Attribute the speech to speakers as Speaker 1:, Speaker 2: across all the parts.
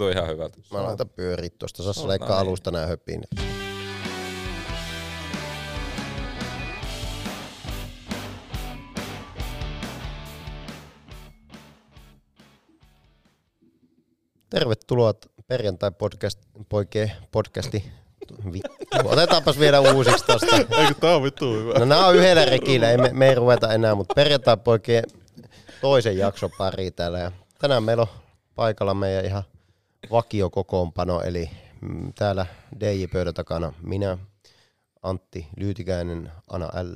Speaker 1: Tuo ihan hyvältä.
Speaker 2: Mä laitan pyörit tuosta. Sassa
Speaker 1: No,
Speaker 2: leikkaa
Speaker 1: näin.
Speaker 2: alusta nää höpin. Tervetuloa perjantai podcast, poike, podcasti. Vittu. Otetaanpas vielä uusiksi tosta.
Speaker 3: Eikö tää on vittu hyvä?
Speaker 2: No nämä on yhdellä rekillä, ei, me, me ei ruveta enää, mutta perjantai poikien toisen jakson pari täällä. Ja tänään meillä on paikalla meidän ihan vakiokokoonpano, eli mm, täällä DJ-pöydän takana minä, Antti Lyytikäinen, Ana L.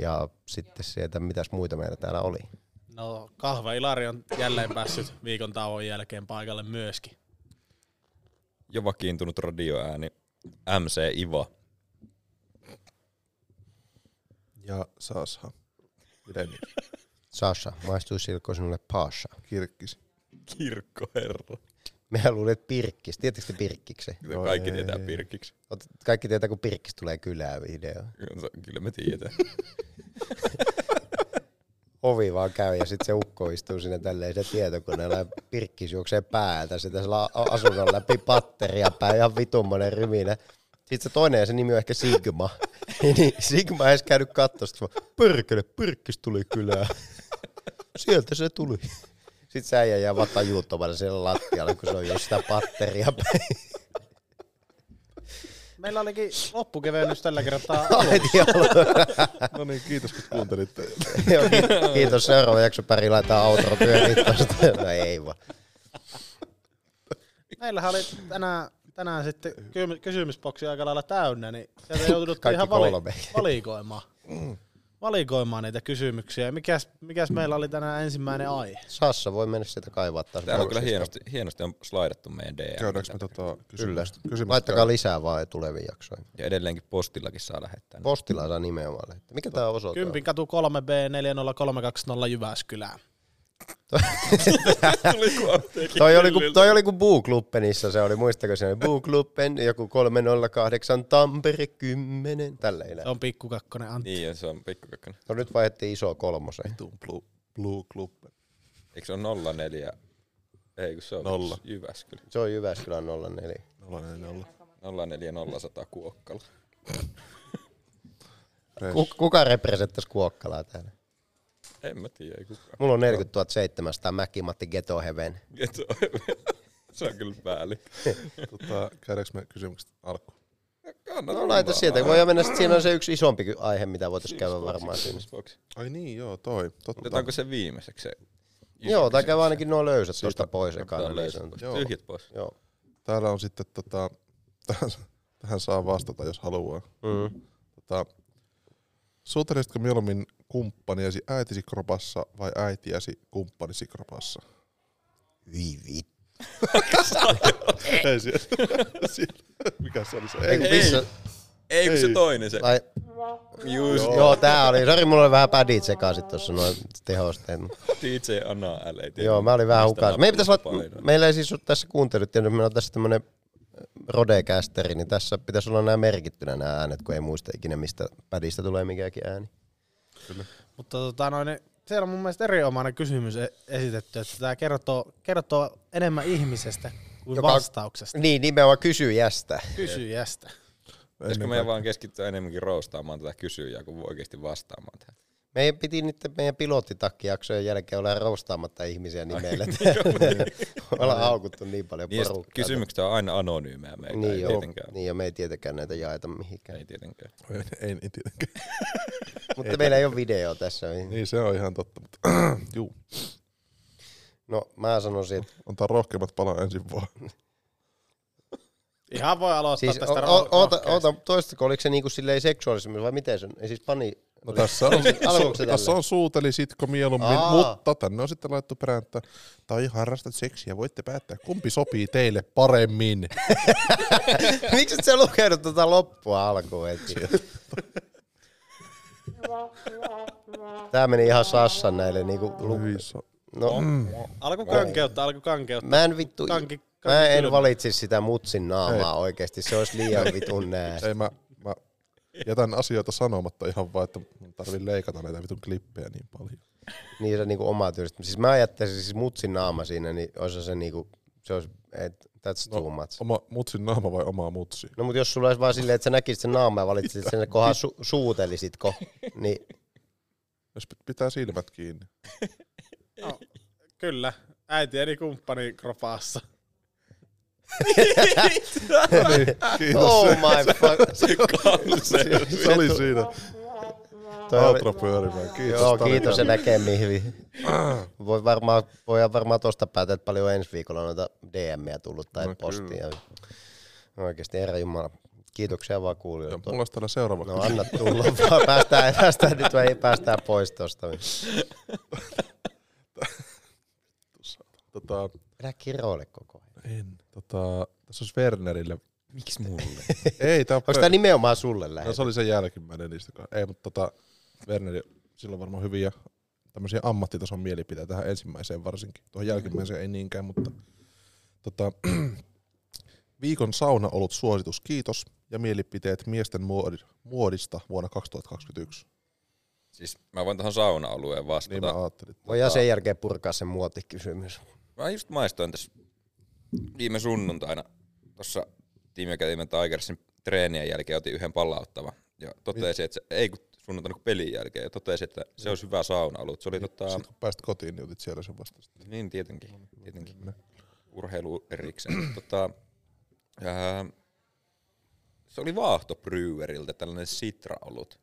Speaker 2: Ja sitten sieltä, mitäs muita meillä täällä oli.
Speaker 4: No kahva Ilari on jälleen päässyt viikon tauon jälkeen paikalle myöskin.
Speaker 1: Jo vakiintunut radioääni. MC Iva.
Speaker 3: Ja Sasha. Pideni.
Speaker 2: Sasha, maistuu silko sinulle Pasha.
Speaker 3: Kirkkis.
Speaker 1: Kirkkoherra.
Speaker 2: Mehän luulet Pirkkis, tietysti te Pirkkiksen?
Speaker 1: Kyllä
Speaker 3: Joo,
Speaker 1: kaikki
Speaker 3: ei,
Speaker 1: tietää
Speaker 3: ei.
Speaker 1: Pirkiksi.
Speaker 2: Oot- Kaikki tietää, kun Pirkkis tulee kylään video.
Speaker 1: Kyllä se- Kyllä me tiedetään.
Speaker 2: ovi vaan käy ja sitten se ukko istuu siinä tälleen se tietokoneella ja pirkkis juoksee päältä sitä sillä a- asunnon läpi patteria päin ihan vitummonen ryminä. Sitten se toinen ja se nimi on ehkä Sigma. niin Sigma ei edes käynyt kattosta, vaan pyrkele, pyrkkis tuli kylään. Sieltä se tuli. Sitten se äijä jää vaan tajuuttomana siellä lattialla, kun se on just sitä patteria päin.
Speaker 4: Meillä olikin loppukevennys tällä kertaa.
Speaker 2: Heti alun.
Speaker 3: No niin, kiitos kun kuuntelitte.
Speaker 2: Joo, ki- Kiitos, seuraava jakso pari laitetaan outro pyöriin tosta. No ei vaan.
Speaker 4: Meillähän oli tänään, tänään sitten ky- kysymysboksi aika lailla täynnä, niin sieltä jouduttiin
Speaker 2: Kaikki
Speaker 4: ihan vali-
Speaker 2: kolme.
Speaker 4: valikoimaan. Valikoimaan niitä kysymyksiä. Ja Mikäs, mikäs meillä oli tänään ensimmäinen aihe?
Speaker 2: Sassa voi mennä sieltä kaivaa taas.
Speaker 1: Täällä on kyllä hienosti, hienosti on slaidattu meidän DM.
Speaker 3: Käydäänkö me tota
Speaker 2: Kyllä.
Speaker 3: kysymystä? kysymystä
Speaker 2: Laittakaa lisää vaan tuleviin jaksoihin.
Speaker 1: Ja edelleenkin postillakin saa lähettää.
Speaker 2: Postilla saa nimenomaan lähettää. Mikä tämä osoite on?
Speaker 4: Kympin katu 3B40320 Jyväskylään.
Speaker 1: Tuli kuin apteekin
Speaker 2: Toi oli, kun,
Speaker 1: hyllyltä.
Speaker 2: toi oli kun Buukluppenissa se oli, muistako se oli Buukluppen, joku 308 Tampere 10, tälleen näin.
Speaker 4: Se on pikkukakkonen Antti.
Speaker 1: Niin, ja se on pikkukakkonen.
Speaker 2: No nyt vaihdettiin iso kolmoseen.
Speaker 3: Tuun Blue, Blue Club.
Speaker 1: Eikö se ole 04? Ei, kun se on
Speaker 3: Nolla.
Speaker 1: Jyväskylä.
Speaker 2: Se on Jyväskylän 04.
Speaker 3: No, 040.
Speaker 1: 040 Kuokkala.
Speaker 3: Fresh.
Speaker 2: Ku- Kuka representtäisi Kuokkalaa täällä?
Speaker 1: En mä tiedä, ei kukaan.
Speaker 2: Mulla on 40 700 Mäki-Matti Ghetto Heaven.
Speaker 1: Et se on- se on kyllä päällikkö.
Speaker 3: Tota, käydäänkö me kysymykset alkuun?
Speaker 2: No laita sieltä, voi mennä sit, siinä on se yksi isompi ky- aihe, mitä voitaisiin käydä varmaan siinä.
Speaker 3: Ai niin, joo, toi. Totta.
Speaker 1: Otetaanko se viimeiseksi se?
Speaker 2: Joo, tai käy ainakin nuo löysät tuosta pois ekana.
Speaker 1: Otetaan
Speaker 2: niin
Speaker 1: Siis tota, löysät
Speaker 2: sanotusti.
Speaker 1: pois. Tyhjät pois.
Speaker 2: Joo.
Speaker 3: Täällä on sitten tota, tähän, tähän saa vastata, jos haluaa.
Speaker 2: Mm.
Speaker 3: Tota, suutelisitko mieluummin kumppaniasi äitisi kropassa vai äitiäsi kumppanisi kropassa?
Speaker 2: Hyi vittu.
Speaker 3: Ei siellä. siellä. Mikä se oli se?
Speaker 2: Ei,
Speaker 3: Ei.
Speaker 2: kun
Speaker 1: Ei.
Speaker 2: missä,
Speaker 1: Ei, kun se toinen se.
Speaker 2: Ai,
Speaker 1: Just
Speaker 2: joo. joo, tää oli. Sori, mulla oli vähän pädit sekaisin tuossa noin tehosteet. mut
Speaker 1: DJ Ana, älä ei tiedä.
Speaker 2: joo, mä olin vähän
Speaker 1: mistä
Speaker 2: hukassa.
Speaker 1: mä
Speaker 2: Meillä, pitäisi olla,
Speaker 1: puhun paljon.
Speaker 2: meillä ei siis ole tässä kuuntelut, ja meillä on tässä tämmönen äh, rodekästeri, niin tässä pitäisi olla nämä merkittynä nämä äänet, kun ei muista ikinä, mistä pädistä tulee mikäkin ääni.
Speaker 4: Mutta tota noin, niin siellä on mun mielestä erinomainen kysymys e- esitetty, että tämä kertoo, kertoo enemmän ihmisestä kuin
Speaker 2: Joka-
Speaker 4: Joka... vastauksesta,
Speaker 2: Niin, nimenomaan kysyjästä.
Speaker 4: kysyjästä.
Speaker 1: Pitäisikö meidän vaan keskittyä enemmänkin roustaamaan tätä kysyjää, kun oikeasti vastaamaan tähän?
Speaker 2: Meidän piti nyt meidän pilottitakkijaksojen jälkeen olla roustaamatta ihmisiä nimellä. Ollaan haukuttu niin paljon
Speaker 1: Niin, ja sit
Speaker 2: porukkaa.
Speaker 1: kysymykset on aina anonyymejä meitä,
Speaker 2: Niin,
Speaker 1: ei
Speaker 2: joo.
Speaker 1: tietenkään.
Speaker 2: niin ja me ei tietenkään näitä jaeta mihinkään.
Speaker 1: Ei tietenkään.
Speaker 3: Ei, ei, ei tietenkään.
Speaker 2: Mutta meillä ei ole video tässä. Niin.
Speaker 3: Niin se on ihan totta, mutta juu.
Speaker 2: No mä sanoisin, että
Speaker 3: Antaa rohkeimmat palaa ensin vaan.
Speaker 4: Ihan voi aloittaa
Speaker 2: siis,
Speaker 4: tästä
Speaker 2: o- o-
Speaker 4: roh-
Speaker 2: oota,
Speaker 4: rohkeasti.
Speaker 2: oota, toistako, oliko se niinku silleen seksuaalisemmissa vai miten se on? Ei siis pani...
Speaker 3: No tässä on,
Speaker 2: Alkuuko se
Speaker 3: tässä
Speaker 2: tällä?
Speaker 3: on suutelisitko mieluummin,
Speaker 2: Aa.
Speaker 3: mutta tänne on sitten laittu perään, että tai harrastat seksiä, voitte päättää, kumpi sopii teille paremmin.
Speaker 2: Miksi et sä lukenut tota loppua alkuun heti? Tää meni ihan sassan näille niinku... Lu- no,
Speaker 3: Mm.
Speaker 4: Alku kankeutta, alku kankeutta.
Speaker 2: mä en vittu...
Speaker 4: Kanki-
Speaker 2: Mä
Speaker 4: kanki
Speaker 2: en
Speaker 4: kylmä.
Speaker 2: valitsisi sitä mutsin naamaa oikeesti, se olisi liian vitun nää.
Speaker 3: Ei mä, mä jätän asioita sanomatta ihan vaan, että mun tarvii leikata näitä vitun klippejä niin paljon.
Speaker 2: Niin se niinku omaa tyylistä. Siis mä ajattelisin siis mutsin naama siinä, niin olisi se niinku se olisi, et, that's no. too much.
Speaker 3: Oma mutsin naama vai omaa mutsi?
Speaker 2: No mutta jos sulla olisi vaan silleen, että sä näkisit sen naaman ja valitsit sen, kohan su- suutelisitko, niin
Speaker 3: Jos pit- pitää silmät kiinni.
Speaker 4: Kyllä, äiti eli kumppani kropaassa.
Speaker 3: Kiitos.
Speaker 2: oh my fuck.
Speaker 3: se oli siinä.
Speaker 2: Toi oli-
Speaker 3: Outro pyörimään. Kiitos.
Speaker 2: Joo,
Speaker 3: Tari.
Speaker 2: kiitos ja näkemiin hyvin.
Speaker 3: Ah.
Speaker 2: Voi varmaan, voidaan varmaan tuosta päätellä, että paljon ensi viikolla noita DM-jä tullut tai
Speaker 3: No
Speaker 2: no, postia. Oikeasti, herra Jumala, kiitoksia vaan
Speaker 3: Joo,
Speaker 2: kuulijoille.
Speaker 3: Mulla olisi täällä seuraava
Speaker 2: No
Speaker 3: no,
Speaker 2: anna tulla vaan, päästään, päästään nyt vai ei päästään pois tosta.
Speaker 3: tota,
Speaker 2: Pidä kiroille koko ajan.
Speaker 3: en, tota, tässä olisi Wernerille.
Speaker 1: Miksi mulle?
Speaker 3: Ei, tää on
Speaker 2: Onko
Speaker 3: pö-
Speaker 2: tää nimenomaan sulle
Speaker 3: No
Speaker 2: lähes?
Speaker 3: se oli se jälkimmäinen niistä. ka- Ei, mutta tota, Werneri, sillä on varmaan hyviä tämmöisiä ammattitason mielipiteitä tähän ensimmäiseen varsinkin. Tuohon jälkimmäiseen ei niinkään, mutta tota, viikon sauna ollut suositus, kiitos. Ja mielipiteet miesten muodi- muodista vuonna 2021.
Speaker 1: Siis mä voin tuohon sauna-alueen
Speaker 3: Niin
Speaker 1: vastata.
Speaker 3: mä ajattelin.
Speaker 2: Voidaan sen jälkeen purkaa se muotikysymys.
Speaker 1: Mä just maistoin tässä viime sunnuntaina tuossa Team Academy Tigersin treenien jälkeen otin yhden palauttavan. Ja totesin, että se, ei kun sunnuntaina kun pelin jälkeen, ja totesin, että se olisi hyvä sauna-alut. Se oli tota,
Speaker 3: Sitten kun pääsit kotiin, niin otit siellä sen vasta.
Speaker 1: niin tietenkin, tietenkin. Urheilu erikseen. tota, ää, se oli Vaahto Breweriltä tällainen sitra-olut.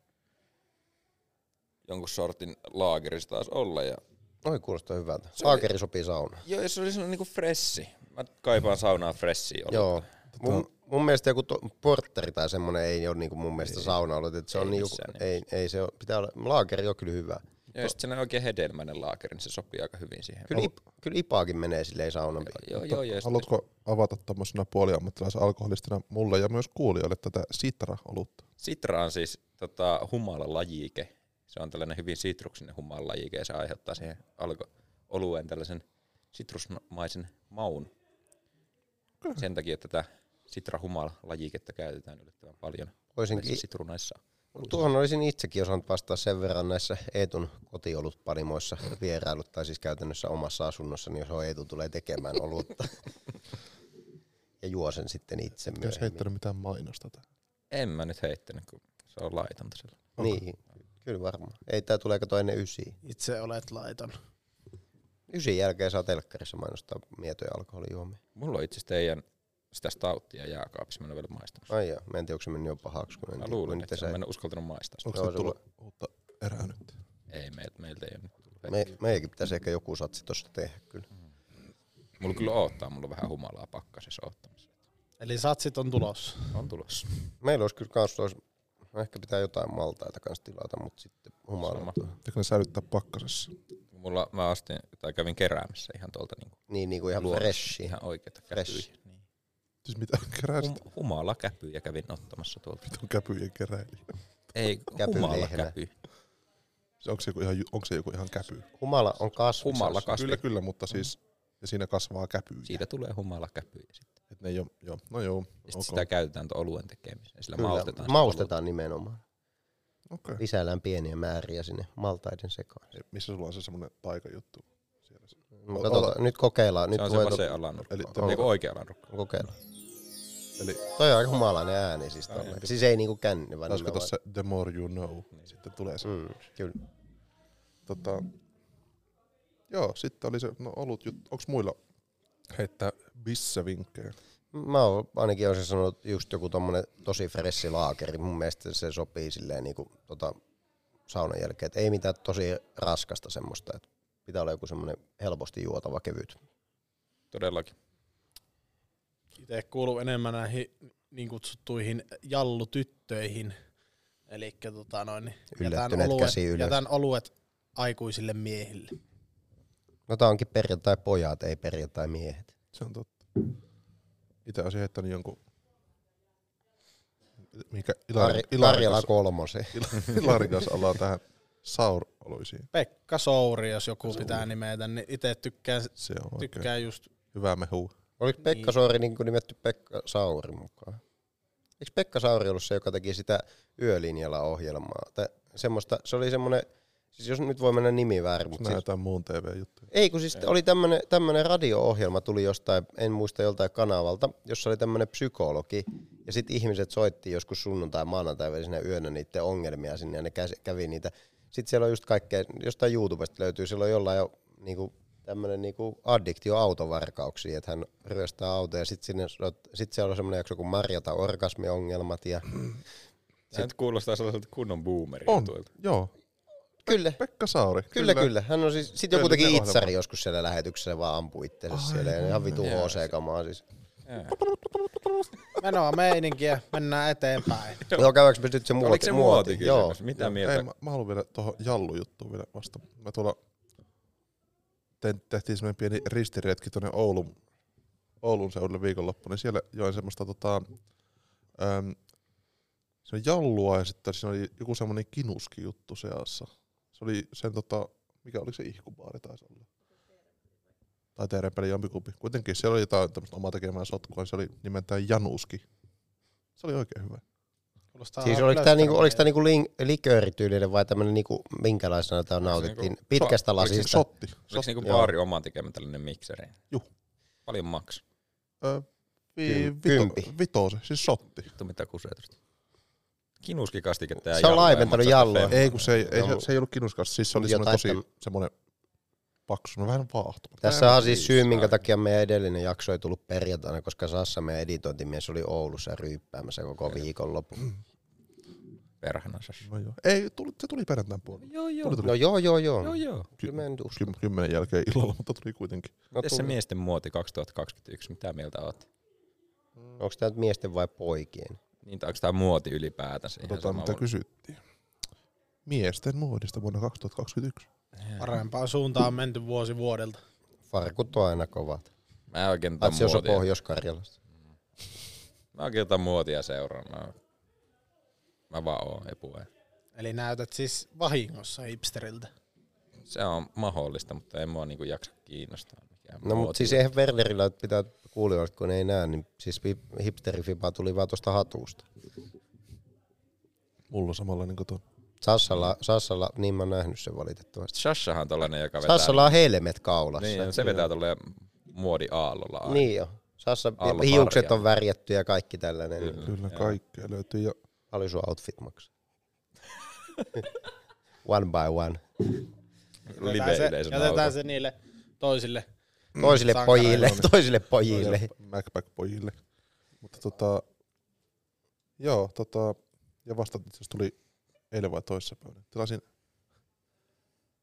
Speaker 1: Jonkun sortin laagerissa taas olla. Ja
Speaker 2: Oi kuulostaa hyvältä. Saakeri sopii saunaan.
Speaker 1: Joo, se oli sellainen niinku fressi. Mä kaipaan saunaa fressiä olla.
Speaker 2: Joo. Mun, mun mielestä joku to, portteri tai semmonen ei ole niinku mun mielestä sauna ollut. Että se
Speaker 1: Ei
Speaker 2: on niinku,
Speaker 1: missään
Speaker 2: ei, ei se ole, pitää olla, laakeri on kyllä hyvä.
Speaker 1: Ja sitten sellainen oikein hedelmäinen laakeri, niin se sopii aika hyvin siihen.
Speaker 2: Kyllä, ip, kyllä ipaakin menee silleen saunan.
Speaker 1: No. Joo, joo, joo. Haluat...
Speaker 3: Haluatko avata tämmöisenä puoliammattilaisen alkoholistina mulle ja myös kuulijoille tätä sitra-olutta?
Speaker 1: Sitra on siis tota, humalalajike. Se on tällainen hyvin sitruksinen humalalajike ja se aiheuttaa siihen alko olueen tällaisen sitrusmaisen maun. Sen takia tätä sitra humalalajiketta käytetään yllättävän paljon.
Speaker 2: Voisinkin,
Speaker 1: Näissä sitrunaissa.
Speaker 2: tuohon olisin itsekin osannut vastaa sen verran näissä Eetun kotiolut panimoissa vierailut, tai siis käytännössä omassa asunnossa, niin jos Eetu tulee tekemään olutta. ja juo sen sitten itse
Speaker 3: Jos
Speaker 2: myöhemmin.
Speaker 3: heittänyt mitään mainosta. tähän.
Speaker 1: En mä nyt heittänyt, kun se on laitonta sillä.
Speaker 2: Niin, kyllä varmaan. Ei tää tule kato ennen ysiä.
Speaker 4: Itse olet laiton.
Speaker 2: Ysin jälkeen saa telkkarissa mainostaa mietoja alkoholijuomia.
Speaker 1: Mulla on itse asiassa teidän sitä stauttia jääkaapissa, mä en ole vielä maistanut.
Speaker 2: Ai joo, mä en tiedä, onko se mennyt jo pahaksi, kun en
Speaker 1: Mä
Speaker 2: tiedä,
Speaker 1: luulen,
Speaker 2: kun
Speaker 1: että
Speaker 2: itse
Speaker 1: mä en ole uskaltanut maistaa sitä.
Speaker 3: Onko
Speaker 2: Joo,
Speaker 3: se
Speaker 2: se
Speaker 3: tullut uutta erää nyt?
Speaker 1: Ei, meiltä, meiltä ei ole nyt tullut.
Speaker 2: Me, meikin pitäisi ehkä joku satsi tuossa tehdä kyllä.
Speaker 1: Mulla kyllä oottaa, mulla on vähän humalaa pakkasessa oottamassa.
Speaker 4: Eli satsit on tulossa.
Speaker 1: On tulossa.
Speaker 2: Meillä olisi kyllä kans, olisi, ehkä pitää jotain maltaita kanssa tilata, mutta sitten humala.
Speaker 1: Sama.
Speaker 3: Pitääkö ne säilyttää pakkasessa?
Speaker 1: Mulla, mä ostin, tai kävin keräämässä ihan tuolta niinku
Speaker 2: Niin, niin kuin ihan
Speaker 1: luomassa
Speaker 2: freshi.
Speaker 1: ihan oikeita
Speaker 2: Fresh.
Speaker 1: käpyjä. Niin.
Speaker 3: Siis mitä keräilyt?
Speaker 1: Hum, humala käpyjä kävin ottamassa tuolta.
Speaker 3: Vitun käpyjen keräily.
Speaker 1: Ei,
Speaker 2: Käpylehmä.
Speaker 1: humala käpy.
Speaker 3: Se onko, Siis se joku ihan, ju- onko se joku ihan käpy?
Speaker 2: Humala on kasvi.
Speaker 1: Humala kasvi.
Speaker 3: Kyllä, kyllä, mutta siis ja siinä kasvaa käpyjä.
Speaker 1: Mm. Siitä tulee humala käpyjä. Sitten
Speaker 3: Et ne ei oo, joo, no joo,
Speaker 1: okay.
Speaker 3: ok.
Speaker 1: sitä käytetään tuon oluen tekemiseen. Sillä
Speaker 2: Kyllä,
Speaker 1: maustetaan. sitä
Speaker 2: maustetaan nimenomaan.
Speaker 3: Okei.
Speaker 2: Lisäillään pieniä määriä sinne maltaiden sekaan.
Speaker 3: E- Missä sulla on se semmonen taikajuttu? Siellä se-
Speaker 2: No, Katsotaan, nyt kokeillaan.
Speaker 1: olutta. Se
Speaker 2: Nyt
Speaker 1: on se
Speaker 2: voidaan-
Speaker 1: vasen alanurkka.
Speaker 3: Eli
Speaker 1: Eli
Speaker 3: tämä-
Speaker 1: Eiku oikea alanurkka.
Speaker 2: kokeillaan.
Speaker 3: Eli
Speaker 2: Toi on aika humalainen ääni siis tolleen. Siis ei niinku känni, vaan
Speaker 3: olisiko
Speaker 2: nimenomaan-
Speaker 3: tossa the more you know?
Speaker 1: Niin.
Speaker 3: Sitten tulee se.
Speaker 2: Mm, kyllä.
Speaker 3: Tota, joo, sitten oli se, no olut juttu. Onks muilla heittää bissevinkkejä?
Speaker 2: Mä oon ainakin olisin sanonut että just joku tommonen tosi fressi laakeri. Mun mielestä se sopii silleen niinku tota, saunan jälkeen. Et ei mitään tosi raskasta semmoista. Et pitää olla joku semmonen helposti juotava kevyt.
Speaker 1: Todellakin.
Speaker 4: Itse kuuluu enemmän näihin niin kutsuttuihin jallutyttöihin. Eli tota noin, jätän
Speaker 2: Yllättyneet
Speaker 4: oluet,
Speaker 2: käsi ylös.
Speaker 4: jätän oluet aikuisille miehille.
Speaker 2: No tää onkin perjantai pojat, ei perjantai miehet.
Speaker 3: Se on totta. Itse olisin heittänyt jonkun... Mikä?
Speaker 2: Kar- Karjala kolmosen.
Speaker 3: Hilarikas ollaan tähän sauroluisiin.
Speaker 4: Pekka Souri, jos joku pitää nimetä, niin itse tykkään,
Speaker 3: Se on oikein
Speaker 4: tykkään just
Speaker 3: hyvä mehu.
Speaker 2: Oliko Pekka
Speaker 4: Niin.
Speaker 2: Sauri niin nimetty Pekka Sauri mukaan? Eikö Pekka Sauri ollut se, joka teki sitä yölinjalla ohjelmaa? Tai semmoista, se oli semmoinen Siis jos nyt voi mennä nimi väärin, mutta
Speaker 3: Nämä
Speaker 2: siis,
Speaker 3: jotain muun TV-juttuja.
Speaker 2: ei kun siis oli tämmönen, tämmönen radio-ohjelma tuli jostain, en muista joltain kanavalta, jossa oli tämmönen psykologi. Ja sitten ihmiset soitti joskus sunnuntai maanantai välisenä yönä niiden ongelmia sinne ja ne käs- kävi niitä. Sitten siellä on just kaikkea, jostain YouTubesta löytyy, siellä on jollain jo niinku, tämmönen niinku addiktio autovarkauksiin, että hän ryöstää autoja. Sitten sinne, soit- sit siellä on semmoinen jakso kuin Marjata orgasmiongelmat ja
Speaker 1: Tämä nyt kuulostaa sellaiselta kunnon boomerin
Speaker 3: On,
Speaker 1: tuolta.
Speaker 3: joo.
Speaker 2: kyllä.
Speaker 3: Pekka Sauri.
Speaker 2: Kyllä, kyllä. Hän on siis, sit joku
Speaker 3: Kyllä,
Speaker 2: teki
Speaker 3: ne ohjelma.
Speaker 2: itsari joskus siellä lähetyksessä vaan ampui itsensä siellä. Ja ihan vitu
Speaker 1: Joo,
Speaker 2: HC-kamaa siis.
Speaker 4: Menoa meininkiä, mennään eteenpäin.
Speaker 1: Joo.
Speaker 2: Joo, käydäänkö me nyt se muoti?
Speaker 1: Oliko se muotikysymys?
Speaker 2: Joo.
Speaker 1: Mitä mieltä?
Speaker 3: Ei, mä, mä haluan vielä tuohon Jallu-juttuun vielä vasta. Mä tuolla tein, tehtiin semmoinen pieni ristiretki tuonne Oulun, Oulun seudulle viikonloppuun, niin siellä join semmoista tota, äm, se oli jallua ja sitten siinä oli joku semmoinen kinuski juttu seassa. Se oli sen tota, mikä oli se ihkubaari taisi olla. Tai teerenpeli jompikumpi. Kuitenkin siellä oli jotain tämmöistä omaa tekemää sotkua, se oli nimeltään Januski. Se oli oikein hyvä.
Speaker 4: Kuulostaa
Speaker 2: Siis
Speaker 4: ihan
Speaker 2: oliko tämä, niinku,
Speaker 4: löytävältä.
Speaker 2: oliko tää niinku link, liköörityylinen vai tämmöinen niinku, minkälaisena tämä nautittiin?
Speaker 1: niinku-
Speaker 2: Pitkästä
Speaker 3: Oliko se
Speaker 2: lasista.
Speaker 3: Sotti.
Speaker 1: Oliko se
Speaker 3: Sotti.
Speaker 1: niinku
Speaker 2: Joo.
Speaker 1: baari oman tekemä tällainen mikseri?
Speaker 3: Juh.
Speaker 1: Paljon maks?
Speaker 3: Ö, vi,
Speaker 2: Kym- kympi.
Speaker 3: vito, vitose, siis sotti.
Speaker 1: Vittu mitä kusetusta. Kinuskikastiketta ja
Speaker 2: Se on
Speaker 1: jallua, ei
Speaker 2: laimentanut
Speaker 1: maksa
Speaker 2: jallua. No,
Speaker 1: fem-
Speaker 3: Ei kun se ei, ei, se,
Speaker 2: Joo.
Speaker 3: se ei ollut kinuskas, siis se oli
Speaker 2: Jotain
Speaker 3: semmoinen tosi semmoinen paksu, semmoinen vähän vaahtuma.
Speaker 2: Tässä on siis
Speaker 1: Siis
Speaker 2: syy, minkä
Speaker 1: aivan.
Speaker 2: takia meidän edellinen jakso ei tullut perjantaina, koska Sassa, meidän editointimies, oli Oulussa ryyppäämässä koko viikonloppu.
Speaker 1: Perhana sas.
Speaker 3: No joo. Ei, tuli, se tuli perjantain puolella.
Speaker 1: Joo joo.
Speaker 3: Tuli, tuli.
Speaker 2: No joo, joo, joo.
Speaker 1: Joo joo.
Speaker 2: Kyllä mä en usko.
Speaker 3: Ky- kymmenen jälkeen illalla, mutta tuli kuitenkin.
Speaker 2: No,
Speaker 1: Mites se miesten muoti 2021, mitä mieltä oot?
Speaker 2: Onko tämä nyt miesten vai poikien?
Speaker 1: Niin, tai onko tämä muoti ylipäätänsä? ihan
Speaker 3: Katsotaan
Speaker 1: sama
Speaker 3: Tota, mitä
Speaker 1: voi-
Speaker 3: kysyttiin. Miesten muodista vuonna 2021.
Speaker 4: Parempaan suuntaan on menty vuosi vuodelta.
Speaker 2: Farkut on aina kovat.
Speaker 1: Mä en oikein tätä
Speaker 2: Atsi on
Speaker 1: muotia.
Speaker 2: Pohjois-Karjalasta.
Speaker 1: Mä en oikein tätä muotia seurannut. Mä vaan oon epue.
Speaker 4: Eli näytät siis vahingossa hipsteriltä.
Speaker 1: Se on mahdollista, mutta en mua niinku jaksa kiinnostaa. mikään
Speaker 2: No
Speaker 1: muoti.
Speaker 2: mutta siis eihän Wernerillä nyt pitää kuulijoille, kun ne ei näe, niin siis hip- hipsterifipa tuli vaan tuosta hatusta.
Speaker 3: Mulla niin on samanlainen kato.
Speaker 2: Sassalla, Sassalla, niin mä oon nähnyt sen valitettavasti.
Speaker 1: Shashahan on tollanen, joka vetää...
Speaker 2: Sassalla on helmet kaulassa.
Speaker 1: Niin, se vetää tolleen muodi aallolla. aina.
Speaker 2: Niin jo. Sassa,
Speaker 1: Alla
Speaker 2: hiukset
Speaker 1: parja.
Speaker 2: on värjätty ja kaikki tällainen.
Speaker 1: Kyllä.
Speaker 2: Niin.
Speaker 3: Kyllä kaikkea löytyy. Ja
Speaker 2: Paljon sun outfit maksaa? one by one.
Speaker 1: Live
Speaker 4: se,
Speaker 1: yleisön
Speaker 4: jätetään se niille toisille.
Speaker 2: Toisille
Speaker 4: Sankareita
Speaker 2: pojille,
Speaker 4: on.
Speaker 2: toisille pojille.
Speaker 3: Macback-pojille. Mutta tota, joo, tota, ja vasta itse asiassa tuli eilen vai toissapäivänä. Tilasin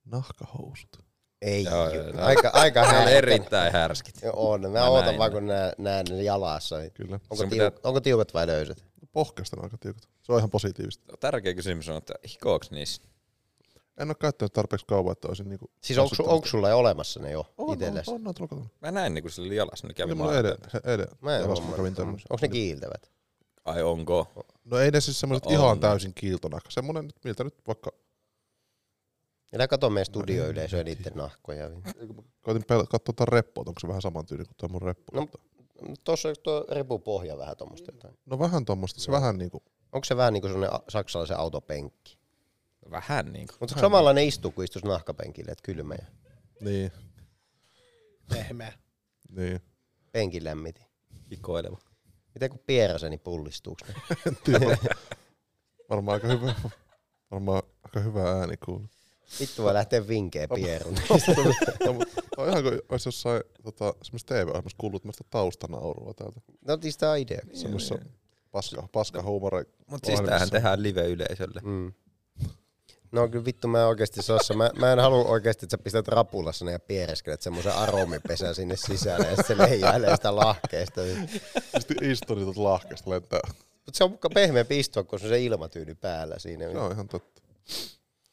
Speaker 3: nahkahousut.
Speaker 2: Ei.
Speaker 1: Joo, joo, joo.
Speaker 2: Aika, aika
Speaker 1: Ne on
Speaker 2: härkä.
Speaker 1: erittäin härskit.
Speaker 2: Joo, On. Mä
Speaker 1: Mä
Speaker 2: ootan
Speaker 1: näin
Speaker 2: vaan,
Speaker 1: ne.
Speaker 2: kun nää, näen ne jalassa.
Speaker 3: Kyllä.
Speaker 2: Onko,
Speaker 1: Sun
Speaker 2: tiuk- onko tiukat vai löysät?
Speaker 3: Pohkeasta ne on aika tiukat. Se on ihan positiivista.
Speaker 1: Tärkeä kysymys on, että hikooks niissä?
Speaker 3: En ole käyttänyt tarpeeksi kauan, että olisin niinku...
Speaker 2: Siis onko, su- onko sulla jo olemassa ne jo
Speaker 3: on,
Speaker 2: itsellesi?
Speaker 3: On, on, on, tuolla kotona.
Speaker 1: Mä näin niinku sillä jalassa, niin
Speaker 3: Oli
Speaker 1: kävin
Speaker 3: mulla
Speaker 1: vaan,
Speaker 3: eilen,
Speaker 1: että
Speaker 3: he- eilen.
Speaker 2: Mä en
Speaker 3: jalassa, kun kävin
Speaker 2: ole
Speaker 3: tämmöisen.
Speaker 2: Onko ne kiiltävät?
Speaker 1: ai onko?
Speaker 3: No ei ne siis semmoiset
Speaker 1: On.
Speaker 3: ihan täysin kiiltonahka. Semmoinen, miltä nyt vaikka...
Speaker 2: Elä kato meidän studioyleisöä niiden nahkoja.
Speaker 3: Koitin pel- katsoa tuon reppoa, että onko se vähän saman tyyli kuin tuo mun reppu.
Speaker 2: No. Tuossa on tuo repupohja vähän tuommoista jotain.
Speaker 3: No vähän tuommoista, se vähän niinku...
Speaker 2: Onko se vähän niin kuin sellainen a- saksalaisen autopenkki?
Speaker 1: Vähän niinku.
Speaker 2: Mutta samalla ne istuu, kun istuisi nahkapenkille, että kylmä ja
Speaker 3: Niin,
Speaker 4: Pehmeä.
Speaker 3: niin.
Speaker 2: penkin lämmiti.
Speaker 1: Hikoileva.
Speaker 2: Miten kun pieräseni niin pullistuuks ne?
Speaker 3: Tiedä. Varmaan aika hyvä. Varmaan aika hyvä ääni kuuluu.
Speaker 2: Vittu voi lähteä vinkkeen pierun.
Speaker 3: No, mut tää on ihan kuin olisi jossain tota, semmoisessa TV-ohjelmassa kuullut tämmöistä taustanaurua täältä.
Speaker 2: No siis tää on idea.
Speaker 3: Semmoisessa paska, paska huumore.
Speaker 1: Mut siis tämähän tehdään live-yleisölle.
Speaker 2: Mm. No kyllä vittu mä oikeesti Sassa, mä, mä en halua oikeesti, että sä pistät rapulassa ne ja piereskelet semmoisen aromipesän sinne sisälle ja sit se leijailee sitä lahkeesta.
Speaker 3: Sitten istun niin tuolta lahkeesta lentää.
Speaker 2: Mut se on muka pehmeämpi istua, kun se on se ilmatyyny päällä siinä.
Speaker 3: Se on ihan totta.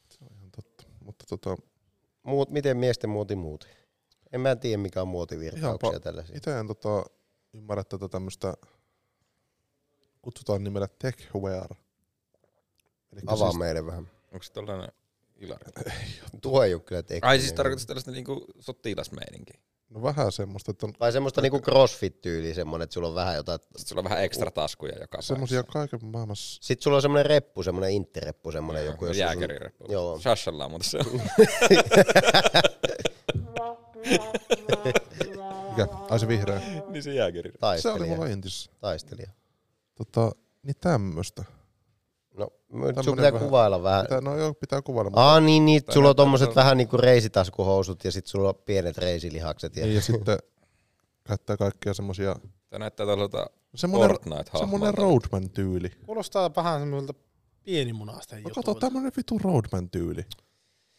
Speaker 3: Se on ihan totta. Mutta tota,
Speaker 2: Muut, miten miesten muoti muuti? En mä tiedä mikä on muotivirtauksia
Speaker 3: Ihan pa-
Speaker 2: tällaisia.
Speaker 3: itse en tota, ymmärrä tätä tämmöistä, kutsutaan nimellä techwear. Elikkä
Speaker 2: Avaa
Speaker 3: siis-
Speaker 2: meille vähän.
Speaker 1: Onko se tollanen ilari?
Speaker 2: Tuo ei ole kyllä tekninen.
Speaker 3: siis
Speaker 1: Ai siis tarkoitus tällaista niinku sotilasmeininkiä.
Speaker 3: No vähän semmoista, että on
Speaker 2: Vai semmoista niinku crossfit-tyyliä semmoinen, että sulla on vähän jotain.
Speaker 1: Sitten sulla on vähän ekstra taskuja joka
Speaker 3: semmoisia kaiken maailmassa.
Speaker 2: Sitten sulla on semmoinen reppu, semmoinen interreppu, semmoinen
Speaker 3: no
Speaker 2: joku. jossa
Speaker 1: Jääkärireppu.
Speaker 2: Sun... Joo.
Speaker 1: Shashalla on muuten se.
Speaker 3: Mikä? Ai se vihreä.
Speaker 1: niin se jääkärireppu.
Speaker 3: Se oli
Speaker 2: Taistelija.
Speaker 3: mulla intissä.
Speaker 2: Taistelija.
Speaker 3: Tota, niin tämmöstä.
Speaker 2: No, nyt sun
Speaker 3: Tämmönen
Speaker 2: pitää
Speaker 3: vähän-
Speaker 2: kuvailla vähän.
Speaker 3: Pitää, no joo, pitää kuvailla. Mutta...
Speaker 2: Aa niin, niin sulla on
Speaker 3: näyttää
Speaker 2: tommoset
Speaker 3: sellaista-
Speaker 2: vähän niinku reisitaskuhousut ja sit sulla on pienet reisilihakset. Ja...
Speaker 3: Niin, ja sitten käyttää kaikkia semmosia...
Speaker 1: Tämä näyttää tuolta
Speaker 3: Semmonen, semmonen
Speaker 1: Fortnite-hahmolta.
Speaker 3: roadman-tyyli.
Speaker 4: Kuulostaa pahan semmoiselta pienimunaisten
Speaker 3: No kato,
Speaker 4: jutulta.
Speaker 3: tämmönen vitu roadman-tyyli.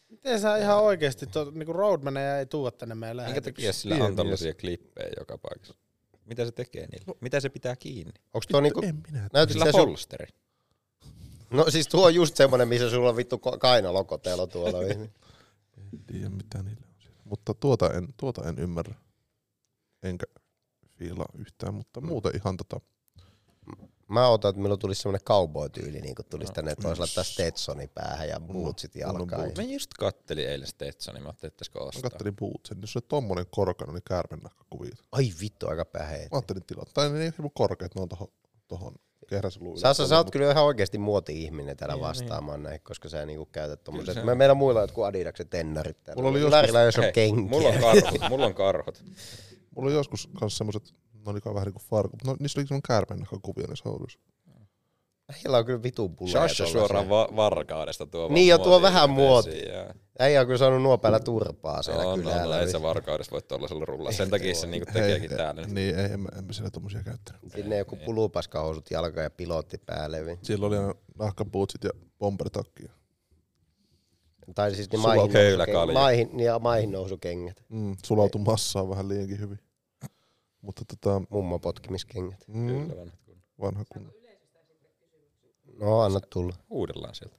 Speaker 4: Miten sä ihan oikeesti, tuo, niinku roadmaneja ei tuua tänne meidän
Speaker 1: Minkä
Speaker 4: lähetyksiin?
Speaker 1: takia sillä
Speaker 3: Pieni
Speaker 1: on tällaisia klippejä joka paikassa? Mitä se tekee
Speaker 2: No.
Speaker 1: niillä? Mitä se pitää kiinni?
Speaker 2: Onks tuo niinku...
Speaker 3: En minä.
Speaker 2: Näytä
Speaker 1: Sillä
Speaker 2: sitä sun...
Speaker 1: polsteri.
Speaker 2: No siis tuo on just semmonen, missä sulla on vittu ko- kainalokotelo tuolla.
Speaker 3: En tiedä mitä niillä on siellä. Mutta tuota en, tuota en ymmärrä. Enkä fiilaa yhtään, mutta muuten ihan tota...
Speaker 2: Mä otan, että milloin tulisi semmonen cowboy-tyyli, niin kun tulisi
Speaker 1: No.
Speaker 2: tänne toisella tästä Stetsoni päähän ja bootsit
Speaker 3: kunnon
Speaker 2: jalkaan.
Speaker 1: Mä just kattelin eilen Stetsonia, mä ajattelin, että pitäisikö
Speaker 3: Mä
Speaker 1: ostaa.
Speaker 3: kattelin Bootsen, jos se on tommonen korkeana, niin käärmennahkakuvia.
Speaker 2: Ai vittu, aika päheet.
Speaker 3: Mä ajattelin tilata. Tai ne ei ole hirveän korkeat, ne on tohon, tohon kehräsoluille.
Speaker 2: Sassa, sä oot kyllä ihan oikeasti muoti-ihminen täällä
Speaker 4: Niin,
Speaker 2: vastaamaan näihin, koska sä niinku käytät
Speaker 1: Kyllä se
Speaker 2: tommoset.
Speaker 1: on.
Speaker 2: Me, meillä on muilla jotkut Adidaksen tennarit täällä.
Speaker 3: Mulla oli joskus-
Speaker 2: Lärillä jos on
Speaker 1: Hei,
Speaker 2: kenkiä.
Speaker 1: Mulla on karhot. Mulla on karhot.
Speaker 3: Mulla on joskus kans semmoset, no niin vähän niinku farkut, mutta no, niissä oli semmonen käärmennahkakuvia niissä houduissa.
Speaker 2: Heillä on kyllä vitun pulleja.
Speaker 1: Shasha suoraan va- varkaudesta tuo vaan
Speaker 2: Niin, ja tuo
Speaker 1: muotiin
Speaker 2: vähän muoti.
Speaker 1: esiin, jaa.
Speaker 2: Ei on kyllä saanut nuo päällä turpaa
Speaker 1: Se
Speaker 2: siellä
Speaker 1: on, on,
Speaker 2: kylällä. niin
Speaker 1: on, ei se varkaudessa voi tuollaisella rullaa. Sen takia se niinku tekeekin täällä. nyt.
Speaker 3: Niin, ei, en, mä- en mä siellä tommosia käyttänyt.
Speaker 2: Sinne joku pulupaskahousut jalka ja pilotti päälle. vi-
Speaker 3: Siellä oli aina nahkapuutsit ja bombertakki. ja-
Speaker 2: Tai siis ne
Speaker 1: Sulla on
Speaker 2: maihin,
Speaker 1: köyläkalja.
Speaker 2: nousukengät. maihin, ja maihin nousukengät.
Speaker 3: Mm, sulautui massaan vähän liiankin hyvin. Mutta tota,
Speaker 2: Mummo potkimiskengät.
Speaker 3: mm,
Speaker 1: Kyllä vanhat kun
Speaker 3: vanha kun...
Speaker 2: No anna tulla.
Speaker 1: Huudellaan sieltä.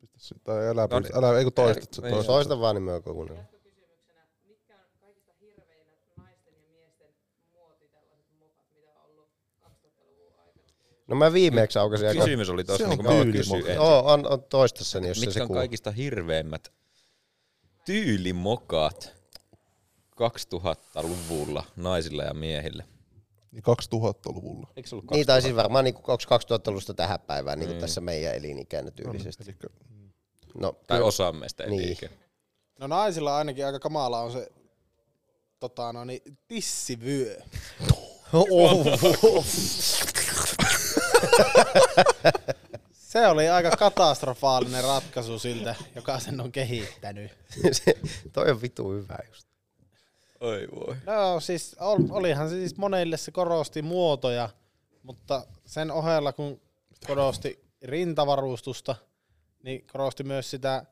Speaker 3: pistä se- Tai älä,
Speaker 1: No
Speaker 3: no,
Speaker 1: niin.
Speaker 3: älä, ei kun toistat se
Speaker 1: Niin.
Speaker 3: toistat.
Speaker 2: Toista vaan, niin me kuunnellaan. No mä viimeeksi aukasin aika...
Speaker 1: Kysymys oli
Speaker 3: se
Speaker 1: tossa,
Speaker 3: on
Speaker 1: niin kuin mä
Speaker 3: tyyli
Speaker 1: kysyin.
Speaker 3: moka.
Speaker 1: että
Speaker 2: Oo, on, on toista sen, jos se se
Speaker 1: Mitkä on
Speaker 2: kuuluu.
Speaker 1: kaikista hirveimmät tyylimokat 2000-luvulla naisilla ja miehillä?
Speaker 3: Niin 2000-luvulla.
Speaker 1: Eikö se ollut
Speaker 2: Niin, tai siis varmaan niinku 2000-luvusta tähän päivään,
Speaker 1: Niin.
Speaker 2: niinku tässä meidän elinikään tyylisesti.
Speaker 3: niin, Elikkä,
Speaker 2: No,
Speaker 1: Tai
Speaker 2: kyllä.
Speaker 1: osa meistä ei
Speaker 2: Niin.
Speaker 1: liike.
Speaker 4: No naisilla ainakin aika kamala on se tota, no niin, tissivyö. Oh. Se oli aika katastrofaalinen ratkaisu siltä, joka sen on kehittänyt.
Speaker 2: se, toi on vitu hyvä just.
Speaker 1: Oi voi.
Speaker 4: No siis ol, olihan se siis monelle se korosti muotoja, mutta sen ohella kun korosti rintavarustusta, niin korosti myös sitä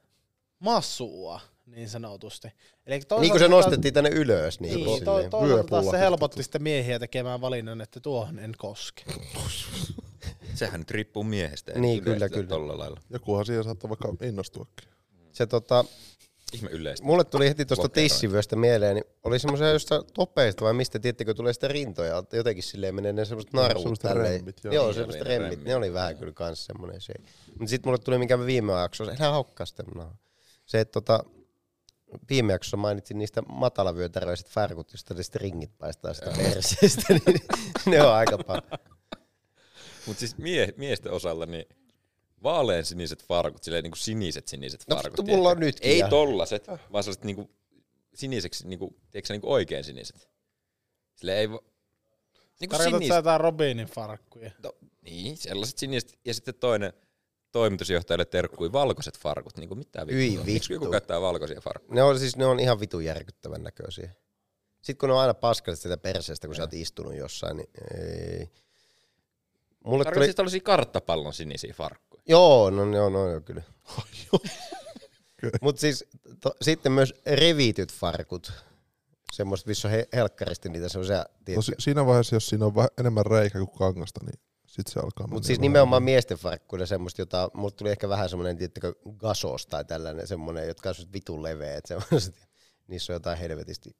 Speaker 4: massua niin sanotusti. Eli
Speaker 2: Niin kuin se
Speaker 4: toisaalta-
Speaker 2: nostettiin tänne ylös. Niin,
Speaker 4: Niin,
Speaker 2: niin,
Speaker 4: niin toi, toisaalta taas se helpotti sitten miehiä tekemään valinnan, että tuohon en koske.
Speaker 1: Sehän nyt riippuu miehestä. ei
Speaker 2: Niin,
Speaker 1: yleistä
Speaker 2: kyllä, kyllä.
Speaker 1: Tolla lailla.
Speaker 3: jokuhan siihen saattaa vaikka innostuakin. No
Speaker 2: se tota,
Speaker 1: Ihme yleistä.
Speaker 2: mulle tuli heti tuosta
Speaker 1: Lokeroin.
Speaker 2: tissivyöstä mieleen, niin oli semmoisia jostain topeista vai mistä, tiettikö tulee sitä rintoja, jotenkin silleen menee ne semmoiset narut
Speaker 3: semmoset
Speaker 2: tälleen.
Speaker 3: remmit,
Speaker 2: joo.
Speaker 3: joo.
Speaker 2: joo
Speaker 1: Niin,
Speaker 2: semmoiset
Speaker 1: oli
Speaker 2: remmit,
Speaker 1: ne
Speaker 2: ne
Speaker 1: remmit.
Speaker 2: oli vähän kyllä kans semmoinen se. Mut sit mulle tuli mikä viime jaksossa, enää haukkaa sitä mun nauhaa. no. Se, että tota, viime jaksossa mainitsin niistä matalavyötäröiset farkut, josta ne stringit paistaa sitä perseestä, niin ne on aika paljon.
Speaker 1: Mutta siis mie- miesten osalta niin vaalean siniset farkut, silleen niinku siniset siniset
Speaker 2: No,
Speaker 1: farkut.
Speaker 2: vittu, mulla on
Speaker 1: tiedätkö?
Speaker 2: nytkin Ah.
Speaker 1: Ei
Speaker 2: ihan.
Speaker 1: tollaset, vaan sellaiset niinku siniseksi, niinku, tiedätkö sä, niinku oikein siniset. Silleen ei va- Niinku
Speaker 4: Tarkoitatko sä
Speaker 1: siniset.
Speaker 4: jotain Robinin farkkuja?
Speaker 1: No, niin, sellaiset siniset. Ja sitten toinen toimitusjohtajalle terkkui valkoiset farkut. Niinku mitään
Speaker 2: Hyi
Speaker 1: vittua. Miksi joku
Speaker 2: vittu.
Speaker 1: käyttää valkoisia farkkuja?
Speaker 2: Ne on siis, ne on ihan vitun järkyttävän näköisiä. Sitten kun ne on aina paskaset sitä perseestä, kun sä oot istunut jossain, niin ei. Mulle
Speaker 1: Tarkoitatko
Speaker 2: tuli,
Speaker 1: siis tällaisia karttapallon sinisiä farkkuja?
Speaker 2: joo, no ne on, on jo kyllä. Mutta siis to, sitten myös reviityt farkut. Semmoiset, missä on he, helkkaristi niitä semmoisia,
Speaker 3: No, si- siinä vaiheessa, jos siinä on vähän enemmän reikä kuin kangasta, niin sit se alkaa mennä
Speaker 2: Mutta siis
Speaker 3: vähän-
Speaker 2: nimenomaan miesten farkkuina semmoista, jota mulle tuli ehkä vähän semmoinen, tiettäkö, gasos tai tällainen semmoinen, jotka on semmoiset vitun leveät semmoiset. Niissä on jotain helvetisti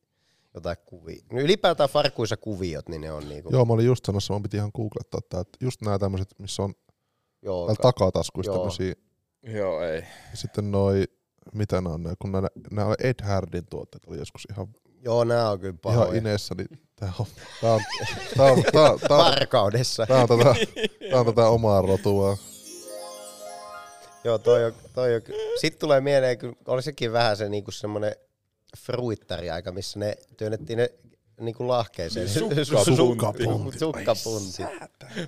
Speaker 2: jotain kuvia. No ylipäätään farkuissa kuviot, niin ne on niinku.
Speaker 3: Joo, mä olin just sanomassa, mun piti ihan googlettaa tää, että just nämä tämmöiset, missä on
Speaker 2: Joo,
Speaker 3: täällä takataskuista
Speaker 2: Joo.
Speaker 3: tämmösiä,
Speaker 1: Joo, ei.
Speaker 3: ja sitten noi, mitä nämä on, nää, kun nämä Ed Hardin tuotteet oli joskus ihan
Speaker 2: Joo, nämä on kyllä
Speaker 3: Ihan
Speaker 2: pahoja.
Speaker 3: Inessa, niin tää on, tää on, tää on, tää on, tää on,
Speaker 2: Varkaudessa.
Speaker 3: tää on, tätä, tää on tätä omaa rotua.
Speaker 2: Joo, toi on, toi on. ky- Sitten tulee mieleen, kun oli sekin vähän se niinku semmoinen fruittariaika, missä ne työnnettiin ne niinku lahkeeseen.
Speaker 1: Niin, Sukkapuntti.
Speaker 2: Mut Sukkapunti.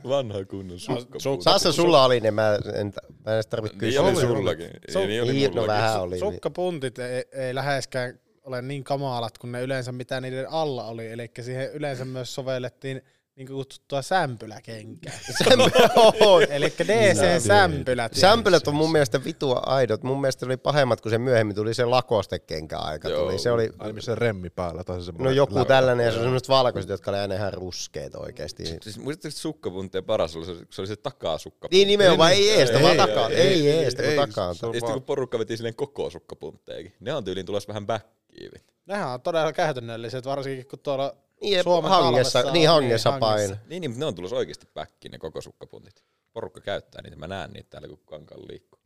Speaker 1: Vanha kunnon sukkapuntti.
Speaker 2: Sassa, sulla oli ne, mä en, mä en edes tarvitse
Speaker 1: Niin
Speaker 2: kysyä.
Speaker 1: oli sullakin.
Speaker 4: Su-
Speaker 1: Niin oli
Speaker 2: Niin, no vähän
Speaker 1: mullakin.
Speaker 2: oli. niin.
Speaker 4: Sukkapuntit ei, ei läheskään ole niin kamalat kuin ne yleensä mitä niiden alla oli. Eli siihen yleensä myös sovellettiin niin kutsuttua sämpyläkenkää.
Speaker 2: Sämpylä- oho.
Speaker 4: Eli DC-sämpylät.
Speaker 2: Sämpylät on mun mielestä vitua aidot. Mun mielestä oli pahemmat, kun se myöhemmin tuli se lakostekenkä aika.
Speaker 1: Joo.
Speaker 2: Tuli. Se oli,
Speaker 3: Ai missä remmi päällä tai se
Speaker 2: no joku tällainen, ja se on semmoiset valkoiset, jotka oli aina ihan ruskeet oikeasti.
Speaker 1: Siis muistatteko että sukkapuntien paras oli se, se, oli se takasukkapuntti?
Speaker 2: Niin nimenomaan, ei eestä, vaan
Speaker 1: ei,
Speaker 2: takaa.
Speaker 1: ei,
Speaker 2: Ei eestä, kun takaa.
Speaker 1: Ja sitten kun porukka veti silleen koko sukkapuntteekin, ne on tyyliin tulossa vähän backiin.
Speaker 4: Nehän on todella käytännölliset, varsinkin kun tuolla
Speaker 2: Niin,
Speaker 4: Suomen
Speaker 2: hangessa,
Speaker 4: talvessa on,
Speaker 2: niin hangessa
Speaker 4: niin,
Speaker 2: paino.
Speaker 1: Niin, niin, mutta ne on tulossa oikeasti backiin ne koko sukkapuntit. Porukka käyttää niitä, mä näen niitä täällä kun kankaan liikkuu.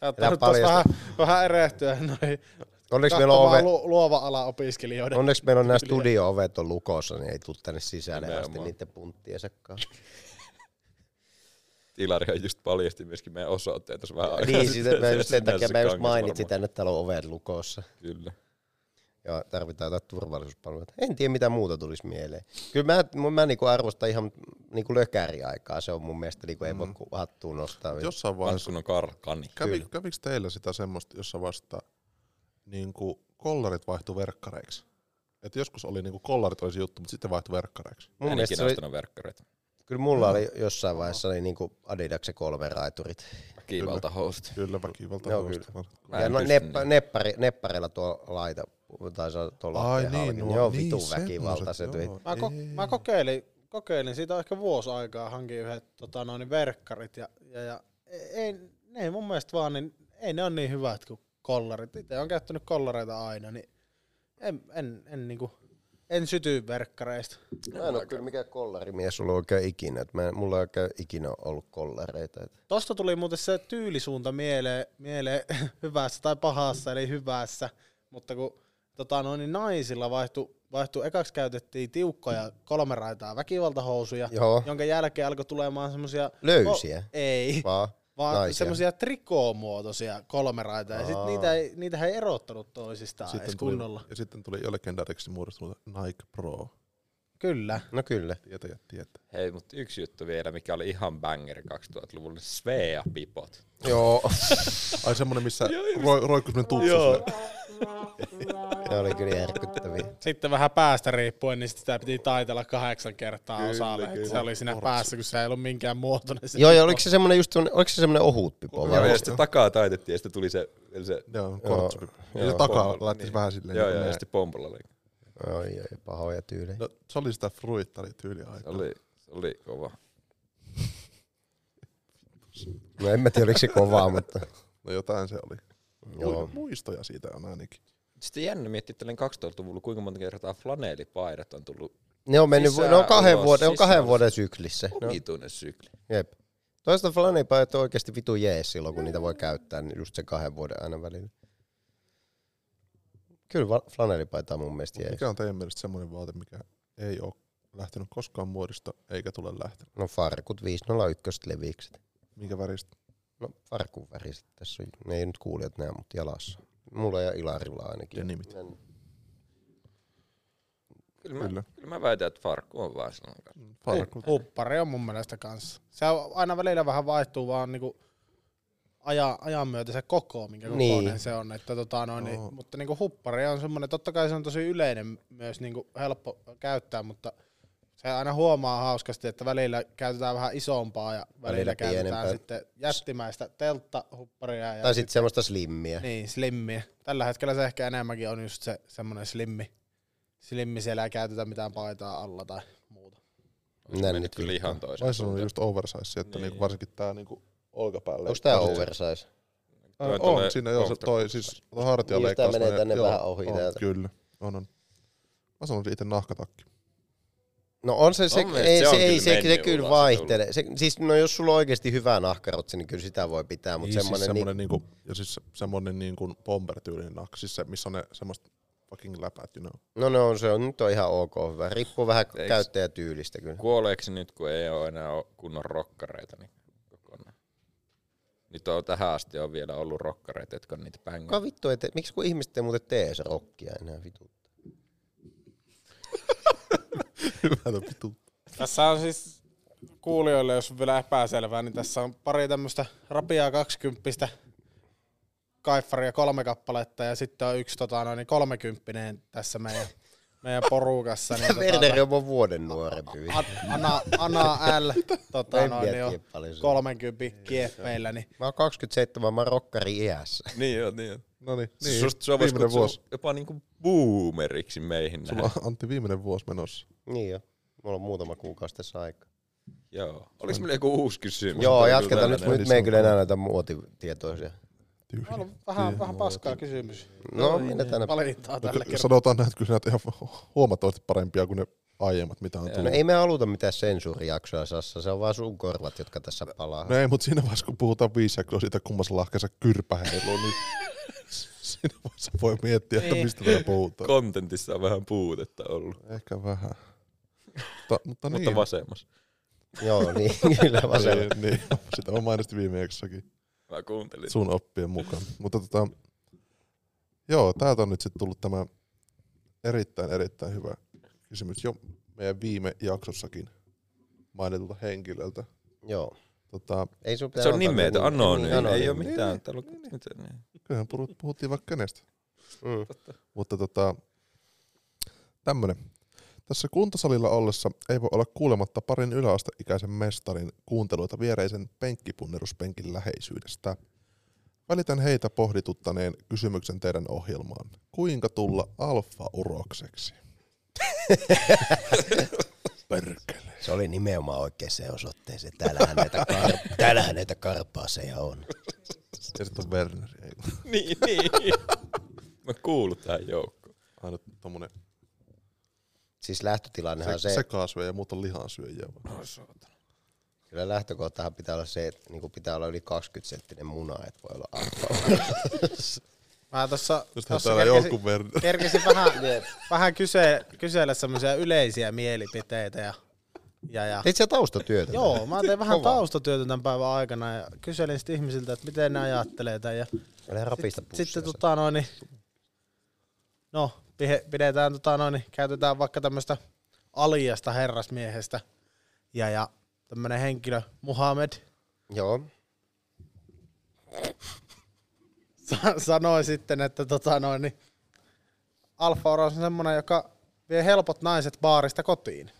Speaker 4: saattaa nyt tossa
Speaker 2: paljasta.
Speaker 4: vähän, vähän erehtyä noihin
Speaker 2: Onneksi meillä, on
Speaker 4: katsomaan
Speaker 2: ove,
Speaker 4: lu, luova ala opiskelijoiden.
Speaker 2: onneksi meillä on nämä studio-ovet on lukossa, niin ei tule tänne sisälle asti
Speaker 1: Nimenomaan.
Speaker 2: niiden punttiensakaan.
Speaker 1: Ilarihan just paljasti myöskin meidän osoitteen tässä vähän aikaa.
Speaker 2: niin, sitä, mä
Speaker 1: Se-
Speaker 2: just
Speaker 1: se-
Speaker 2: sen takia
Speaker 1: se
Speaker 2: mä just
Speaker 1: kangas
Speaker 2: mainitsin
Speaker 1: varmaan.
Speaker 2: tänne, että täällä on ovet lukossa.
Speaker 1: Kyllä.
Speaker 2: Ja tarvitaan jotain turvallisuuspalveluita. En tiedä, mitä muuta tulisi mieleen. Kyllä mä, mun- mä niinku arvostan ihan niinku lökäriaikaa. Se on mun mielestä, niinku ei voi ku- hattuun nostaa.
Speaker 3: Jossain vaiheessa,
Speaker 1: Vanskun on karkani.
Speaker 3: kävi, kävikö teillä sitä semmoista, jossa vasta niin kuin kollarit vaihtu verkkareiksi? Et joskus oli niin kuin kollarit olisi juttu, mutta sitten vaihtui verkkareiksi.
Speaker 2: Mun
Speaker 1: Mun
Speaker 2: mielestä se oli,
Speaker 1: ostanut verkkareita.
Speaker 2: kyllä mulla oli jossain vaiheessa oli niinku Adidaksen kolme raiturit.
Speaker 1: Kiivalta host.
Speaker 3: Kyllä väkivalta.
Speaker 2: Joo,
Speaker 3: huosta vaan.
Speaker 1: Mä
Speaker 2: ja
Speaker 1: en
Speaker 2: no,
Speaker 1: pysty niin.
Speaker 2: neppä,
Speaker 1: niihin.
Speaker 2: neppari, nepparilla tuo laita, tai se on tuo
Speaker 3: Ai
Speaker 2: lahteen
Speaker 3: niin,
Speaker 2: halki,
Speaker 3: no,
Speaker 2: ne on
Speaker 3: niin,
Speaker 2: vitun
Speaker 3: semmoset,
Speaker 2: väkivaltaiset.
Speaker 3: joo.
Speaker 2: vittu.
Speaker 4: Mä, ko-
Speaker 3: Ei.
Speaker 4: mä kokeilin, kokeilin, siitä on ehkä vuosi aikaa hankin yhdet tota, noin, verkkarit ja, ja, ja ei, ne ei mun mielestä vaan, niin ei ne on niin hyvät kuin kollarit. Itse on käyttänyt kollareita aina, niin en, en, en, niinku, en syty verkkareista.
Speaker 2: Mä en ole kyllä mikään kollarimies ollut oikein ikinä. Et mä, en- mulla ei oikein ikinä ollut kollareita. Et.
Speaker 4: Tosta tuli muuten se tyylisuunta mieleen, mieleen hyvässä tai pahassa, eli hyvässä. Mutta kun tota, noin, niin naisilla vaihtui, vaihtui, ekaksi käytettiin tiukkoja kolme raitaa väkivaltahousuja,
Speaker 2: Joo,
Speaker 4: jonka jälkeen alkoi tulemaan semmoisia...
Speaker 2: löysiä.
Speaker 4: Ei,
Speaker 2: Vaan.
Speaker 4: vaan
Speaker 2: naisia.
Speaker 4: semmoisia trikoomuotoisia kolmeraita. Ja sit
Speaker 2: Aa.
Speaker 4: niitä ei, niitähän ei erottanut toisistaan sitten edes
Speaker 3: tuli,
Speaker 4: kunnolla.
Speaker 3: ja sitten tuli jo legendaariksi muodostunut Nike Pro.
Speaker 4: Kyllä.
Speaker 2: No kyllä.
Speaker 3: Tietäjät tietää.
Speaker 1: Hei, mutta yksi juttu vielä, mikä oli ihan banger 2000-luvulla, niin Svea-pipot.
Speaker 2: Joo.
Speaker 3: Ai semmonen, missä roi, roikkuu semmonen tutsu. Joo.
Speaker 2: ne oli kyllä järkyttäviä.
Speaker 4: Sitten vähän päästä riippuen, niin sit sitä piti taitella kahdeksan kertaa kyllä, osalle. Kyllä. Se oli siinä päässä, kun se ei ollut minkään muotoinen. Se
Speaker 2: Joo, ja oliko se semmoinen just semmoinen, oliko se semmoinen ohut pipo
Speaker 1: Joo,
Speaker 2: vai?
Speaker 1: ja sitten takaa taitettiin ja sitten tuli se, se
Speaker 3: Joo, kortsupi. Ja se
Speaker 2: Joo.
Speaker 3: takaa laittaisi vähän silleen.
Speaker 1: joo, joo,
Speaker 3: niin kuin
Speaker 1: ja
Speaker 3: näin.
Speaker 1: sitten pompolla oli.
Speaker 2: Oi, oi, pahoja tyylejä.
Speaker 3: No, se oli sitä fruittarityyliä
Speaker 1: Se
Speaker 3: aikaa.
Speaker 1: oli, se oli kova.
Speaker 2: No en mä tiedä, oliko se kovaa, mutta...
Speaker 3: No jotain se oli.
Speaker 2: Joo.
Speaker 3: Joo. Muistoja siitä on ainakin.
Speaker 1: Sitten jännä miettiä tälleen 2000-luvulla, kuinka monta kertaa flanelipaidat on tullut
Speaker 2: Ne on mennyt,
Speaker 1: Sisään
Speaker 2: ne on kahden,
Speaker 1: ulos,
Speaker 2: vuoden, on kahden
Speaker 1: sisään
Speaker 2: vuoden syklissä. Ne on
Speaker 1: omituinen sykli.
Speaker 2: Jep. Toista flanipajat on oikeasti vitu jees silloin, kun niitä voi käyttää niin just sen kahden vuoden aina välillä. Kyllä va- flanelipaita on mun mielestä jees.
Speaker 3: Mikä on teidän mielestä semmoinen vaate, mikä ei ole lähtenyt koskaan muodista, eikä tule lähtenyt?
Speaker 2: No farkut 501 levikset.
Speaker 3: Minkä väristä?
Speaker 2: No farkun väriset tässä on. Ne ei nyt kuulijat näe, mutta jalassa. Mulla ja Ilarilla ainakin.
Speaker 3: Denimit.
Speaker 1: Kyllä mä,
Speaker 3: Kyllä.
Speaker 1: kyllä mä väitän, että farkku on vaan sellainen.
Speaker 3: Mm.
Speaker 1: kanssa.
Speaker 3: Farkut.
Speaker 4: Huppari on mun mielestä kanssa. Se on aina välillä vähän vaihtuu vaan niinku ajan, ajan myötä se koko, minkä
Speaker 2: Niin.
Speaker 4: kokoinen se on. Että tota noin,
Speaker 3: Joo.
Speaker 4: niin, mutta niinku huppari on semmoinen, totta kai se on tosi yleinen myös niinku helppo käyttää, mutta se aina huomaa hauskasti, että välillä käytetään vähän isompaa ja välillä,
Speaker 2: Välillä
Speaker 4: käytetään
Speaker 2: pienempää.
Speaker 4: sitten jättimäistä telttahupparia ja
Speaker 2: Tai sitten semmoista slimmiä.
Speaker 4: niin, slimmiä. Tällä hetkellä se ehkä enemmänkin on just se semmoinen slimmi. Slimmi siellä ei käytetä mitään paitaa alla tai muuta.
Speaker 1: On se
Speaker 2: Näin
Speaker 1: mennyt
Speaker 2: nyt
Speaker 1: Niin. kyllä
Speaker 2: viittaa.
Speaker 1: ihan toisen.
Speaker 3: Vai se on just oversize, että
Speaker 1: Niin.
Speaker 3: niinku varsinkin tää niinku olkapäälle.
Speaker 2: Onko tää oversize?
Speaker 1: Toi tulee
Speaker 3: Äh, On, siinä joo, se toi siis toi hartia
Speaker 2: Niin, jos tää
Speaker 3: leikkaa.
Speaker 2: menee tänne vähän ohi täältä.
Speaker 3: Kyllä, on on. Mä sanon itse nahkatakki.
Speaker 2: No on se, se,
Speaker 1: Mun mielestä
Speaker 2: ei,
Speaker 1: se
Speaker 2: se,
Speaker 1: on
Speaker 2: ei,
Speaker 1: kyllä
Speaker 2: se, se,
Speaker 1: mennyt
Speaker 2: kyllä
Speaker 1: ulos
Speaker 2: vaihtelee. Se, siis no jos sulla on oikeasti hyvä nahkarotsi, niin kyllä sitä voi pitää, mutta
Speaker 3: Niin, siis
Speaker 2: semmoinen, niin,
Speaker 3: semmonen niinku, ja siis se- semmonen niinku bomber-tyylinen nakki, siis se, missä on ne semmoiset fucking läpät, you know.
Speaker 2: no ne on, se on, nyt on ihan ok hyvä. Riippuu vähän
Speaker 1: Eiks-
Speaker 2: käyttäjätyylistä kyllä.
Speaker 1: Kuoleeksi nyt, kun ei ole enää oo kunnon rokkareita, niin kokonaan. Nyt on tähän asti on vielä ollut rokkareita, jotka on niitä bängoja.
Speaker 2: Kuka vittu, ette, miksi kun ihmiset ei muuten tee se rokkia enää vitu?
Speaker 3: Hyvältä vitu.
Speaker 4: Tässä on siis kuulijoille, jos on vielä epäselvää, niin tässä on pari tämmöistä rapiaa 20 kaiffaria kolme kappaletta ja sitten on yksi tota, noin, kolmekymppinen tässä meidän, meidän porukassa. Niin,
Speaker 2: Werner on mun vuoden nuorempi.
Speaker 4: A- Ana, Ana L, tota,
Speaker 2: En
Speaker 4: noin,
Speaker 2: tiedä,
Speaker 4: niin on
Speaker 2: tiedä paljon se on.
Speaker 4: 30 kieppeillä, niin
Speaker 2: Mä oon 27, mä oon rokkari iässä.
Speaker 1: Niin joo, niin joo.
Speaker 3: No niin,
Speaker 1: Niin, Susta sua voisi
Speaker 3: viimeinen
Speaker 1: kutsua
Speaker 3: vuosi.
Speaker 1: jopa niinku boomeriksi meihin
Speaker 3: Sulla
Speaker 1: nähden.
Speaker 3: on Antti viimeinen vuosi menossa.
Speaker 2: Niin jo. Mulla on muutama kuukausi tässä aikaa.
Speaker 1: Joo. Oliko meillä joku uusi kysymys?
Speaker 2: Joo,
Speaker 1: Tuli
Speaker 2: jatketaan nyt.
Speaker 1: tällainen.
Speaker 2: Nyt me ei kyllä enää näitä muotitietoisia.
Speaker 3: Tyyli.
Speaker 4: on ollut vähän, vähän paskaa kysymys.
Speaker 2: No, mennään tänne.
Speaker 4: Valintaa
Speaker 3: No,
Speaker 4: tällä kertaa.
Speaker 3: Sanotaan näin, että kyllä näitä ihan huomattavasti parempia kuin ne aiemmat, mitä on
Speaker 2: No
Speaker 3: tullut.
Speaker 2: ei me haluta mitään sensuurijaksoa, Sassa. Se on vaan sun korvat, jotka tässä palaa.
Speaker 3: No ei, mutta siinä vaiheessa, kun puhutaan viisi jaksoa siitä, kummassa lahkeessa kyrpä heiluu, niin siinä vaiheessa voi miettiä, että
Speaker 4: Niin.
Speaker 3: mistä vielä puhutaan.
Speaker 1: Kontentissa on vähän puutetta ollut,
Speaker 3: Ehkä vähän. Mutta, mutta No niin.
Speaker 1: mutta vasemmassa.
Speaker 2: Joo, niin kyllä vasemmalla.
Speaker 3: Niin, niin. Sitä mä mainitsin viime jaksossakin
Speaker 1: Mä kuuntelin.
Speaker 3: sun oppien mukaan. Mutta tota, joo, täältä on nyt sitten tullut tämä erittäin, erittäin hyvä kysymys jo meidän viime jaksossakin mainitulta henkilöltä.
Speaker 2: Joo.
Speaker 3: Tota,
Speaker 2: Ei sun pitää
Speaker 1: Se on
Speaker 2: antaa
Speaker 1: nimetä,
Speaker 2: nimeä.
Speaker 1: anonyymi.
Speaker 2: Niin, anonyymi.
Speaker 1: Ei ole
Speaker 3: Niin,
Speaker 1: mitään.
Speaker 3: niin,
Speaker 1: Täällä on mitään. niin.
Speaker 3: kyllähän puhut- puhuttiin vaikka kenestä.
Speaker 2: Mm.
Speaker 3: Mutta tota, tämmönen. Tässä kuntosalilla ollessa ei voi olla kuulematta parin yläasteikäisen mestarin kuunteluita viereisen penkkipunneruspenkin läheisyydestä. Välitän heitä pohdituttaneen kysymyksen teidän ohjelmaan. Kuinka tulla alfa-urokseksi? Perkele.
Speaker 2: Se oli nimenomaan oikeaan osoitteeseen. Täällähän näitä, kar- täällähän näitä karpaaseja on.
Speaker 3: Ja sitten on Werner. Ei,
Speaker 1: Niin, niin. Mä kuulun tähän joukkoon.
Speaker 3: aina tommonen
Speaker 2: Siis lähtötilannehan on
Speaker 3: se,
Speaker 2: se,
Speaker 3: sekasyöjä ja muut on lihansyöjiä.
Speaker 1: No saatana.
Speaker 2: Kyllä lähtökohtahan pitää olla se, että niinku pitää olla yli 20-senttinen muna, että voi olla alfa.
Speaker 4: Mä tossa,
Speaker 3: Nythän
Speaker 4: tossa
Speaker 3: täällä
Speaker 4: kerkesin,
Speaker 3: joku Werner.
Speaker 4: kerkesin vähän, vähän kyse, kysellä semmoisia yleisiä mielipiteitä ja, ja, ja
Speaker 2: Teit sä taustatyötä?
Speaker 4: Joo, mä tein vähän
Speaker 2: Kovaa.
Speaker 4: taustatyötä tämän päivän aikana ja kyselin sitten ihmisiltä, että miten ne ajattelee tämän. Ja
Speaker 2: Älä rapista
Speaker 4: sit, sitten
Speaker 2: pusseja.
Speaker 4: tota noin, niin- no, pihe- pidetään tota noin, niin käytetään vaikka tämmöistä aliasta herrasmiehestä ja, ja tämmönen henkilö Muhammed
Speaker 2: Joo.
Speaker 4: sa- sanoi sitten, että tota noin, niin Alfa Oro on semmonen, joka vie helpot naiset baarista kotiin.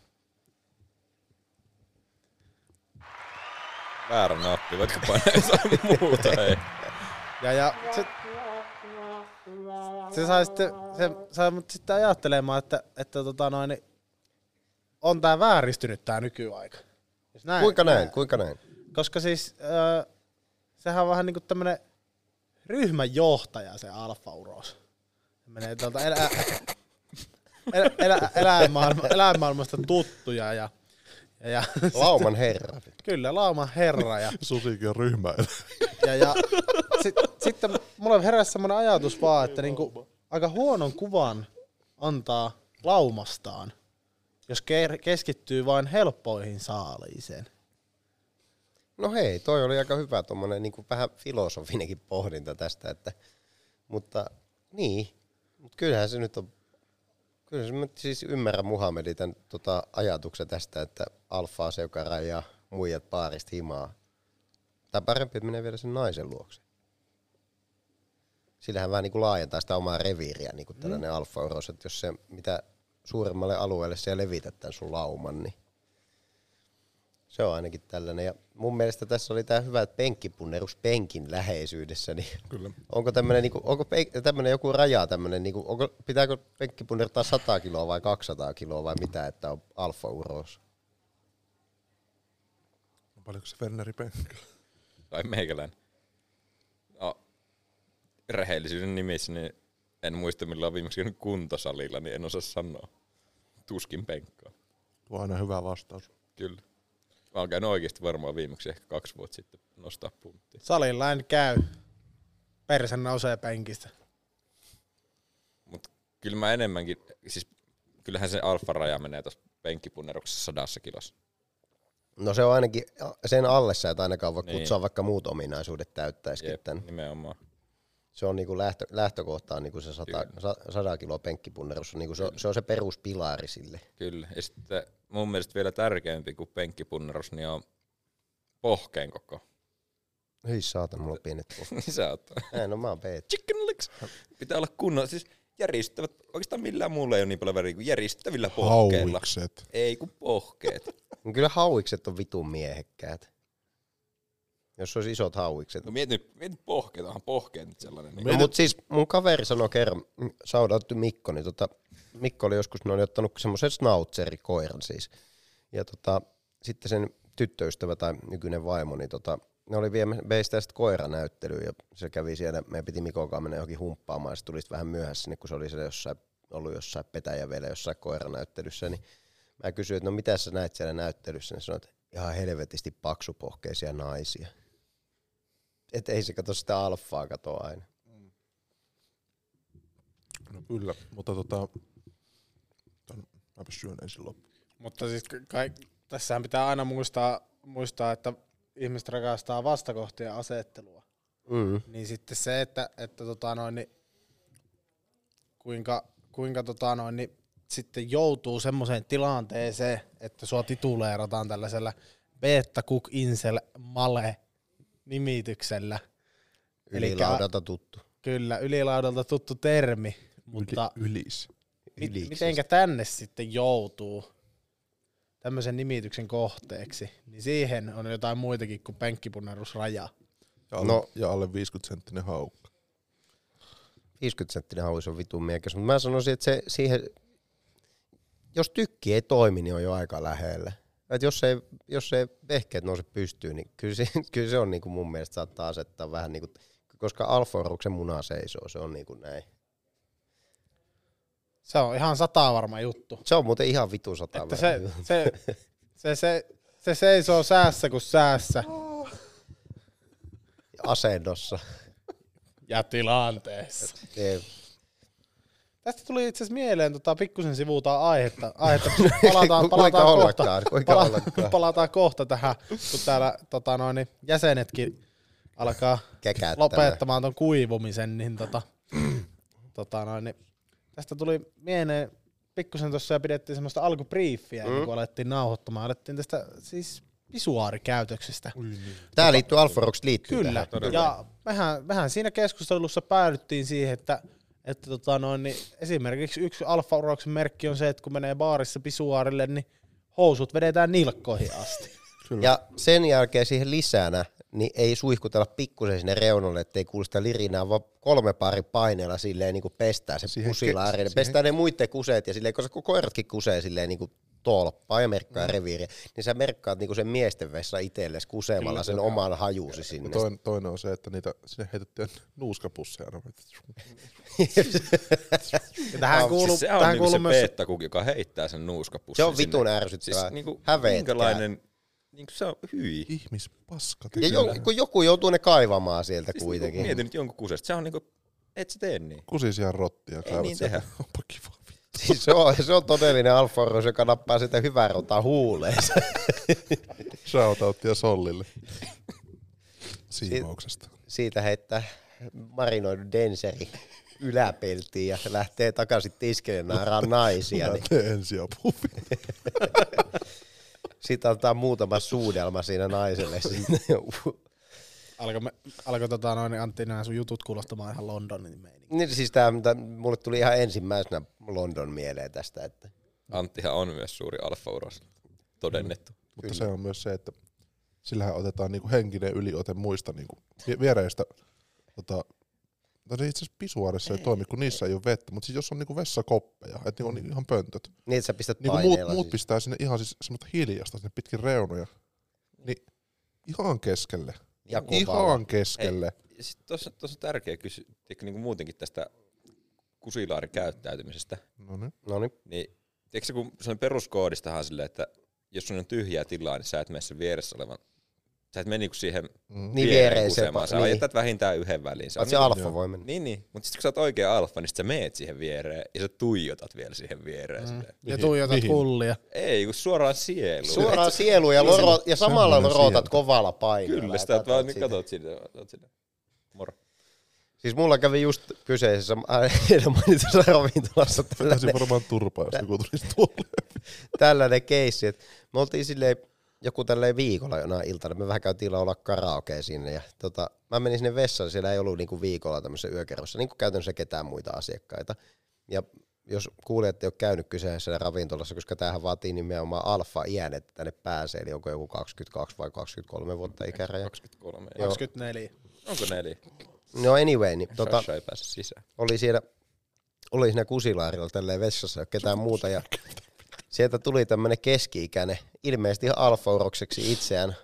Speaker 1: Väärä nappi, vaikka painaa jotain muuta. Ei.
Speaker 4: Ja, ja se, se sai sitten, se sai mut sitten ajattelemaan, että, että tota noin, niin on tää vääristynyt tää nykyaika. Jos näin,
Speaker 2: Kuinka näin? Kuinka näin?
Speaker 4: Koska siis öö, sehän on vähän niinku tämmönen ryhmän johtaja se alfa-uros. Se Menee tuolta elä, elä, elä, eläinmaailma, eläinmaailmasta tuttuja ja, ja, ja
Speaker 2: Lauman herra.
Speaker 4: kyllä lauman herra ja
Speaker 3: Susikin on ryhmä.
Speaker 4: ja, ja sit, sitten mulla heräsi semmoinen ajatus vaan, että niinku, aika huonon kuvan antaa laumastaan, jos ke- keskittyy vain helppoihin saaliiseen.
Speaker 2: No hei, toi oli aika hyvä tuommoinen niin vähän filosofinenkin pohdinta tästä, että, mutta niin, mutta kyllähän se nyt on, kyllä se mä siis ymmärrän Muhammedin tämän tota, ajatuksen tästä, että alfaa seukara ja muijat paarista himaa. Tai parempi menee vielä sen naisen luokse. Sillähän vähän niin kuin laajentaa sitä omaa reviiriä, niin kuin tällainen mm. alfa että jos se mitä suuremmalle alueelle se levität tämän sun lauman, niin se on ainakin tällainen. Ja mun mielestä tässä oli tämä hyvä, että penkkipunnerus penkin läheisyydessä. Niin Kyllä. Onko tämmöinen niinku, onko tämmönen joku raja, tämmönen, niinku, onko, pitääkö penkkipunnertaa 100 kiloa vai 200 kiloa vai mitä, että on alfa uros?
Speaker 3: Paljonko se Werneri penkkaa?
Speaker 1: Tai meikäläinen. No, rehellisyyden nimissä, niin en muista milloin on viimeksi käynyt kuntosalilla, niin en osaa sanoa. Tuskin penkkaa.
Speaker 3: Tuo on aina hyvä vastaus.
Speaker 1: Kyllä. Mä oon käynyt oikeasti varmaan viimeksi ehkä kaksi vuotta sitten nostaa punttia.
Speaker 4: Salilla en käy. Persen nousee penkistä.
Speaker 1: Mut kyllä mä enemmänkin, siis kyllähän se alfaraja menee tuossa penkkipunneruksessa sadassa kilossa.
Speaker 2: No se on ainakin sen alle sä et ainakaan voi
Speaker 1: Niin.
Speaker 2: kutsua, vaikka muut ominaisuudet täyttäisikin
Speaker 1: Jep,
Speaker 2: tämän.
Speaker 1: nimenomaan.
Speaker 2: Se on niinku lähtö, lähtökohta on niinku se sata,
Speaker 1: Kyllä.
Speaker 2: sa, sadan kiloa penkkipunnerus. on Niinku se, on- se, on se peruspilari sille.
Speaker 1: Kyllä. Ja sitten mun mielestä vielä tärkeämpi kuin penkkipunnerus, niin on pohkeen koko. Niin
Speaker 2: Hyi saatana, mulla on pienet pohjat.
Speaker 1: Sä oot
Speaker 2: Ei, no mä oon peet.
Speaker 1: chicken legs. Pitää olla kunnon, siis järjestävät, oikeastaan millään muulla ei ole niin paljon väriä kuin järjestävillä pohkeilla.
Speaker 3: Hauikset.
Speaker 1: Ei kun pohkeet.
Speaker 2: No Kyllä hauikset on vitun miehekkäät. Jos olisi isot hauikset.
Speaker 1: No mietin, mietin pohkeet, onhan pohkeet nyt sellainen. Niin.
Speaker 2: No, mutta siis mun kaveri sanoi kerran, mm, saudattu Mikko, niin tota, Mikko oli joskus, ne oli ottanut semmoisen schnautzerikoiran siis. Ja tota, sitten sen tyttöystävä tai nykyinen vaimo, niin tota, ne oli viemässä veistää sitten koiranäyttelyyn ja se kävi siellä, meidän piti Mikon kanssa mennä johonkin humppaamaan ja se tuli sit vähän myöhässä sinne, kun se oli siellä jossain, ollut jossain petäjä vielä jossain koiranäyttelyssä, niin mä kysyin, että no mitä sä näit siellä näyttelyssä, niin sanoit, että ihan helvetisti paksupohkeisia naisia. Et ei se kato sitä alfaa katoa aina.
Speaker 3: No kyllä, mutta tota... Tän, mäpä syön ensin loppuun.
Speaker 4: Mutta siis ka- kai, tässähän pitää aina muistaa, muistaa, että ihmiset rakastaa vastakohtien asettelua.
Speaker 2: Mm.
Speaker 4: Niin sitten se, että, että tota noin, niin kuinka, kuinka tota noin, niin sitten joutuu semmoiseen tilanteeseen, että sua tituleerataan tällaisella Beta Cook Insel Male nimityksellä.
Speaker 2: Ylilaudalta tuttu.
Speaker 4: Kyllä, ylilaudalta tuttu termi, mutta
Speaker 3: Yli, ylis.
Speaker 4: mit,
Speaker 2: Yliksistä.
Speaker 4: mitenkä tänne sitten joutuu tämmöisen nimityksen kohteeksi, niin siihen on jotain muitakin kuin penkkipunnerusraja.
Speaker 3: Ja alle,
Speaker 2: No.
Speaker 3: no. ja alle 50 senttinen haukka.
Speaker 2: 50 senttinen Siis hauis on vitun miekäs, mutta mä sanoisin, että se siihen, jos tykki ei toimi, niin on jo aika lähellä. Et jos ei, jos ei vehkeet nouse pystyyn, niin kyllä se, kyllä se on niin kuin mun mielestä saattaa asettaa vähän niin kuin, koska alforuksen muna seisoo, se on niin kuin näin.
Speaker 4: Se on ihan sataa varma juttu.
Speaker 2: Se on muuten ihan vitu sata.
Speaker 4: Että se, se, se, se, se seisoo säässä kuin säässä
Speaker 2: asennossa.
Speaker 4: ja tilanteessa.
Speaker 2: Ei,
Speaker 4: Tästä tuli itse asiassa mieleen, tota, pikkusen sivuutaan aihetta. aihetta palataan,
Speaker 2: Ku-
Speaker 4: palataan,
Speaker 2: kuinka
Speaker 4: kohta,
Speaker 2: ollakaan, kuinka
Speaker 4: pala-
Speaker 2: ollakaan.
Speaker 4: palataan kohta tähän, kun täällä tota, noin, jäsenetkin alkaa
Speaker 2: kekättämään.
Speaker 4: lopettamaan ton kuivumisen, niin tota, tota noin, niin tästä tuli mieleen pikkusen tuossa ja pidettiin semmoista alkubriiffiä, mm. kun alettiin nauhoittamaan. Alettiin tästä siis pisuaarikäytöksestä.
Speaker 2: Tämä liittyy alforukset liittyy
Speaker 4: Kyllä,
Speaker 2: tähän.
Speaker 4: ja mehän, mehän siinä keskustelussa päädyttiin siihen, että, että tota noin, niin esimerkiksi yksi alfa-uroksen merkki on se, että kun menee baarissa pisuaarille, niin housut vedetään nilkkoihin asti.
Speaker 3: Mm.
Speaker 2: Ja sen jälkeen siihen lisänä, niin ei suihkutella pikkusen sinne reunalle, ettei kuulu sitä lirinää, vaan kolme pari paineella silleen niin kuin pestää se
Speaker 3: Siihen
Speaker 2: pusila
Speaker 3: ke-
Speaker 2: ääreen.
Speaker 3: siihen-
Speaker 2: Pestää ne muiden kuseet ja silleen, koska kun koiratkin kusee silleen niin kuin tolppaa ja merkkaa mm. reviiriä, niin sä merkkaat niin kuin sen miesten vessa itsellesi kuseemalla sen oman hajuusi
Speaker 3: Ja
Speaker 2: sinne.
Speaker 3: toinen, toinen on se, että niitä sinne heitettiin nuuskapusseja. No, aina.
Speaker 4: Ja tähän kuuluu,
Speaker 1: siis se on
Speaker 4: tähän
Speaker 1: niinku
Speaker 4: kuuluu
Speaker 1: se
Speaker 4: myös
Speaker 1: myös... peettakuk, joka heittää sen nuuskapussin
Speaker 2: Se on vitun
Speaker 1: sinne.
Speaker 2: ärsyttävää.
Speaker 1: Siis
Speaker 2: Siis,
Speaker 1: niinku,
Speaker 2: Häveetkää.
Speaker 1: minkälainen, niinku se on hyi.
Speaker 3: Ihmispaska.
Speaker 2: Ja jo, kun joku joutuu ne kaivamaan sieltä
Speaker 1: Siis niinku,
Speaker 2: kuitenkin.
Speaker 1: mietin nyt jonkun kusesta, se on niinku, et sä tee niin.
Speaker 3: Kusisia rottia kaivat
Speaker 1: niin
Speaker 3: sieltä.
Speaker 1: tehdä.
Speaker 3: Onpa kiva.
Speaker 2: Siis se, on, se on todellinen alforus, joka nappaa sitä hyvää rotaa huuleensa.
Speaker 3: Shoutouttia Sollille. Siivouksesta.
Speaker 2: siitä heittää marinoidun denseri yläpeltiin ja lähtee takaisin tiskille naaraan naisia,
Speaker 3: Mä
Speaker 2: niin
Speaker 3: teen ensiapua.
Speaker 2: siitä antaa muutama suudelma siinä naiselle. sinne.
Speaker 4: Alko, me, alko tota noin, Antti nämä sun jutut kuulostamaan ihan Londonin meininki.
Speaker 2: niin siis tää, mitä mulle tuli ihan ensimmäisenä London mieleen tästä, että
Speaker 1: Anttihan on myös suuri alfauros,
Speaker 2: Mm.
Speaker 1: todennettu.
Speaker 3: Mutta se on myös se, että sillähän otetaan niinku henkinen yliote muista niinku vie- viereistä. Tota, no se itse asiassa pisuaarissa ei toimi, kun niissä ei ole vettä, mutta siis jos on niinku vessakoppeja, että niinku on ihan pöntöt,
Speaker 2: niin että sä pistät
Speaker 3: niin kuin muut,
Speaker 2: paineella
Speaker 3: muut
Speaker 2: siis.
Speaker 3: pistää sinne ihan siis semmoista hiljasta sinne pitkin reunoja. Niin ihan keskelle.
Speaker 2: Ja kovaa.
Speaker 3: ihan keskelle.
Speaker 1: Sitten tuossa, tuossa on tärkeä kysy, tiedätkö, niinku muutenkin tästä kusilaarikäyttäytymisestä,
Speaker 3: No niin.
Speaker 2: No niin,
Speaker 1: niin Tiedätkö kun sellainen peruskoodistahan silleen, että jos sun on tyhjää tilaa, niin sä et mene sen vieressä olevan. Sä et mene niinku siihen
Speaker 3: Mm.
Speaker 2: Niin
Speaker 1: viereen
Speaker 2: viereiseen
Speaker 1: kusemaan. Sä
Speaker 2: pa- niin.
Speaker 1: jätät vähintään yhden väliin.
Speaker 2: Oot se
Speaker 1: niinku-
Speaker 2: alfa voi mennä.
Speaker 1: Niin, niin. Mutta sitten kun sä oot oikea alfa, niin sit sä meet siihen viereen ja sä tuijotat vielä siihen viereen. Mm.
Speaker 4: Ja
Speaker 3: Mihin-
Speaker 4: tuijotat
Speaker 3: mihin?
Speaker 4: kullia.
Speaker 1: Ei, kun suoraan sieluun.
Speaker 2: Suoraan sielu ja, loro, ja samalla
Speaker 3: semmoinen
Speaker 2: lorotat
Speaker 3: sielu.
Speaker 2: kovalla painolla.
Speaker 1: Niin Kyllä,
Speaker 2: ja
Speaker 1: sitä et vaan
Speaker 2: katot
Speaker 1: niin
Speaker 2: sitä.
Speaker 1: katot sinne. katot sinne. Moro.
Speaker 2: Siis mulla kävi just kyseisessä äh, mainitussa ravintolassa
Speaker 3: Täysin
Speaker 2: tällainen,
Speaker 3: varmaan turpaa, jos joku tulisi tuolle.
Speaker 2: tällainen keissi, että me oltiin silleen joku tälleen viikolla jonain iltana, me vähän käytiin olla karaoke sinne ja tota, mä menin sinne vessaan, siellä ei ollut niinku viikolla tämmöisessä yökerrossa, niinku käytännössä ketään muita asiakkaita. Ja jos kuulijat ei ole käynyt kyseisessä ravintolassa, koska tämähän vaatii nimenomaan alfa-iän, että tänne pääsee, eli onko joku 22 vai 23 vuotta ikäraja.
Speaker 1: 23.
Speaker 2: Joo.
Speaker 4: 24.
Speaker 1: Onko neljä?
Speaker 2: No anyway, niin
Speaker 1: Tota,
Speaker 2: tota,
Speaker 1: Sasha ei pääse sisään.
Speaker 2: oli siellä, oli siinä kusilaarilla tälleen vessassa, ei ole ketään muuta, ja sieltä tuli tämmöinen keski-ikäinen, ilmeisesti ihan alfaurokseksi itseään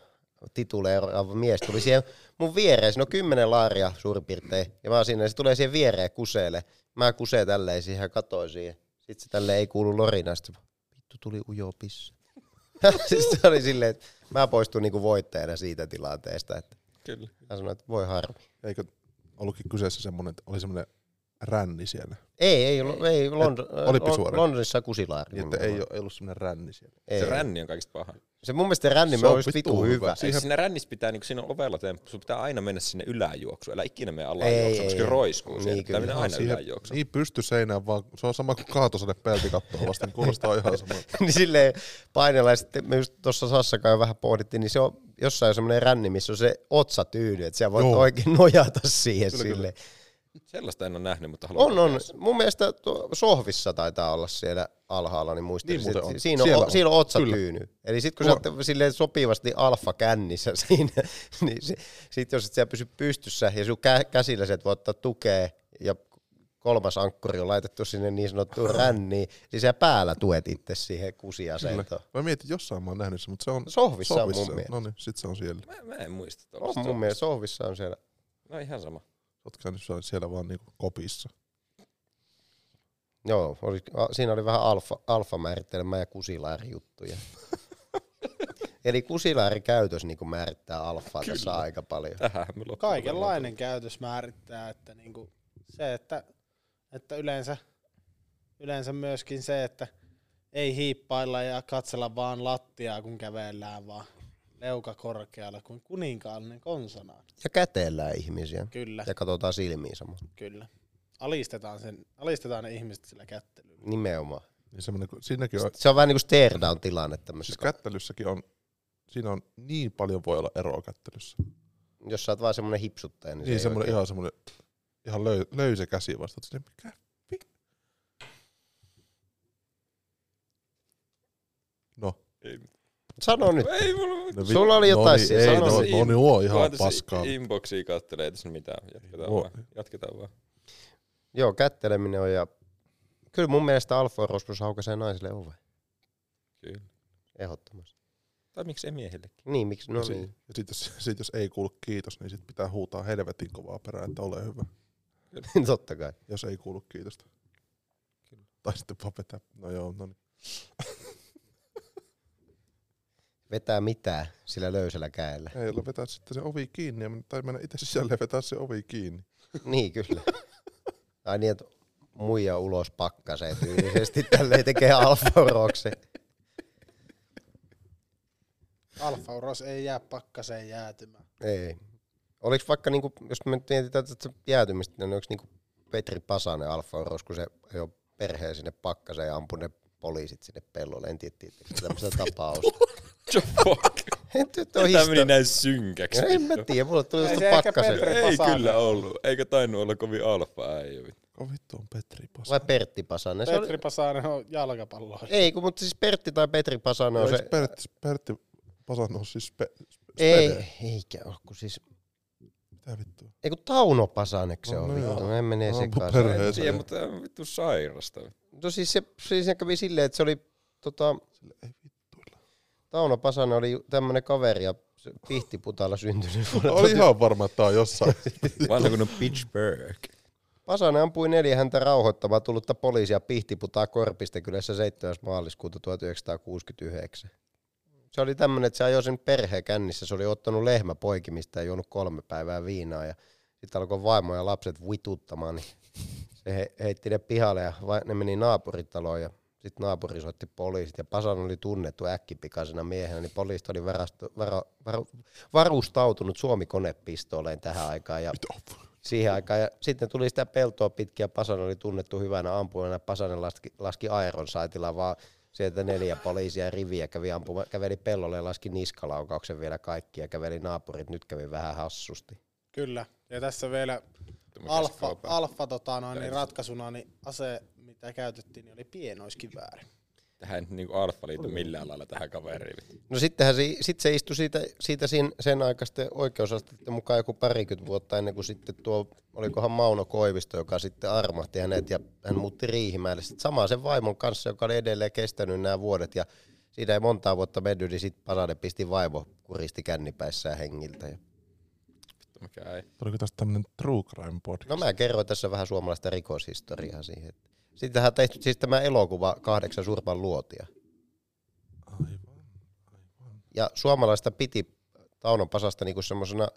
Speaker 2: tituleeraava mies, tuli siihen mun viereen, siinä on kymmenen laaria suurin piirtein, ja mä oon siinä, ja se tulee siihen viereen kuseelle, mä kuseen tälleen siihen ja katoin siihen, sit se tälleen ei kuulu lorina, sit se vaan, vittu tuli ujo pissa. siis se oli silleen, että mä poistuin niinku voittajana siitä tilanteesta, että
Speaker 1: Kyllä.
Speaker 2: mä sanoin, että voi harmi.
Speaker 3: Eikö ollutkin kyseessä semmonen, että oli semmonen ränni siellä. Niin,
Speaker 2: Ei, ei, lo- ei Lond-
Speaker 3: olipa
Speaker 2: Lon-
Speaker 3: suora.
Speaker 2: Londonissa kusilaari.
Speaker 3: Niin, että ei, oo- ei ollut semmonen ränni siellä.
Speaker 1: Se
Speaker 2: ei.
Speaker 1: ränni on kaikista paha.
Speaker 2: Se mun mielestä ränni
Speaker 3: Se on
Speaker 2: on just vitu
Speaker 3: vitun hyvä.
Speaker 2: hyvä.
Speaker 1: Siihen...
Speaker 3: Siihen-
Speaker 1: Siinä rännissä pitää, niin siinä on ovella temppu, sun pitää aina mennä sinne yläjuoksuun. Älä ikinä mene
Speaker 2: Ei,
Speaker 1: alajuoksuun, koska
Speaker 2: ei,
Speaker 1: se roiskuu
Speaker 2: ei.
Speaker 1: niin, siellä.
Speaker 2: Niin,
Speaker 1: Pitää
Speaker 2: kyllä.
Speaker 1: mennä
Speaker 3: Ihan
Speaker 1: aina
Speaker 3: siihen-
Speaker 1: yläjuoksuun.
Speaker 3: Niin pysty seinään vaan, se on sama kuin kaatosade peltikattoa vasten, kuulostaa ihan sama.
Speaker 2: niin silleen painella, ja sitten me just tuossa Sassakaan jo vähän pohdittiin, niin se on jossain semmoinen ränni, missä on se otsa tyyny, että sä voit
Speaker 3: Joo.
Speaker 2: oikein nojata siihen
Speaker 3: Kyllä, kyllä.
Speaker 2: silleen.
Speaker 1: Sellaista en ole nähnyt, mutta haluan
Speaker 2: niin. On, on. Mun mielestä tuo sohvissa taitaa olla siellä alhaalla, niin muistelin.
Speaker 3: Niin muuten on.
Speaker 2: Siinä, on,
Speaker 3: Siellä
Speaker 2: on.
Speaker 3: on.
Speaker 2: siinä on otsa
Speaker 3: Kyllä.
Speaker 2: tyyny. Eli sit kun sä oot silleen sopivasti alfa kännissä siinä, niin se, sit jos et sä pysy pystyssä ja sun kä- käsillä sä et voi ottaa tukea ja kolmas ankkuri on laitettu sinne niin sanottuun ränniin, niin sä päällä tuet itse siihen kusiasentoon.
Speaker 3: Mä mietin, jossain mä oon nähnyt sen, mutta se on
Speaker 2: Sohvissa on mun mielestä.
Speaker 3: No niin, sit se on siellä.
Speaker 1: Mä, mä en muista
Speaker 2: On
Speaker 1: tuollaista.
Speaker 2: mun mielestä sohvissa on siellä.
Speaker 1: No ihan sama.
Speaker 3: Oot käynyt siellä- siellä vaan niinku kopissa.
Speaker 2: Joo, oli, a- siinä oli vähän alfa, alfamääritelmää ja kusilaari-juttuja. Eli kusilaari käytös niin määrittää alfaa Kyllä. tässä aika paljon.
Speaker 1: Tähän me loppuun.
Speaker 4: Kaikenlainen käytös määrittää, että niinku se, että, että yleensä, yleensä myöskin se, että ei hiippailla ja katsella vaan lattiaa, kun kävellään, vaan leuka korkealla kuin kuninkaallinen konsana.
Speaker 2: Ja käteellään ihmisiä.
Speaker 4: Kyllä,
Speaker 2: Ja katsotaan silmiin samoin.
Speaker 4: kyllä. Alistetaan, sen, alistetaan ne ihmiset sillä kättelyllä.
Speaker 2: Nimenomaan.
Speaker 3: Niin semmonen, kun- siinäkin on,
Speaker 2: Se on vähän niin kuin stare down tilanne
Speaker 3: siis
Speaker 2: tämmöisessä.
Speaker 3: kättelyssäkin on, siinä on niin paljon voi olla eroa kättelyssä.
Speaker 2: Jos sä oot vaan semmoinen hipsuttaja, niin,
Speaker 3: Niin, niin
Speaker 2: se ei
Speaker 3: semmonen
Speaker 2: oikein-
Speaker 3: ihan semmonen, ihan löy, löysä käsi vasta. Sille, mikä? vi- No,
Speaker 1: Ei,
Speaker 2: Sano nyt.
Speaker 1: ei mulla
Speaker 3: no
Speaker 2: Sulla oli jotain siis
Speaker 3: no, niin,
Speaker 2: siellä,
Speaker 3: ei,
Speaker 2: sano
Speaker 3: no, no,
Speaker 1: se.
Speaker 3: niin, oo ihan
Speaker 1: Laita se
Speaker 3: paskaa.
Speaker 1: Inboxiin kattelee, ei tässä mitään. Jatketaan
Speaker 3: Voi.
Speaker 1: vaan. Jatketaan vaan.
Speaker 2: Joo, kätteleminen on ja... Kyllä mun mielestä alfa roskus aukaisee naisille ove.
Speaker 1: Kyllä.
Speaker 2: Ehdottomasti.
Speaker 1: Tai miksi ei miehillekin?
Speaker 2: Niin, miksi? No
Speaker 3: ja
Speaker 2: niin.
Speaker 3: sit, ja sit, jos, sit jos ei kuulu kiitos, niin sit pitää huutaa helvetin kovaa perään, että ole hyvä.
Speaker 2: Totta kai.
Speaker 3: Jos ei kuulu kiitosta. Kyllä. Tai sitten vaan vetää. No joo, no niin.
Speaker 2: Vetää mitään sillä löysällä käellä.
Speaker 3: Ei ole vetää sitten se ovi kiinni, ja men- tai mennä itse sisälle ja vetää se ovi kiinni.
Speaker 2: Niin, kyllä. Ai niin, että muija ulos pakkaseen tyylisesti tälleen tekee alfauroksen.
Speaker 4: Alfa Uros ei jää pakkaseen jäätymään.
Speaker 2: Ei. Oliko vaikka, niinku, jos me nyt mietitään tätä jäätymistä, niin onko niinku Petri Pasanen alfauros, kun se jo perheen sinne pakkaseen ja ampui ne poliisit sinne pellolle. En tiedä, tiedätkö tämmöistä tapausta.
Speaker 1: The fuck?
Speaker 2: En tiedä, että on
Speaker 1: Tämä meni
Speaker 2: histori-
Speaker 1: näin synkäksi.
Speaker 2: en mä tiedä, mulle tuli
Speaker 4: Ei
Speaker 2: tästä
Speaker 4: se ehkä
Speaker 2: pakkaseen.
Speaker 4: Petri-
Speaker 1: Ei
Speaker 4: Pasanen.
Speaker 1: kyllä ollut. Eikä tainnut olla kovin alfa äijä.
Speaker 3: Oh, vittu on Petri
Speaker 2: Vai
Speaker 3: Pasa.
Speaker 2: Pertti Pasanen? Se oli...
Speaker 4: Petri Pasanen on jalkapallo.
Speaker 2: Ei, kun, mutta siis Pertti tai Petri Pasanen
Speaker 3: No,
Speaker 2: on
Speaker 3: se...
Speaker 2: se...
Speaker 3: Pertti, Pertti Pasanen on siis pe, spede?
Speaker 2: Ei, eikä ole, kun siis...
Speaker 3: Mitä vittua?
Speaker 2: Ei kun Tauno Pasanek se
Speaker 3: No
Speaker 2: on
Speaker 3: no
Speaker 2: vittu,
Speaker 3: joo.
Speaker 2: no, en menee
Speaker 3: Onpa
Speaker 2: sekaan.
Speaker 3: perhe.
Speaker 1: En
Speaker 3: Ei se
Speaker 1: tiedä,
Speaker 3: ole.
Speaker 1: mutta tämä on vittu sairasta.
Speaker 2: No siis se, siis se kävi silleen, että se oli tota,
Speaker 3: Sille ei vittuilla.
Speaker 2: Tauno Pasanen oli tämmönen kaveri ja se Pihtiputaalla syntynyt vuonna
Speaker 3: Oli ihan varma, että tää on jossain.
Speaker 1: Vanha kun on Pittsburgh.
Speaker 2: Pasanen ampui neljä häntä rauhoittamaan tullutta poliisia pihtiputaa Korpista kylässä 7. maaliskuuta 1969. Se oli tämmöinen, että se ajoi sen perheen kännissä, se oli ottanut lehmä poikimista ja juonut kolme päivää viinaa ja sitten alkoi vaimo ja lapset vituttamaan, niin se he, heitti ne pihalle ja va, ne meni naapuritaloon ja sitten naapuri soitti poliisit ja Pasan oli tunnettu äkkipikaisena miehenä, niin poliisit oli varastu, varo, varo, varustautunut Suomi-konepistooleen tähän aikaan ja siihen aikaan. Ja sitten tuli sitä peltoa pitkin ja Pasanen oli tunnettu hyvänä ampujana. Pasanen laski, laski Airon saitilla vaan sieltä neljä poliisia riviä kävi ampumaan, käveli pellolle ja laski niskalaukauksen vielä kaikki ja käveli naapurit. Nyt kävi vähän hassusti.
Speaker 4: Kyllä. Ja tässä vielä
Speaker 1: Mikäs
Speaker 4: alfa,
Speaker 1: kaupan?
Speaker 4: alfa tota, noin, niin
Speaker 1: Täys.
Speaker 4: ratkaisuna, niin ase, mitä käytettiin, niin oli pienoiskivääri.
Speaker 1: Tähän ei niinku alfa liity millään lailla tähän kaveriin.
Speaker 2: No sittenhän se, sit se istui siitä, siitä sin, sen aikaisten oikeusasteiden mukaan joku parikymmentä vuotta ennen kuin sitten tuo, olikohan Mauno Koivisto, joka sitten armahti hänet ja hän muutti Riihimäelle. Sitten samaa sen vaimon kanssa, joka oli edelleen kestänyt nämä vuodet ja siinä ei montaa vuotta mennyt, niin sitten Pasanen pisti vaimo kuristi kännipäissään hengiltä. Ja
Speaker 1: Vittu mikä ei.
Speaker 3: Tuliko tästä tämmönen true crime podcast?
Speaker 2: No mä kerroin tässä vähän suomalaista rikoshistoriaa siihen. Sittenhän on tehty siis tämä elokuva kahdeksan surman luotia.
Speaker 3: Aivan, aivan.
Speaker 2: Ja suomalaista piti Taunon Pasasta niinku semmoisena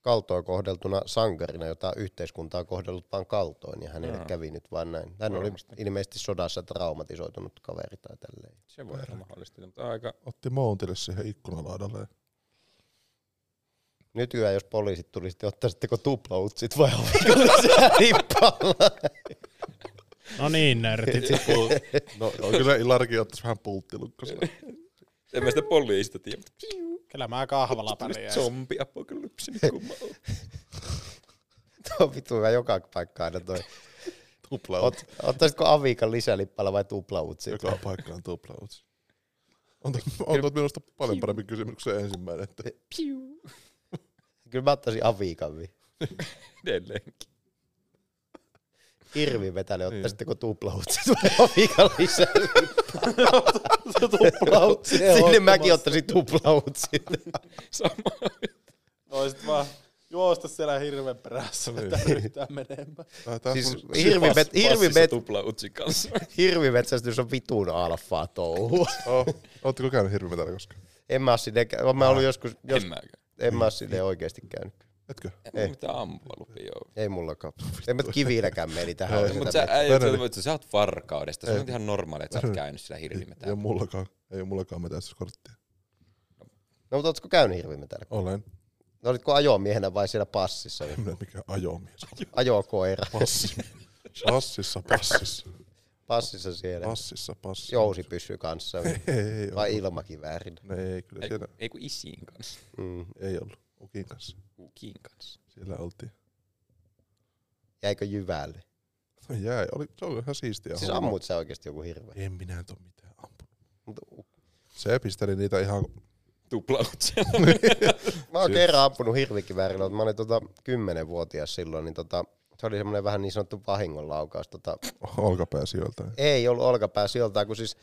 Speaker 2: kaltoin kohdeltuna sankarina, jota yhteiskunta on kohdellut vain kaltoin, ja hänelle
Speaker 1: Joo.
Speaker 2: kävi nyt vaan näin. Hän oli ilmeisesti sodassa traumatisoitunut kaveri tai tälleen.
Speaker 1: Se voi olla mahdollista, mutta aika...
Speaker 3: Otti mountille siihen ikkunalaudalle. ja-
Speaker 2: Nykyään jos poliisit tuli, sitten ottaisitteko tuplautsit vai oliko rippalla?
Speaker 4: No niin, nörtit.
Speaker 3: No on kyllä Ilarki ottaisi vähän pulttilukkosella.
Speaker 1: En mä sitä poliisista tiedä, mutta
Speaker 4: Kyllä mä kahvalla pärjään.
Speaker 1: Tuli zombi apokalypsi, niin kun mä oon.
Speaker 2: Tuo on vitu hyvä joka paikkaan aina toi.
Speaker 3: Tuplautsi.
Speaker 2: Ot, ottaisitko aviikan lisälippalla vai tuplautsit?
Speaker 3: Joka paikkaan tuplautsi. On tot, on tot minusta paljon parempi kysymys kuin se ensimmäinen. Että
Speaker 2: Kyllä mä ottaisin aviikan. vi.
Speaker 1: Edelleenkin.
Speaker 2: Irvi vetäne, ottaisitteko tuplautsit vai aviikan lisälippalla?
Speaker 4: Tuplautsi.
Speaker 2: Sinne mäkin ottaisin tuplautsit.
Speaker 1: Sama.
Speaker 4: Voisit vaan juosta siellä hirven perässä,
Speaker 3: Niin.
Speaker 4: että ryhtää menemään.
Speaker 3: Ah, tää- tää
Speaker 2: Siis
Speaker 3: sun-
Speaker 2: hirvivet, hirvivet,
Speaker 1: tupla utsin kanssa.
Speaker 2: hirvimetsästys on vitun alfaa touhua.
Speaker 3: Oh, ootteko käynyt hirvimetällä koskaan?
Speaker 2: En mä oo sinne, kä- Ah. mä ollut joskus, jos,
Speaker 1: en mäkään.
Speaker 2: en mä oo sinne oikeesti käynyt.
Speaker 3: Etkö?
Speaker 1: En Ei. mitään ampua lupia oo.
Speaker 2: Ei mullakaan. En mä kivilläkään meni tähän.
Speaker 3: Ei,
Speaker 2: Ei,
Speaker 1: Mut sä,
Speaker 3: Verran.
Speaker 1: äijät, sä, sä oot varkaudesta. Se
Speaker 3: Ei.
Speaker 1: on ihan normaali, että sä oot
Speaker 3: Verran.
Speaker 1: käynyt sillä
Speaker 3: Ei, ei
Speaker 1: hirvimetään.
Speaker 3: ole mullakaan, ei ole mullakaan metästyskorttia.
Speaker 2: No mutta ootko käynyt hirvimetällä?
Speaker 3: Olen.
Speaker 2: No olitko ajomiehenä vai siellä passissa?
Speaker 3: En minä mikään ajomies.
Speaker 2: Ajokoira.
Speaker 3: Passi. Passissa, passissa.
Speaker 2: Passissa siellä.
Speaker 3: Passissa, passissa.
Speaker 2: Jousi pysyy kanssa.
Speaker 3: Ei, ei, ei, ole.
Speaker 2: Vai ilmakiväärin.
Speaker 3: No ei, kyllä
Speaker 1: Ei,
Speaker 3: siellä
Speaker 1: ei kun isiin kanssa.
Speaker 2: Mm.
Speaker 3: ei ollut. Ukin kanssa.
Speaker 1: Ukin kanssa.
Speaker 3: Siellä oltiin.
Speaker 2: Jäikö jyvälle?
Speaker 3: No jäi, oli, se oli ihan siistiä.
Speaker 2: Siis
Speaker 3: hommaa.
Speaker 2: ammut sä oikeesti joku hirveä.
Speaker 3: En minä nyt ole mitään ampunut.
Speaker 2: Mut
Speaker 3: Se pisteli niitä ihan...
Speaker 1: Tupla utsin.
Speaker 3: Niin.
Speaker 2: Mä oon
Speaker 3: Siis-
Speaker 2: kerran ampunut hirvikiväärillä, mutta mä olin tota 10-vuotias silloin, niin tota, se oli semmoinen vähän niin sanottu vahingonlaukaus. Tota,
Speaker 3: olkapää sijoilta.
Speaker 2: ei ollut olkapää sijoiltaan, kun siis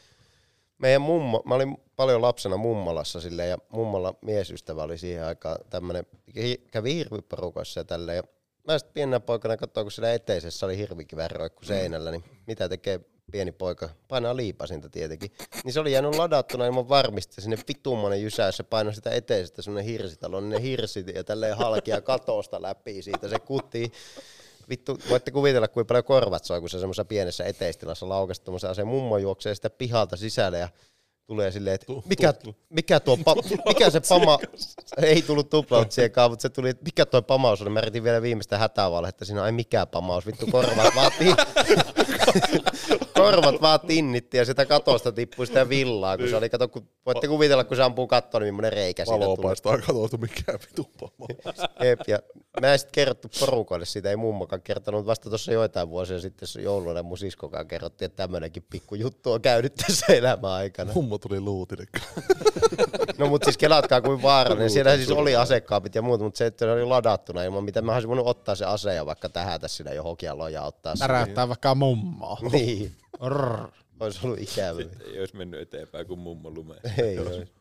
Speaker 2: meidän mummo, mä olin paljon lapsena mummolassa silleen, ja mummolla miesystävä oli siihen aikaan tämmönen, hi- kävi hirviporukassa ja tälleen, ja mä sitten pienenä poikana katsoin, kun siellä eteisessä oli hirvikivääri roikku seinällä, niin mitä tekee pieni poika, painaa liipasinta tietenkin. Niin se oli jäänyt ladattuna ilman varmista sinne vitummanen jysäys, se painoi sitä eteisestä semmonen hirsitalo, niin ne hirsit ja tälleen halkia katosta läpi siitä, se kutii vittu, voitte kuvitella, kuinka paljon korvat soi, kun se semmoisessa pienessä eteistilassa laukasta tuommoisen aseen. Mummo juoksee sitä pihalta sisälle ja tulee silleen, että mikä, mikä, tuo pa- mikä se pama, ei tullut tuplautsiekaan, mutta se tuli, että mikä tuo pamaus oli. Mä yritin vielä viimeistä hätävalhetta siinä, ai mikä pamaus, vittu korvat vaatii, korvat vaan tinnitti ja sitä katosta tippui sitä villaa, kun se oli, kato, kun, voitte kuvitella, kun se ampuu kattoon, niin millainen reikä siinä
Speaker 3: Valoa
Speaker 2: tulee.
Speaker 3: paistaa katolta mikään vitu pomo.
Speaker 2: Jep, ja mä en sitten kerrottu porukoille sitä, ei mummokaan kertonut, mutta vasta tuossa joitain vuosia sitten se jouluna mun siskokaan kerrottiin, että tämmöinenkin pikku juttu on käynyt tässä elämän aikana.
Speaker 3: Mummo tuli luutinen.
Speaker 2: No mutta siis kelatkaa kuin vaarallinen, siellä siis oli asekaapit ja muuta, mutta se, että se oli ladattuna ilman mitä, mä olisin voinut ottaa se ase ja vaikka tähätä sinä johonkin ja lojaa ottaa se.
Speaker 4: Täräyttää vaikka mummoa.
Speaker 2: Niin,
Speaker 4: Rrr.
Speaker 2: olisi ollut ikävä.
Speaker 1: Ei olisi mennyt eteenpäin kuin mummo lumeen.
Speaker 3: Eh.
Speaker 2: Ei olisi.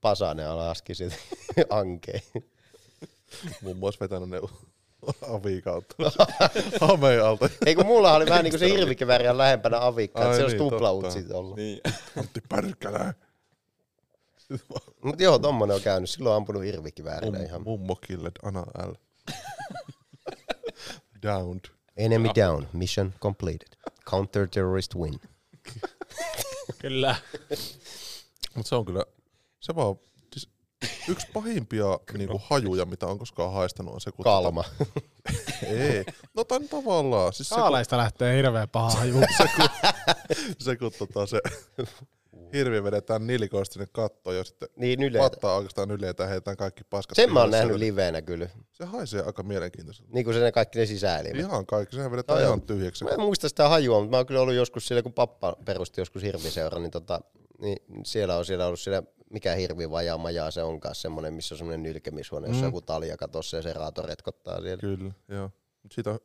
Speaker 2: Pasanen laski sitten ankeen.
Speaker 3: Mummo olisi vetänyt ne Avi kautta. Hameen alta.
Speaker 2: Ei kun mulla oli vähän niinku se hirvikiväri on lähempänä avikkaa, että
Speaker 3: Ai
Speaker 2: se olisi
Speaker 3: niin,
Speaker 2: tuplautsit
Speaker 3: totta.
Speaker 2: ollut.
Speaker 1: Niin.
Speaker 3: Antti Pärkkälä.
Speaker 2: Mut joo, tommonen on käynyt. Silloin on ampunut hirvikiväärillä
Speaker 3: Mm.
Speaker 2: ihan.
Speaker 3: Mummo killed Anna L. Downed.
Speaker 2: Enemy down. Mission completed. Counter terrorist win.
Speaker 4: Kyllä.
Speaker 3: Mutta se on kyllä, se vaan, siis yksi pahimpia niinku, hajuja, mitä on koskaan haistanut, on se, kun... tota-
Speaker 2: Kalma.
Speaker 3: Ei. No tän tavallaan. Siis se, kun,
Speaker 4: Kaaleista lähtee hirveän paha haju.
Speaker 3: se, kun, se, kun tota, se hirvi vedetään nilikoista sinne kattoon ja sitten
Speaker 2: Niin yleensä.
Speaker 3: pattaa oikeastaan yleitä ja heitetään kaikki paskat.
Speaker 2: Sen mä oon
Speaker 3: pihalle.
Speaker 2: nähnyt
Speaker 3: Se-
Speaker 2: livenä kyllä.
Speaker 3: Se haisee aika mielenkiintoiselta.
Speaker 2: Niin kuin se ne kaikki ne sisäilimet.
Speaker 3: Ihan kaikki, sehän vedetään
Speaker 2: Joo,
Speaker 3: ihan
Speaker 2: joo.
Speaker 3: tyhjäksi.
Speaker 2: Mä en muista sitä hajua, mutta mä oon kyllä ollut joskus siellä, kun pappa perusti joskus hirviseura, niin, tota, niin siellä on siellä ollut siellä, mikä hirvi vajaa majaa se onkaan semmoinen, missä on semmoinen nylkemishuone, jossa
Speaker 3: Mm.
Speaker 2: joku talja katossa ja se raato retkottaa siellä.
Speaker 3: Kyllä, joo. Mut siitä,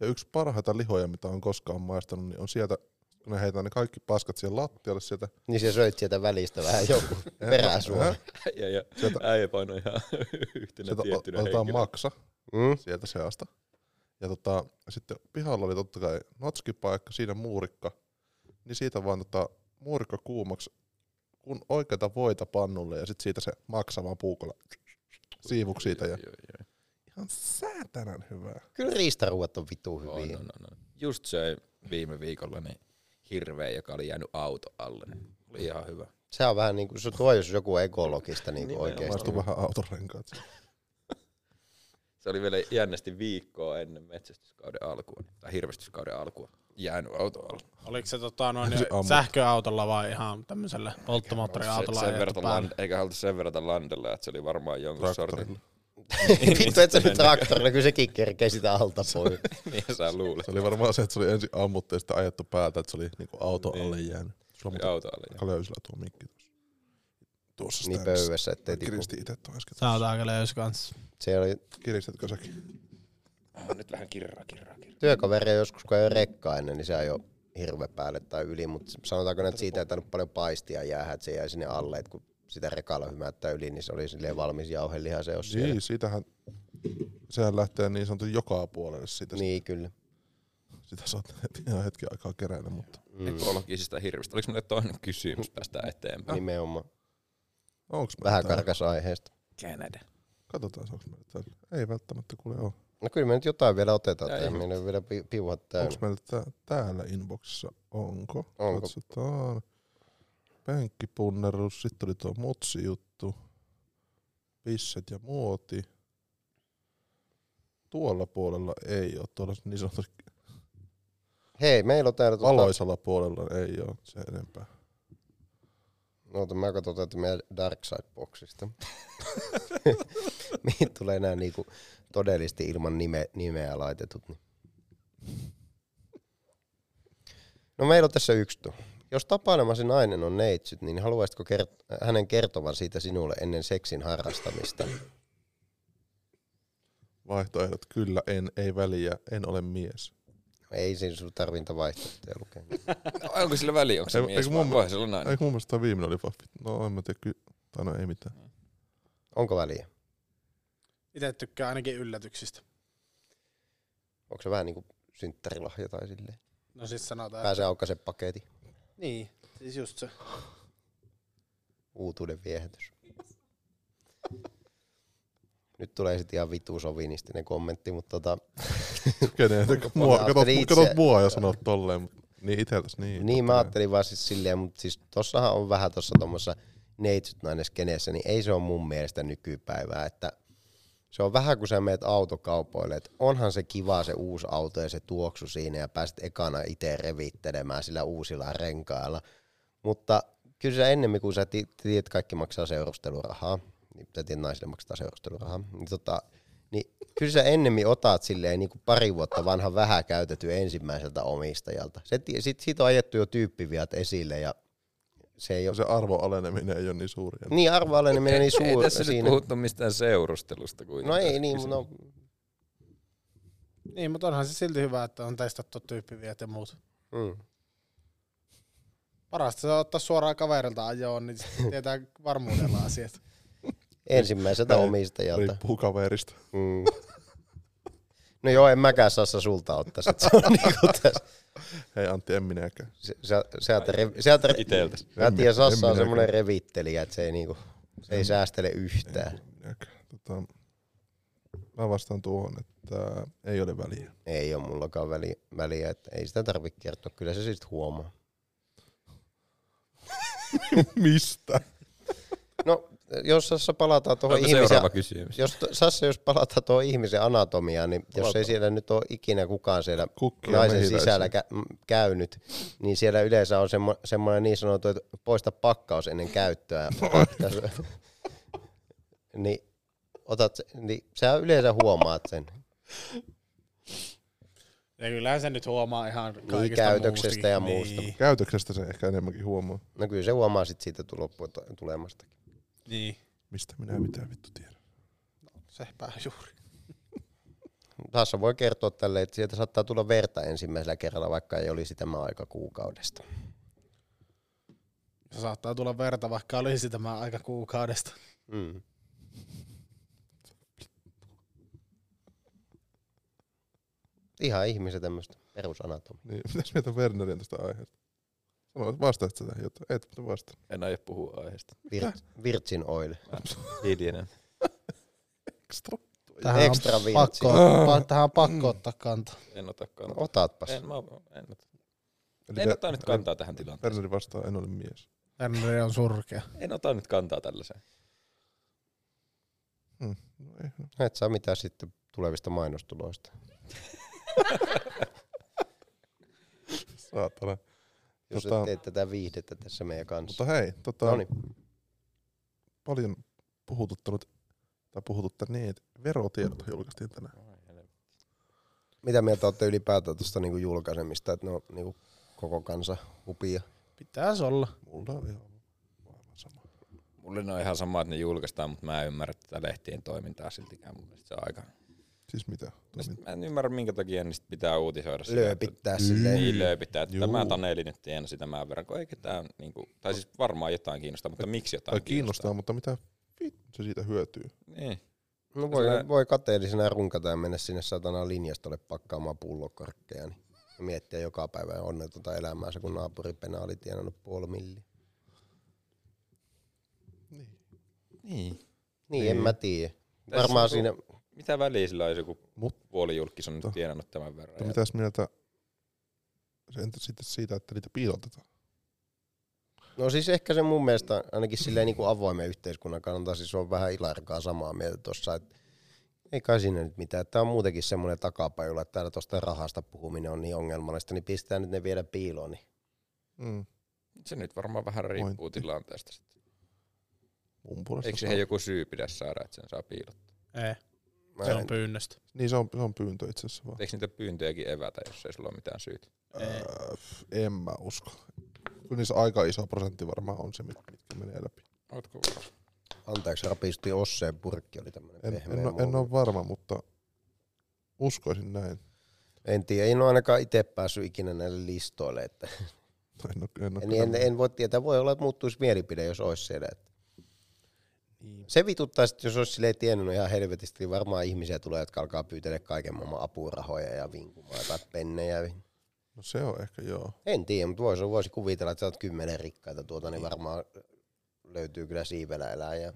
Speaker 3: ja yksi parhaita lihoja, mitä on koskaan maistanut, niin on sieltä, kun ne heitään ne kaikki paskat siihen lattialle sieltä.
Speaker 2: Niin se söit sieltä välistä vähän joku
Speaker 3: Äh,
Speaker 2: peräsuora.
Speaker 1: Ja, ja
Speaker 3: Sieltä-
Speaker 1: äijä painoi ihan yhtenä
Speaker 3: Sieltä o-
Speaker 1: tiettynä
Speaker 3: otetaan
Speaker 1: henkilönä.
Speaker 3: maksa
Speaker 2: Mm?
Speaker 3: sieltä seasta. Ja tota, sitten pihalla oli totta kai notskipaikka, siinä muurikka. Niin siitä vaan tota, muurikka kuumaksi, kun oikeata voita pannulle ja sitten siitä se maksa vaan puukolla siivuksi siitä. Ja
Speaker 1: Joo, joo,
Speaker 3: ihan säätänän hyvää.
Speaker 2: Kyllä riistaruuat on vitu
Speaker 1: joo. On,
Speaker 3: Niin.
Speaker 2: hyviä.
Speaker 1: on, on, on. Just söi viime viikolla niin hirveä, joka oli jäänyt auto alle. niin Oli ihan hyvä.
Speaker 2: Se on vähän niin kuin, se tuo jos joku ekologista niin kuin
Speaker 1: Nimenomaan.
Speaker 2: oikeasti.
Speaker 3: Maistuu vähän autorenkaat.
Speaker 1: Se oli vielä jännästi viikkoa ennen metsästyskauden alkua, tai hirvestyskauden alkua, jäänyt auto alle.
Speaker 4: Oliko se tota, noin,
Speaker 3: Se ammut.
Speaker 4: sähköautolla vai ihan tämmöisellä polttomoottoriautolla?
Speaker 1: Se, sen
Speaker 4: ajettu
Speaker 1: verran
Speaker 4: päälle?
Speaker 1: land, eikä oltu sen verran landella, että se oli varmaan jonkun sortin.
Speaker 3: Traktorilla.
Speaker 2: Vittu, et sä nyt traktorilla, kyllä sekin kerkee sitä alta pois.
Speaker 1: niin sä luulet.
Speaker 3: Se oli varmaan se, että se oli ensin ammuttu ja sitten ajettu päältä, että se oli niinku auto
Speaker 1: Niin.
Speaker 3: alle jäänyt. Sulla
Speaker 1: Oli
Speaker 3: on
Speaker 1: Auto alle. jäänyt.
Speaker 3: aika löysillä tuo mikki tuossa. Tuossa
Speaker 2: Niin
Speaker 3: standissa.
Speaker 2: pöydässä, ettei tipu.
Speaker 3: Kiristi itse tuon äsken.
Speaker 4: Sä oot aika löys kans.
Speaker 2: Se oli
Speaker 3: Kiristitkö säkin?
Speaker 1: Ah, Nyt vähän kirraa, kirraa, kirraa.
Speaker 2: työkaveri joskus, kun ajoi rekkaa ennen, niin se ajoi hirve päälle tai yli, mutta sanotaanko näin, että siitä ei tainnut paljon paistia jäädä, että se jäi sinne alle, että kun sitä rekalla hymättää yli, niin se oli silleen valmis jauheliha se jos siellä.
Speaker 3: Niin, siitähän sehän lähtee niin sanottu joka puolelle siitä. Niin.
Speaker 2: Niin, kyllä.
Speaker 3: Sitä saat ihan hetki aikaa keräillä, mutta
Speaker 2: Mm,
Speaker 1: Ekologisista hirvistä. Oliko meillä toinen kysymys tästä eteenpäin?
Speaker 2: nimenomaan.
Speaker 3: onks meillä
Speaker 2: Vähän
Speaker 3: täällä?
Speaker 2: karkas aiheesta.
Speaker 1: Canada.
Speaker 3: Katsotaan, onko meillä täällä. Ei välttämättä kuule ole.
Speaker 2: No kyllä me nyt jotain vielä otetaan
Speaker 1: Ei.
Speaker 2: tähän. Meillä on vielä pi- piuhat täynnä.
Speaker 3: Onko meillä tää- täällä inboxissa? Onko?
Speaker 2: Onko?
Speaker 3: Katsotaan. Penkkipunnerus, sitten oli tuo mutsijuttu, pisset ja muoti. Tuolla puolella ei ole, tuolla niin sanotusti
Speaker 2: Tota- Hei, meillä on täällä... tota-
Speaker 3: valoisalla puolella ei ole se enempää.
Speaker 2: No, Oota, mä katson tätä meidän Darkside-boksista. Mihin tulee nämä niinku todellisesti ilman nime, nimeä laitetut. Niin. No meillä on tässä yksi. tuo. Jos tapailemasi nainen on neitsyt, niin haluaisitko kert- hänen kertovan siitä sinulle ennen seksin harrastamista?
Speaker 3: Vaihtoehdot kyllä, en, ei väliä, en ole mies.
Speaker 2: Ei siinä sun tarvinta vaihtoehtoja lukea.
Speaker 1: No, onko sillä väliä, onko se
Speaker 3: Ei-
Speaker 1: mies
Speaker 3: eikö
Speaker 1: vai
Speaker 3: mun-
Speaker 1: voi se olla nainen?
Speaker 3: Eikö mun mielestä tää viimeinen oli vahvi? No en mä tiedä, ky- tai no ei mitään.
Speaker 2: Onko väliä?
Speaker 4: Itse tykkää ainakin yllätyksistä.
Speaker 2: Onko se vähän niinku synttärilahja tai silleen?
Speaker 4: No siis sanotaan.
Speaker 2: Pääsee aukaisen paketin.
Speaker 4: Niin, siis just se.
Speaker 2: uutuuden viehätys. Nyt tulee sitten ihan vitu sovinistinen kommentti, mutta tota,
Speaker 3: Kenen, niin, mua,
Speaker 2: Mä
Speaker 3: katot,
Speaker 2: ajattelin
Speaker 3: katot
Speaker 2: itse-
Speaker 3: mua ja sanot tolleen, mut niin iteltäs niin.
Speaker 2: niin mä
Speaker 3: totta
Speaker 2: ajattelin vaan siis silleen, mutta siis tossahan on vähän tossa tommossa neitsyt nainen niin ei se ole mun mielestä nykypäivää, että se on vähän kun sä meet autokaupoille, että onhan se kiva se uusi auto ja se tuoksu siinä ja pääset ekana itse revittelemään sillä uusilla renkailla. Mutta kyllä sä ennemmin kuin sä ti- tiedät kaikki maksaa seurustelurahaa, niin tai tiedät naisille maksaa seurustelurahaa, niin, tota, niin kyllä sä ennemmin otat silleen niin kuin pari vuotta vanhan vähän käytetty ensimmäiseltä omistajalta. Se, ti- sit, siitä on ajettu jo tyyppiviat esille ja se ei
Speaker 3: kai.
Speaker 2: ole...
Speaker 3: Se arvon aleneminen ei ole niin suuri.
Speaker 2: Niin arvoalainen menee niin
Speaker 1: Ei
Speaker 2: suuri
Speaker 1: tässä nyt
Speaker 2: siinä.
Speaker 1: puhuttu mistään seurustelusta
Speaker 2: No
Speaker 1: kuitenkaan.
Speaker 2: ei niin, no
Speaker 4: Niin, mutta onhan se silti hyvä, että on testattu tyyppiviet ja muut.
Speaker 2: Mm.
Speaker 4: Parasta se on ottaa suoraan kaverilta ajoon, niin sitten tietää varmuudella asiat.
Speaker 2: Ensimmäiseltä
Speaker 3: Ei,
Speaker 2: omistajalta.
Speaker 3: Riippuu kaverista.
Speaker 2: Mm. No joo, en mäkään Sassa sulta ottaa. sit. Se on niinku tässä.
Speaker 3: Hei Antti, en minäkään.
Speaker 2: Se- sä- Sieltä, re- sieltä,
Speaker 1: Iteltäs.
Speaker 2: mä tiedän, Sassa
Speaker 3: minäkään.
Speaker 2: on semmoinen revittelijä, että se ei, niinku, se ei säästele yhtään.
Speaker 3: minäkään. Tota, mä vastaan tuohon, että ei ole väliä.
Speaker 2: Ei ole mullakaan väliä, väliä että ei sitä tarvitse kertoa. Kyllä se sitten huomaa.
Speaker 3: Mistä?
Speaker 2: No, jos Sassa palataan tuohon
Speaker 1: Onko
Speaker 2: ihmisen
Speaker 1: seuraava kysymys?
Speaker 2: jos, t- Sassa, jos palataan tuohon ihmisen anatomiaan, niin jos ei siellä nyt ole ikinä kukaan siellä
Speaker 3: Kukkia
Speaker 2: naisen
Speaker 3: mehiläisiä.
Speaker 2: sisällä kä- m- käynyt, niin siellä yleensä on semmo- semmoinen niin sanottu, että poista pakkaus ennen käyttöä. Tässä- niin, otat, se- niin sä yleensä huomaat sen
Speaker 4: Ja kyllähän se nyt huomaa ihan kaikista
Speaker 2: niin käytöksestä
Speaker 4: muustakin.
Speaker 2: ja muusta.
Speaker 4: Niin,
Speaker 3: Käytöksestä se ehkä enemmänkin huomaa.
Speaker 2: No kyllä se huomaa sit siitä tu- lopputulemasta.
Speaker 4: niin.
Speaker 3: Mistä minä mitään vittu tiedän.
Speaker 4: sepä juuri.
Speaker 2: Sassa voi kertoa tälle, että sieltä saattaa tulla verta ensimmäisellä kerralla, vaikka ei olisi tämä aika kuukaudesta.
Speaker 4: Se saattaa tulla verta, vaikka olisi tämä aika kuukaudesta.
Speaker 2: Mm. Ihan ihmisen tämmöistä perusanatomia.
Speaker 3: Niin, mitäs mieltä Wernerin tästä aiheesta? Sanoit, vastaat sitä jotain. Et, mutta vasta.
Speaker 1: En aio puhua aiheesta.
Speaker 2: Vir- virgin oil.
Speaker 1: Äh. Hiljainen.
Speaker 3: Ekstra.
Speaker 4: Tähän
Speaker 2: Extra
Speaker 4: on
Speaker 2: virtsi.
Speaker 4: pakko, pa, tähän on pakko ottaa kantaa.
Speaker 1: En ota
Speaker 2: No,
Speaker 1: kantaa.
Speaker 2: Otatpas.
Speaker 1: En, mä, en, ota.
Speaker 3: Eli
Speaker 1: en
Speaker 3: Wer-
Speaker 1: ota nyt kantaa tähän tilanteeseen.
Speaker 3: Werneri vastaa, en ole mies.
Speaker 4: Werneri on surkea.
Speaker 1: En ota nyt kantaa tällaiseen.
Speaker 3: No ei, no.
Speaker 2: Et saa mitään sitten tulevista mainostuloista.
Speaker 3: saatana.
Speaker 2: Jos
Speaker 3: Tota-
Speaker 2: tota... teet tätä viihdettä tässä meidän kanssa.
Speaker 3: Mutta hei, tota,
Speaker 2: Mutta... Noniin.
Speaker 3: paljon puhututtanut, tai puhututtaneet verotiedot julkaistiin tänään.
Speaker 2: Mitä mieltä olette ylipäätään tuosta niinku julkaisemista, että ne on niinku koko kansa hupia?
Speaker 4: Pitäis olla.
Speaker 3: Mulla on ihan aivan sama.
Speaker 1: Mulle ne on ihan sama, että ne julkaistaan, mutta mä en ymmärrä tätä lehtien toimintaa siltikään. Mun mielestä se on aika...
Speaker 3: Siis mitä?
Speaker 1: Ja sit Mä en ymmärrä, minkä takia niistä pitää uutisoida. sitä,
Speaker 2: Lööpittää silleen.
Speaker 1: Että, niin lööpittää. Että
Speaker 3: Juu.
Speaker 1: tämä Taneli nyt tienaa sitä tämän verran, kun ei ketään, niin kuin, tai siis varmaan jotain kiinnostaa, mutta miksi
Speaker 3: Tai
Speaker 1: jotain
Speaker 3: kiinnostaa, mutta mitä vittu se siitä hyötyy?
Speaker 1: Niin.
Speaker 2: No voi,
Speaker 1: Sillä-
Speaker 2: voi kateellisena runkata ja mennä sinne satana linjastolle pakkaamaan pullokorkkeja. Niin. Ja miettiä joka päivä onnetonta elämäänsä, kun naapuripenä oli tienannut puoli milliä.
Speaker 3: Niin.
Speaker 1: niin.
Speaker 2: Niin,
Speaker 3: Niin.
Speaker 2: en mä tiedä.
Speaker 1: Tässä
Speaker 2: Varmaan
Speaker 1: on-
Speaker 2: siinä,
Speaker 1: Mitä väliä sillä olisi, kun
Speaker 3: Mut-
Speaker 1: puolijulkis on nyt
Speaker 3: Mutta-
Speaker 1: tienannut tämän verran?
Speaker 3: Mutta mitäs mieltä se entä sitten siitä, että niitä piilotetaan?
Speaker 2: no siis ehkä se mun mielestä ainakin silleen niin kuin avoimen yhteiskunnan kannalta siis on vähän ilarkaa samaa mieltä tuossa, että ei kai siinä nyt mitään. Tämä on muutenkin semmoinen takapajulla, että täällä tuosta rahasta puhuminen on niin ongelmallista, niin pistää nyt ne vielä piiloon. Niin.
Speaker 3: Mm.
Speaker 1: Se nyt varmaan vähän riippuu
Speaker 3: Pointti.
Speaker 1: tilanteesta. sitten.
Speaker 3: Mun puolesta
Speaker 1: Eikö siihen joku syy pidä saada, että sen saa piilottaa?
Speaker 4: Ei,
Speaker 2: Mä
Speaker 4: se on
Speaker 2: en-
Speaker 4: pyynnöstä.
Speaker 3: Niin se on, se on pyyntö itse asiassa vaan.
Speaker 1: Eikö niitä pyyntöjäkin evätä, jos ei sulla ole mitään syytä?
Speaker 4: Ei.
Speaker 3: Öö, pff, en mä usko. Kyllä niissä aika iso prosentti varmaan on se, mit- mitkä menee läpi.
Speaker 1: Ootko varma?
Speaker 2: anteeksi, rapisti Osseen purkki oli tämmöinen
Speaker 3: En,
Speaker 2: pehmeä
Speaker 3: en, oo- en
Speaker 2: muovi.
Speaker 3: ole varma, mutta uskoisin näin.
Speaker 2: En tiedä, en ole ainakaan itse päässyt ikinä näille listoille. Että,
Speaker 3: En, oo- en, oo
Speaker 2: en,
Speaker 3: kyllä-
Speaker 2: Niin, en, en voi tietää, voi olla, että muuttuisi mielipide, jos olisi siellä. Että.
Speaker 3: Niin.
Speaker 2: Se vituttaa, sit, jos olisi silleen tiennyt ihan helvetisti, niin varmaan ihmisiä tulee, jotka alkaa pyytää kaiken maailman apurahoja ja vinkumaan tai pennejä.
Speaker 3: No se on ehkä joo.
Speaker 2: En tiedä, mutta voisi, voisi kuvitella, että sä oot kymmenen rikkaita tuota, niin varmaan löytyy kyllä siivellä eläjä.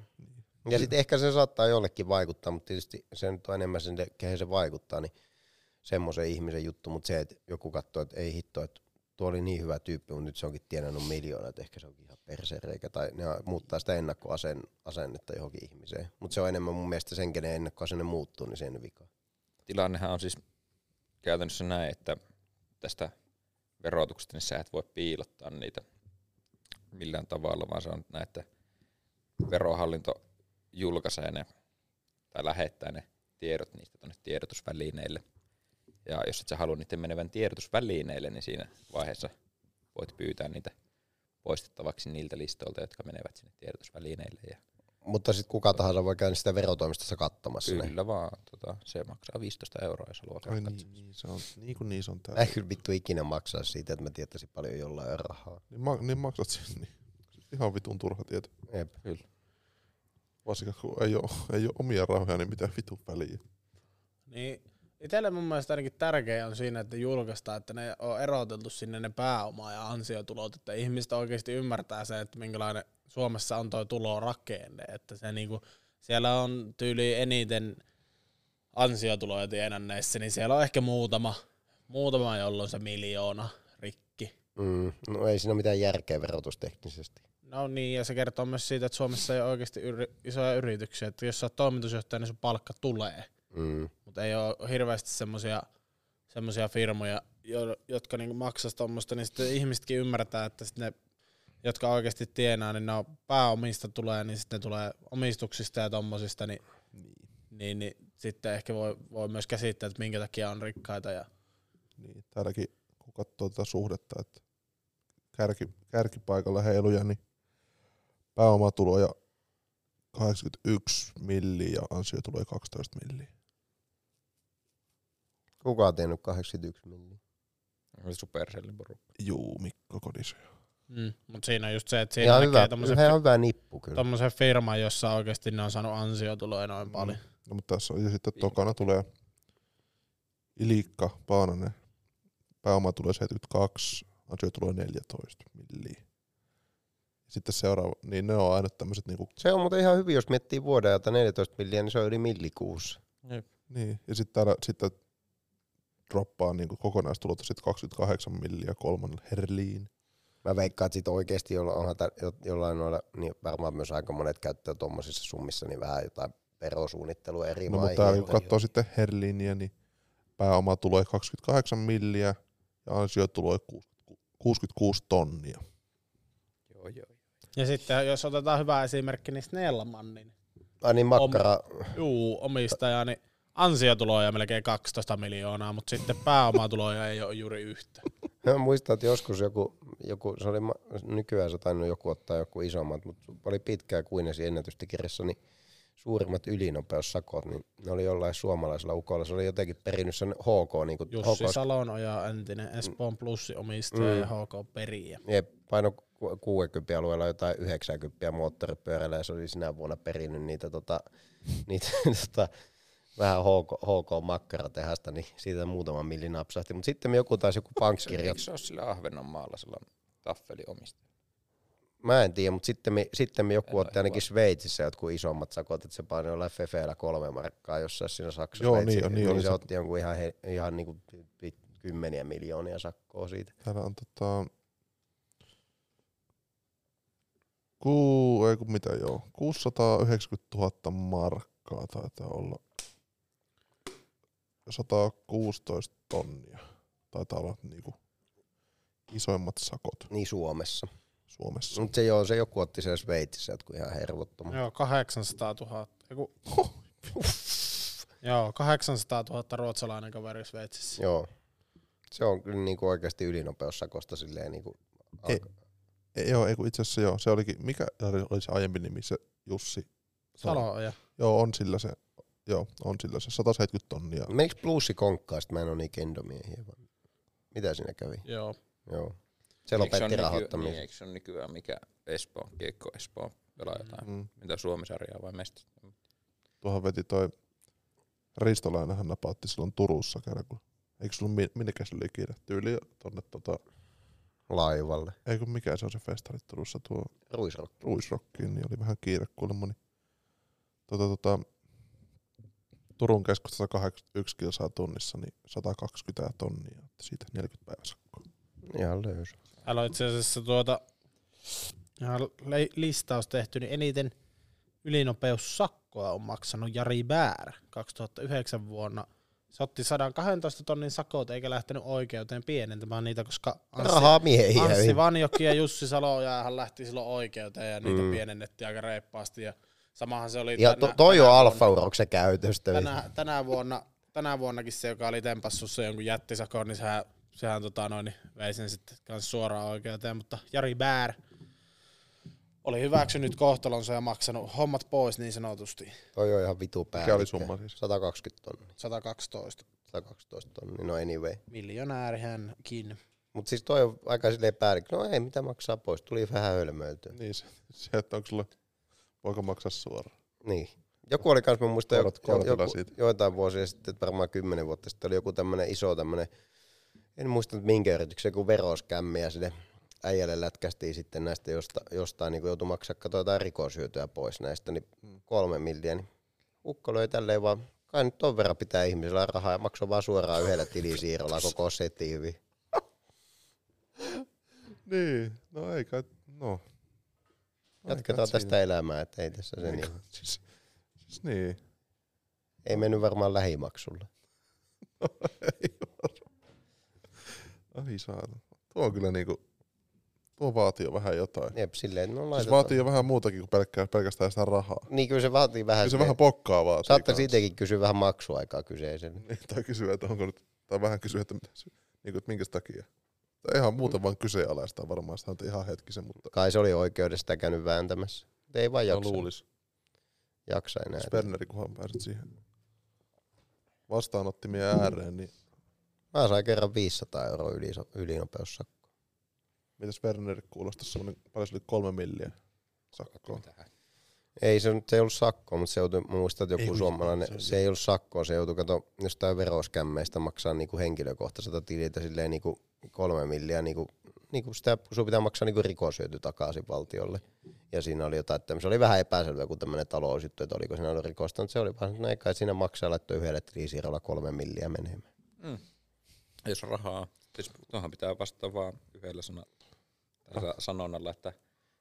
Speaker 2: Ja sitten ehkä se saattaa jollekin vaikuttaa, mutta tietysti se nyt on enemmän sen, kehen se vaikuttaa, niin semmoisen ihmisen juttu, mutta se, että joku katsoo, että ei hitto, että tuo oli niin hyvä tyyppi, mutta nyt se onkin tienannut miljoona, että ehkä se onkin ihan persereikä, tai ne muuttaa sitä ennakkoasennetta johonkin ihmiseen. Mutta se on enemmän mun mielestä sen, kenen ennakkoasenne muuttuu, niin sen vika.
Speaker 1: tilannehan on siis käytännössä näin, että tästä verotuksesta niin sä et voi piilottaa niitä millään tavalla, vaan se on näin, että verohallinto julkaisee ne tai lähettää ne tiedot niistä tuonne tiedotusvälineille. Ja jos et sä halua niiden menevän tiedotusvälineille, niin siinä vaiheessa voit pyytää niitä poistettavaksi niiltä listoilta, jotka menevät sinne tiedotusvälineille. Ja
Speaker 2: Mutta sitten kuka tahansa voi käydä sitä verotoimistossa katsomassa. niin- ne.
Speaker 1: kyllä vaan, tota, se maksaa 15 euroa, jos haluaa
Speaker 3: Ai
Speaker 1: käydä
Speaker 3: niin, niin, se on, niin kuin niin se on
Speaker 2: Mä
Speaker 3: täällä.
Speaker 2: en kyllä vittu ikinä maksaa siitä, että mä tietäisin paljon jollain rahaa.
Speaker 3: Niin, ma, niin maksat sen, niin. Ihan vitun turha tieto.
Speaker 2: Jep.
Speaker 3: Varsinkin kun ei ole, ei ole omia rahoja, niin mitä vitun väliä.
Speaker 4: Niin, Itselle mun mielestä ainakin tärkeä on siinä, että julkaistaan, että ne on eroteltu sinne ne pääoma- ja ansiotulot, että ihmiset oikeasti ymmärtää se, että minkälainen Suomessa on tuo tulorakenne, että se niinku, siellä on tyyli eniten ansiotuloja tienanneissä, niin siellä on ehkä muutama, muutama jolla on se miljoona rikki.
Speaker 2: Mm. No ei siinä ole mitään järkeä verotusteknisesti.
Speaker 4: No niin, ja se kertoo myös siitä, että Suomessa ei ole oikeasti yri, isoja yrityksiä, että jos sä oot toimitusjohtaja, niin sun palkka tulee.
Speaker 2: Mm.
Speaker 4: mutta ei ole hirveästi semmoisia semmosia firmoja, jo- jotka niinku maksaisi tuommoista, niin sitten ihmisetkin ymmärtää, että sit ne, jotka oikeasti tienaa, niin ne on pääomista tulee, niin sitten ne tulee omistuksista ja tommosista, niin,
Speaker 3: Niin.
Speaker 4: niin, niin sitten ehkä voi, voi myös käsittää, että minkä takia on rikkaita. Ja,
Speaker 3: niin. Täälläkin kun katsoo tätä suhdetta, että kärki, kärkipaikalla heiluja, niin pääomatuloja 81 milliä ja ansiotuloja 12 milliä.
Speaker 2: Kuka on tehnyt 81 milliä?
Speaker 1: Supercellin porukka.
Speaker 3: Juu, Mikko Kodisö.
Speaker 4: mm. Mutta siinä on just se, että siinä
Speaker 2: Ihan
Speaker 4: näkee
Speaker 2: hyvä,
Speaker 4: tommosen,
Speaker 2: ihan hyvä nippu kyllä.
Speaker 4: tommosen firman, jossa oikeasti ne on saanut ansiotuloja noin paljon.
Speaker 2: Mm.
Speaker 3: No, mutta tässä on, ja sitten tokana tulee Ilikka Paananen. Pääomatuloja 72, ansiotuloja 14 milliä. Sitten seuraava, niin ne on aina tämmöiset niinku
Speaker 2: Se on muuten ihan hyvin, jos miettii vuoden ajalta 14 milliä, niin se on yli millikuussa.
Speaker 3: Niin, ja sitten täällä sitten droppaa niin kokonaistulot sitten 28 milliä kolmannelle Herliin.
Speaker 2: Mä veikkaan, että sit oikeesti jolla- onhan tää- jo- jollain noilla, niin varmaan myös aika monet käyttää tuommoisissa summissa, niin vähän jotain verosuunnittelua eri
Speaker 3: No, mutta
Speaker 2: vaiheilla.
Speaker 3: täällä kun katsoo sitten Herliiniä, niin pääomatuloja 28 milliä ja ansiotuloja ku- ku- 66 tonnia.
Speaker 1: Joo, joo.
Speaker 4: Ja sitten jos otetaan hyvä esimerkki, niin Snellmanin
Speaker 2: Ai niin, makkara,
Speaker 4: Juu, omistaja, niin ansiotuloja melkein 12 miljoonaa, mutta sitten pääomatuloja ei ole juuri yhtä.
Speaker 2: Mä muistan, että joskus joku, joku se oli, ma- nykyään se on tainnut joku ottaa joku isommat, mutta oli pitkää kuinesi ennätystekirjassa, niin suurimmat ylinopeussakot, niin ne oli jollain suomalaisella ukolla. Se oli jotenkin perinyt sen HK, niin kuin
Speaker 4: Jussi
Speaker 2: HK,
Speaker 4: Salonoja, entinen Espoon plussi omistaja ja HK Periä.
Speaker 2: ne paino ku- 60 alueella jotain 90 moottoripyörällä ja se oli sinä vuonna perinnyt niitä, tota, niitä tota, vähän HK, HK makkaratehasta, niin siitä muutama milli napsahti. Mutta sitten me joku taas joku pankkiri
Speaker 1: Eikö se ole sillä Ahvenanmaalla sillä taffeli omista?
Speaker 2: Mä en tiedä, mutta sitten, me, sitten me
Speaker 1: En
Speaker 2: joku otti
Speaker 1: ole
Speaker 2: ainakin Sveitsissä jotkut isommat sakot, että se painoi jollain Fefeellä kolme markkaa jossain siinä Saksassa.
Speaker 3: Joo, niin
Speaker 2: Sveitsi-
Speaker 3: on, niin oli
Speaker 2: se
Speaker 3: se.
Speaker 2: otti jonkun ihan, he- ihan niinku pi- pi- kymmeniä miljoonia sakkoa siitä.
Speaker 3: Täällä on tota... Ku, ei kun mitä joo, 690 000 markkaa taitaa olla 116 tonnia. Taitaa olla niinku isoimmat sakot
Speaker 2: Niin Suomessa.
Speaker 3: Suomessa.
Speaker 2: Mutta se joo, se joku otti siellä Sveitsissä jotkut ihan hervottomat.
Speaker 4: Joo, 800 000. Eiku... Joo, 800 000 ruotsalainen kaveri Sveitsissä.
Speaker 2: Joo. Se on kyllä niinku oikeasti ylinopeussakosta silleen niinku...
Speaker 3: Ei. Ei, joo, ei kun itse asiassa joo, se olikin, mikä oli se aiempi nimi, se Jussi?
Speaker 4: Salonoja.
Speaker 3: Joo, on sillä se, joo, on sillä se 170 tonnia.
Speaker 2: Menikö plussi konkkaa, sit mä en ole niin kendomiehiä? vai? Mitä siinä kävi?
Speaker 4: Joo.
Speaker 2: Joo. Se lopetti
Speaker 1: Niin,
Speaker 2: rahoittamisen.
Speaker 1: eikö se ole nykyään mikä Espoon, Kiekko Espoon pelaa jotain?
Speaker 3: Mm.
Speaker 1: Mitä Suomisarjaa vai mesti?
Speaker 3: Tuohon veti toi Ristolainenhan napautti silloin Turussa kerran, kun eikö sulla mi- minnekä se oli kiire tyyli tonne tota,
Speaker 2: Laivalle.
Speaker 3: ei kun mikä se on se festari Turussa tuo
Speaker 2: Ruisrokki.
Speaker 3: Ruisrokkiin, niin oli vähän kiire kuulemma, niin tota, tota, Turun keskustassa 81 kilsaa tunnissa, niin 120 tonnia, että siitä 40 päiväsakkoa.
Speaker 2: Ihan löysä.
Speaker 4: Täällä on itse asiassa tuota, ihan le- listaus tehty, niin eniten ylinopeussakkoa on maksanut Jari Bär 2009 vuonna. Se otti 112 tonnin sakot eikä lähtenyt oikeuteen pienentämään niitä, koska Anssi,
Speaker 2: Rahaa miehiä.
Speaker 4: Anssi Vanjokki ja Jussi Salojaahan lähti silloin oikeuteen ja niitä
Speaker 2: Mm.
Speaker 4: mm. pienennettiin aika reippaasti. Ja samahan se oli
Speaker 2: ja to, toi on
Speaker 4: tänä
Speaker 2: alfa-uroksen käytöstä. niin
Speaker 4: tänä, tänä, vuonna, tänä vuonnakin se, joka oli tempassussa jonkun jättisakon, niin sehän, sehän tota noin, niin vei sen sitten kans suoraan oikeuteen, mutta Jari Bär oli hyväksynyt kohtalonsa ja maksanut hommat pois niin sanotusti
Speaker 2: Toi on ihan vitu päällikkö.
Speaker 3: Mikä oli summa siis?
Speaker 2: 120 tonnia.
Speaker 4: 112.
Speaker 2: 112 tonnia, no anyway.
Speaker 4: Miljonääri hänkin.
Speaker 2: Mut siis toi on aika silleen päällikkö. No ei, mitä maksaa pois. Tuli vähän hölmöiltyä.
Speaker 3: Niin se, se että onko sulla, voiko maksaa suoraan?
Speaker 2: Niin. Joku oli kans, mä muistan, jo,
Speaker 3: Korot- korotella
Speaker 2: joku,
Speaker 3: siitä.
Speaker 2: joitain vuosia sitten, varmaan kymmenen vuotta sitten, oli joku tämmönen iso tämmönen, en muista nyt minkä yrityksen, joku veroskämmi ja sinne äijälle lätkästiin sitten näistä josta, jostain, niin joutui maksaa katsoa jotain rikoshyötyä pois näistä, niin
Speaker 3: Mm.
Speaker 2: kolme milliä, niin ukko löi tälleen vaan, kai nyt ton verran pitää ihmisellä rahaa ja maksoi vaan suoraan yhdellä tilisiirrolla koko setin hyvin.
Speaker 3: Niin, no ei kai, no.
Speaker 2: Jatketaan
Speaker 3: siinä.
Speaker 2: tästä elämää, että ei tässä sen.
Speaker 3: Ei
Speaker 2: niin-
Speaker 3: kai- Siis, siis niin.
Speaker 2: Ei mennyt varmaan lähimaksulla.
Speaker 3: Ei varmaan. Ai saada. Tuo on kyllä niinku, tuo vaatii jo vähän jotain.
Speaker 2: Jep, silleen, no
Speaker 3: Siis
Speaker 2: laitetaan.
Speaker 3: vaatii jo vähän muutakin kuin pelkkää, pelkästään sitä rahaa.
Speaker 2: Niin kyllä se vaatii vähän.
Speaker 3: Kyllä se
Speaker 2: sitä-
Speaker 3: vähän pokkaa vaan.
Speaker 2: Saattaa siitäkin kysyä vähän maksuaikaa kyseisen.
Speaker 3: Niin, tai kysyä, että onko nyt, tai vähän kysyä, että, mitä, sy- niinku, että minkä takia. Tai ihan
Speaker 2: Mm.
Speaker 3: muuten vaan kyseenalaistaa varmaan sitä nyt ihan hetkisen, mutta
Speaker 2: Kai se oli oikeudesta käynyt vääntämässä. Mut Ei vaan
Speaker 3: mä
Speaker 2: jaksa,
Speaker 3: luulis.
Speaker 2: jaksa enää.
Speaker 3: Sperneri, kunhan pääset siihen vastaanottimien ääreen, niin
Speaker 2: Mä sain kerran 500 euroa yli, ylinopeussakko.
Speaker 3: mitä Sperneri kuulostaa semmoinen, paljon se oli kolme milliä sakkoa.
Speaker 2: Ei se, nyt- se ei ollut sakkoa, mutta se joutui, mä muistan, että
Speaker 3: Ei
Speaker 2: joku
Speaker 3: kun
Speaker 2: ei,
Speaker 3: se-
Speaker 2: suomalainen,
Speaker 3: se
Speaker 2: se,
Speaker 3: oli-
Speaker 2: ei ollut sakkoa, se joutui kato jostain veroskämmeistä maksaa niinku henkilökohtaiselta tililtä silleen niinku kolme milliä, niinku, niinku sitä, sun pitää maksaa niinku rikoshyöty takaisin valtiolle. Ja siinä oli jotain, että se oli vähän epäselvä, kun tämmöinen talousjuttu, että oliko siinä ollut rikosta, mutta se oli vaan, että no ei kai siinä maksaa laittaa yhdellä tilisiirrolla kolme milliä menemään.
Speaker 1: Mm. Jos rahaa, siis tuohon pitää vastata vaan yhdellä sana, tai sa- sanonnalla, että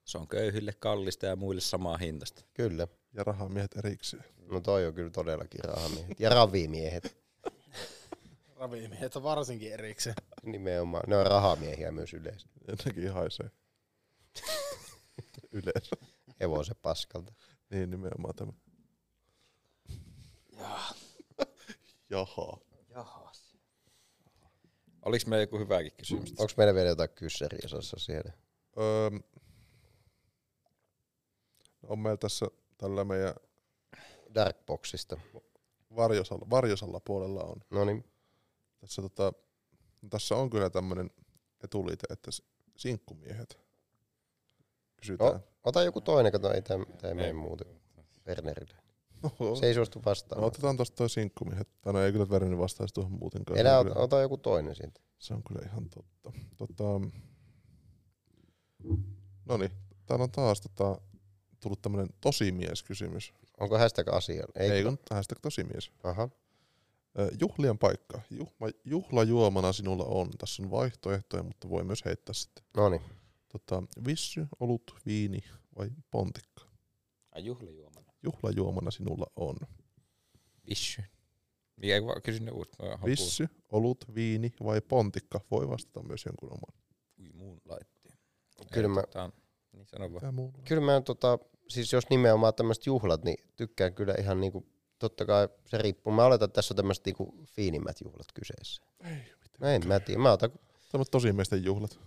Speaker 1: se on köyhille kallista ja muille samaa hintasta.
Speaker 2: Kyllä.
Speaker 3: Ja rahamiehet erikseen.
Speaker 2: No toi on kyllä todellakin rahamiehet. Ja ravimiehet
Speaker 4: Ravimiehet on varsinkin erikseen.
Speaker 2: nimenomaan. Ne on rahamiehiä myös yleensä.
Speaker 3: Ja nekin haisee. Yleensä.
Speaker 2: Hevosen paskalta.
Speaker 3: Niin nimenomaan tämä. Jaha.
Speaker 1: Oliko meillä joku hyväkin kysymys?
Speaker 2: Onko meillä vielä jotain kyssäriä Sassa, siellä?
Speaker 3: Öö, No, on meillä tässä tällä meidän
Speaker 2: Darkboxista.
Speaker 3: varjosalla, varjosalla puolella on.
Speaker 2: No niin,
Speaker 3: Tässä, tota, tässä on kyllä tämmöinen etuliite, että s- sinkkumiehet kysytään.
Speaker 2: ota joku toinen, kato, ei tämä ei mene
Speaker 1: Ei.
Speaker 2: muuten. Wernerille.
Speaker 3: No,
Speaker 2: Se ei suostu
Speaker 3: no,
Speaker 2: vastaamaan.
Speaker 3: otetaan tosta toi sinkkumiehet. Tai no ei kyllä Verni vastaisi tuohon muutenkaan. Se
Speaker 2: Elä,
Speaker 3: on
Speaker 2: ota,
Speaker 3: kyllä-
Speaker 2: ota joku toinen siitä.
Speaker 3: Se on kyllä ihan totta. Tota, no niin, täällä on taas tota, tullut tämmöinen tosimieskysymys.
Speaker 2: Onko hashtag asialla? Ei.
Speaker 3: Ei kun hashtag tosimies.
Speaker 2: Aha.
Speaker 3: Ö, Juhlien paikka. Juhla, juhlajuomana sinulla on. Tässä on vaihtoehtoja, mutta voi myös heittää sitten.
Speaker 2: No niin.
Speaker 3: Tota, vissy, olut, viini vai pontikka?
Speaker 1: Ai juhlajuomana.
Speaker 3: Juhlajuomana sinulla on.
Speaker 1: Vissy. Mikä ei vaan kysy ne uut. mä haluan
Speaker 3: Vissy, olut, viini vai pontikka? Voi vastata myös jonkun oman.
Speaker 1: puhua. Ui muun laittiin.
Speaker 2: Kyllä
Speaker 1: Ei,
Speaker 2: mä-
Speaker 1: tota, Niin sano vaan.
Speaker 3: Tää mulla.
Speaker 2: Kyllä mä tota, siis jos nimenomaan tämmöiset juhlat, niin tykkään kyllä ihan niinku, totta kai se riippuu. Mä oletan, että tässä on tämmöiset niinku fiinimmät juhlat kyseessä.
Speaker 3: Ei mitään.
Speaker 2: No en mä tiedä. Mä otan,
Speaker 3: Tämä tosi miesten juhlat.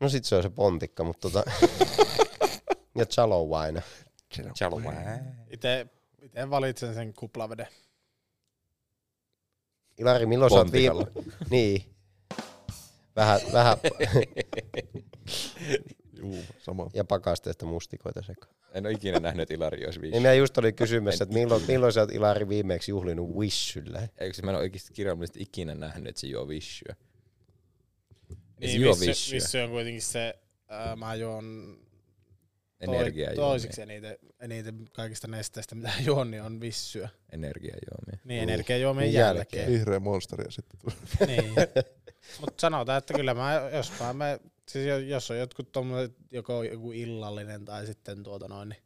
Speaker 2: no sit se on se pontikka, mutta tota. ja chalo wine.
Speaker 1: Chalo.
Speaker 4: Ite, ite valitsen sen kuplaveden.
Speaker 2: Ilari, milloin sä oot viime...
Speaker 1: Pontikalla.
Speaker 2: Niin. Vähän, vähän,
Speaker 3: Juu, sama.
Speaker 2: ja pakasteesta mustikoita sekaan.
Speaker 1: En ole ikinä nähnyt, että Ilari olisi
Speaker 2: Niin
Speaker 1: vissy.
Speaker 2: minä just olin kysymässä, että milloin, milloin sä oot Ilari viimeksi juhlinut wishyllä?
Speaker 1: Eikö se mä en ole oikeasti kirjaimellisesti ikinä nähnyt, että se juo vissyä. Ei se
Speaker 4: Niin,
Speaker 1: juo
Speaker 4: vissi,
Speaker 1: vissyä.
Speaker 4: vissi on kuitenkin se, ää, mä juon toi-
Speaker 1: Energiaa
Speaker 4: toiseksi eniten, eniten kaikista nesteistä, mitä juon, niin on vissyä.
Speaker 1: Energiaa juomia.
Speaker 4: Niin, energiajuomien
Speaker 2: Jälkeen.
Speaker 4: jälkeen.
Speaker 3: Vihreä monsteri ja sitten tulee.
Speaker 4: niin. Mutta sanotaan, että kyllä mä, jos mä, mä siis jo- jos on jotkut tommoset, joko joku illallinen tai sitten tuota noin, niin,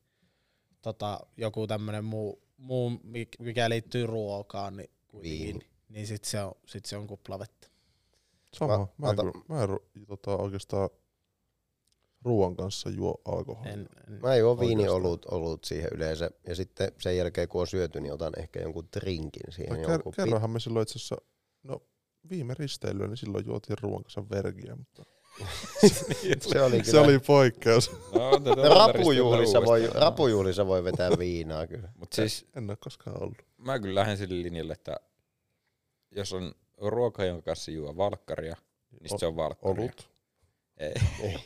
Speaker 4: tota, joku tämmönen muu, muu, mik- mikä liittyy ruokaan, niin kuitenkin,
Speaker 2: Viini.
Speaker 4: niin, niin sit se on, sit se on kuplavettä.
Speaker 3: Sama.
Speaker 2: Mä-
Speaker 3: Mä, en,
Speaker 2: ota-
Speaker 3: kyllä- mä en ru- tota, oikeastaan ruoan kanssa juo alkoholia.
Speaker 4: En, en,
Speaker 2: Mä juon
Speaker 3: Oikeastaan.
Speaker 2: viini olut, olut siihen yleensä, ja sitten sen jälkeen kun on syöty, niin otan ehkä jonkun drinkin siihen.
Speaker 3: Tai
Speaker 2: jonkun
Speaker 3: ker- kerranhan me silloin itse asiassa, no viime risteilyä, niin silloin juotiin ruoan kanssa vergiä, mutta
Speaker 2: pit- Se oli
Speaker 3: se
Speaker 2: kyllä.
Speaker 3: oli poikkeus.
Speaker 1: No, otetaan
Speaker 2: No, rapujuhlissa,
Speaker 1: uudestaan.
Speaker 2: voi, rapujuhlissa voi vetää viinaa kyllä.
Speaker 1: Mut siis
Speaker 3: En ole koskaan ollut.
Speaker 1: mä kyllä lähden sille linjalle, että jos on ruoka, jonka kanssa juo valkkaria, niin sit se on valkkaria.
Speaker 3: Olut.
Speaker 1: Ei. niin